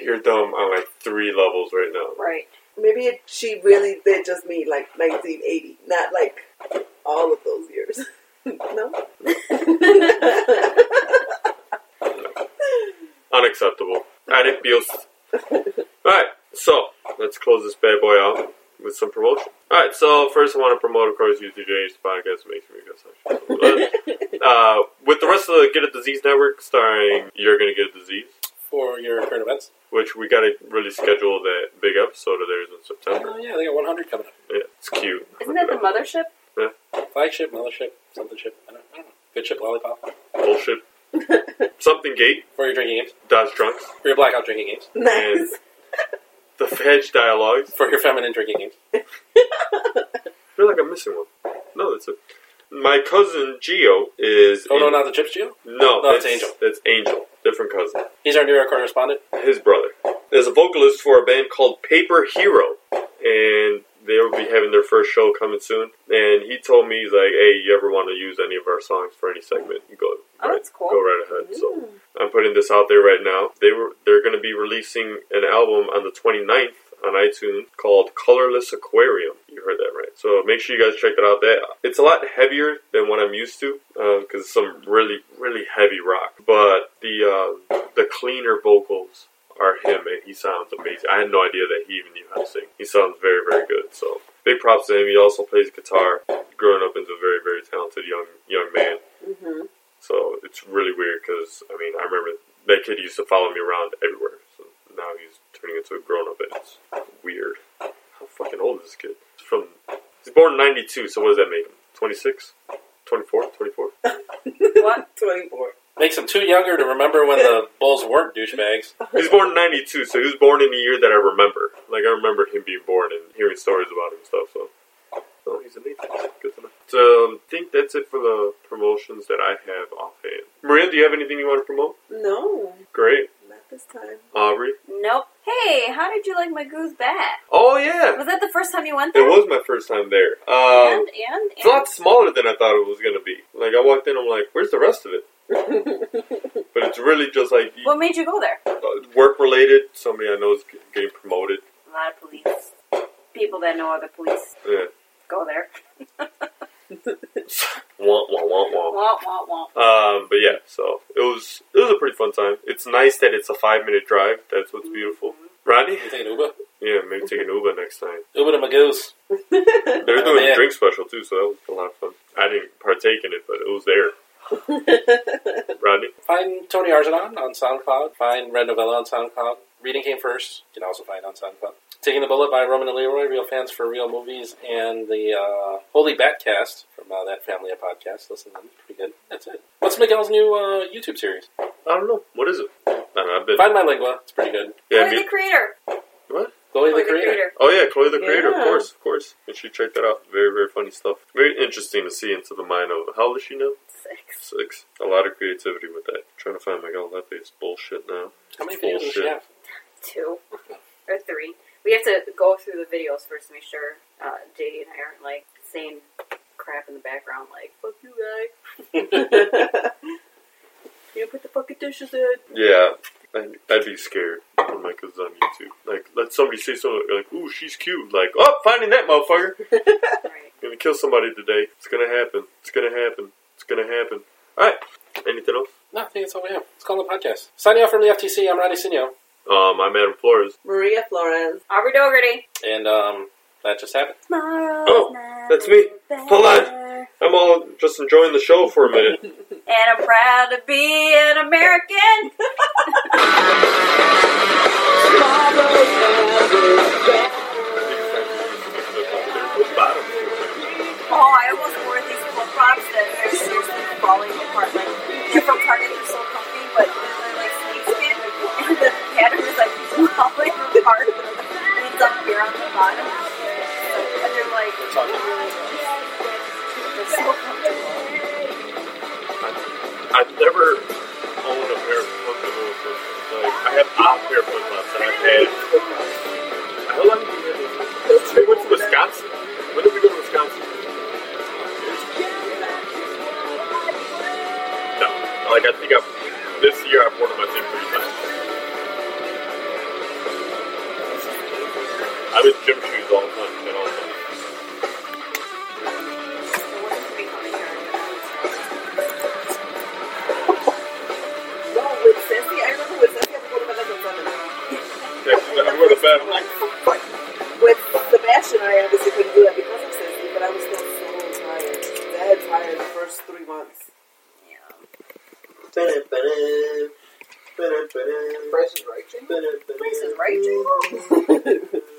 [SPEAKER 2] you're dumb on like three levels right now.
[SPEAKER 3] Right.
[SPEAKER 4] Maybe it, she really did just mean like 1980, not like all of those years. no.
[SPEAKER 2] Unacceptable. Adios. Alright, so let's close this bad boy out with some promotion. Alright, so first I want to promote, of course, UTJ's podcast, Makes Me Go Social. Uh, with the rest of the Get a Disease Network, starring You're Gonna Get a Disease,
[SPEAKER 1] for your current events.
[SPEAKER 2] which we gotta really schedule that big episode of theirs in September.
[SPEAKER 1] Oh yeah, they got 100 coming up.
[SPEAKER 2] Yeah, it's cute.
[SPEAKER 3] Isn't that the mothership?
[SPEAKER 1] Flagship, mothership, something ship. I don't, I don't know. Good ship, lollipop.
[SPEAKER 2] Bullshit. Something Gate,
[SPEAKER 1] For your drinking games,
[SPEAKER 2] Dodge Drunks,
[SPEAKER 1] for your blackout drinking games,
[SPEAKER 4] Nice.
[SPEAKER 2] The Fedge Dialogues,
[SPEAKER 1] for your feminine drinking games.
[SPEAKER 2] I feel like I'm missing one. No, that's it. My cousin Gio is.
[SPEAKER 1] Oh no,
[SPEAKER 2] in-
[SPEAKER 1] not the chips Geo.
[SPEAKER 2] No,
[SPEAKER 1] No, it's
[SPEAKER 2] that's
[SPEAKER 1] Angel.
[SPEAKER 2] That's Angel. Different cousin.
[SPEAKER 1] He's our New York correspondent.
[SPEAKER 2] His brother is a vocalist for a band called Paper Hero, and they will be having their first show coming soon. And he told me he's like, "Hey, you ever want to use any of our songs for any segment? You go.
[SPEAKER 3] Oh, that's cool. Mm.
[SPEAKER 2] Go right ahead." So. I'm putting this out there right now. They were they're going to be releasing an album on the 29th on iTunes called Colorless Aquarium. You heard that right. So make sure you guys check that out. That it's a lot heavier than what I'm used to because it's some really really heavy rock. But the uh, the cleaner vocals are him, and he sounds amazing. I had no idea that he even knew how to sing. He sounds very very good. So big props to him. He also plays guitar. Growing up into a very very talented young young man.
[SPEAKER 4] hmm
[SPEAKER 2] So it's really weird because I mean I remember that kid used to follow me around everywhere. So now he's turning into a grown up and it's weird. How fucking old is this kid? He's born in 92, so what does that make him? 26? 24? 24?
[SPEAKER 3] What?
[SPEAKER 4] 24.
[SPEAKER 1] Makes him too younger to remember when the Bulls weren't douchebags.
[SPEAKER 2] He's born in 92, so he was born in the year that I remember. Like, I remember him being born and hearing stories about him and stuff, so. Oh, he's an atheist. Good to know. So, um, I think that's it for the promotions that I have offhand. Maria, do you have anything you want to promote?
[SPEAKER 4] No,
[SPEAKER 2] Great.
[SPEAKER 4] not this time.
[SPEAKER 2] Aubrey?
[SPEAKER 3] Nope. Hey, how did you like my goose bat?
[SPEAKER 2] Oh, yeah!
[SPEAKER 3] Was that the first time you went
[SPEAKER 2] It
[SPEAKER 3] there?
[SPEAKER 2] was my first time there. Um,
[SPEAKER 3] and and
[SPEAKER 2] it's a lot smaller than I thought it was going to be. Like, I walked in, I'm like, where's the rest of it? But it's really just like
[SPEAKER 3] what made you go there?
[SPEAKER 2] work related. Somebody I know is g- getting promoted.
[SPEAKER 3] A lot of police people that know other police
[SPEAKER 2] Yeah.
[SPEAKER 3] go there.
[SPEAKER 2] Wah, wah, wah, wah.
[SPEAKER 3] Womp womp womp.
[SPEAKER 2] Um, but yeah, so it was it was a pretty fun time. It's nice that it's a five minute drive. That's what's beautiful. Rodney,
[SPEAKER 1] You taking Uber?
[SPEAKER 2] yeah, maybe take an Uber next time.
[SPEAKER 1] Uber to Magoose.
[SPEAKER 2] They're
[SPEAKER 1] Oh,
[SPEAKER 2] doing
[SPEAKER 1] man.
[SPEAKER 2] a drink special too, so that was a lot of fun. I didn't partake in it, but it was there. Rodney,
[SPEAKER 1] Find Tony Arzanon on SoundCloud. Find Red Novella on SoundCloud. Reading Came First. You can also find on SoundCloud. Taking the Bullet by Roman and Leroy, Real Fans for Real Movies, and the uh, Holy Batcast from uh, that family of podcasts. Listen to them. Pretty good. That's it. What's Miguel's new uh, YouTube series?
[SPEAKER 2] I don't know what is it. I don't know, I've been
[SPEAKER 1] Find My Lingua. It's pretty good.
[SPEAKER 2] yeah,
[SPEAKER 3] Who's
[SPEAKER 2] me-
[SPEAKER 3] the creator?
[SPEAKER 1] Chloe the
[SPEAKER 3] Chloe the
[SPEAKER 1] Creator.
[SPEAKER 3] Creator.
[SPEAKER 2] Oh yeah, Chloe the Creator,
[SPEAKER 4] Yeah.
[SPEAKER 2] of course, of course. You should check that out. Very, very funny stuff. Very interesting to see into the mind of how old is she now?
[SPEAKER 3] Six.
[SPEAKER 2] Six. A lot of creativity with that. trying to find my god, that is bullshit now.
[SPEAKER 1] How many videos does she
[SPEAKER 2] Bullshit.
[SPEAKER 1] have?
[SPEAKER 3] Two. or three. We have to go through the videos first to make sure uh, JD and I aren't like saying crap in the background like, fuck you guy. You put the fucking dishes in.
[SPEAKER 2] Yeah, I'd, I'd be scared when Micah's on YouTube. Like, let somebody say something like, "Ooh, she's cute." Like, oh, finding that motherfucker.
[SPEAKER 3] Right.
[SPEAKER 2] Gonna kill somebody today. It's gonna happen. It's gonna happen. It's gonna happen. All right. Anything else?
[SPEAKER 1] No, I think that's all we have. Let's call it a podcast. Signing off from the FTC, I'm Rodney Sinio.
[SPEAKER 2] Um, I'm Adam Flores.
[SPEAKER 4] Maria Flores.
[SPEAKER 3] Aubrey Dougherty.
[SPEAKER 1] And um, that just happened.
[SPEAKER 3] Tomorrow's
[SPEAKER 2] Oh,
[SPEAKER 3] not
[SPEAKER 2] that's me. Hold on.
[SPEAKER 3] better.
[SPEAKER 2] I'm all just enjoying the show for a minute.
[SPEAKER 3] And I'm proud to be an American. Oh, I almost wore these flip flops that are seriously falling apart. Like, they're from Target, they're so comfy, but they're like snakeskin. And the pattern is like falling apart. And it's up here on the bottom. And they're like, they're so comfortable.
[SPEAKER 2] I've never owned a pair of Funko Pops. Like, I have odd pair of Funko Pops that I've had. How long have you had these? We went to Wisconsin. When did we go to Wisconsin? No. Like, I think I've, this year I've worn them, I think, three times. I was gym shoes all the time. And all the time.
[SPEAKER 4] No, with Ceci, I remember with Ceci, I was going to bed at
[SPEAKER 2] Yeah, I go to bed, I'm like,
[SPEAKER 4] 11. But with Sebastian, I obviously couldn't do that because of Ceci, but I was still so tired. Dead tired the first three months.
[SPEAKER 6] Price is right, Jane?
[SPEAKER 3] Price is right, Jane.
[SPEAKER 4] Price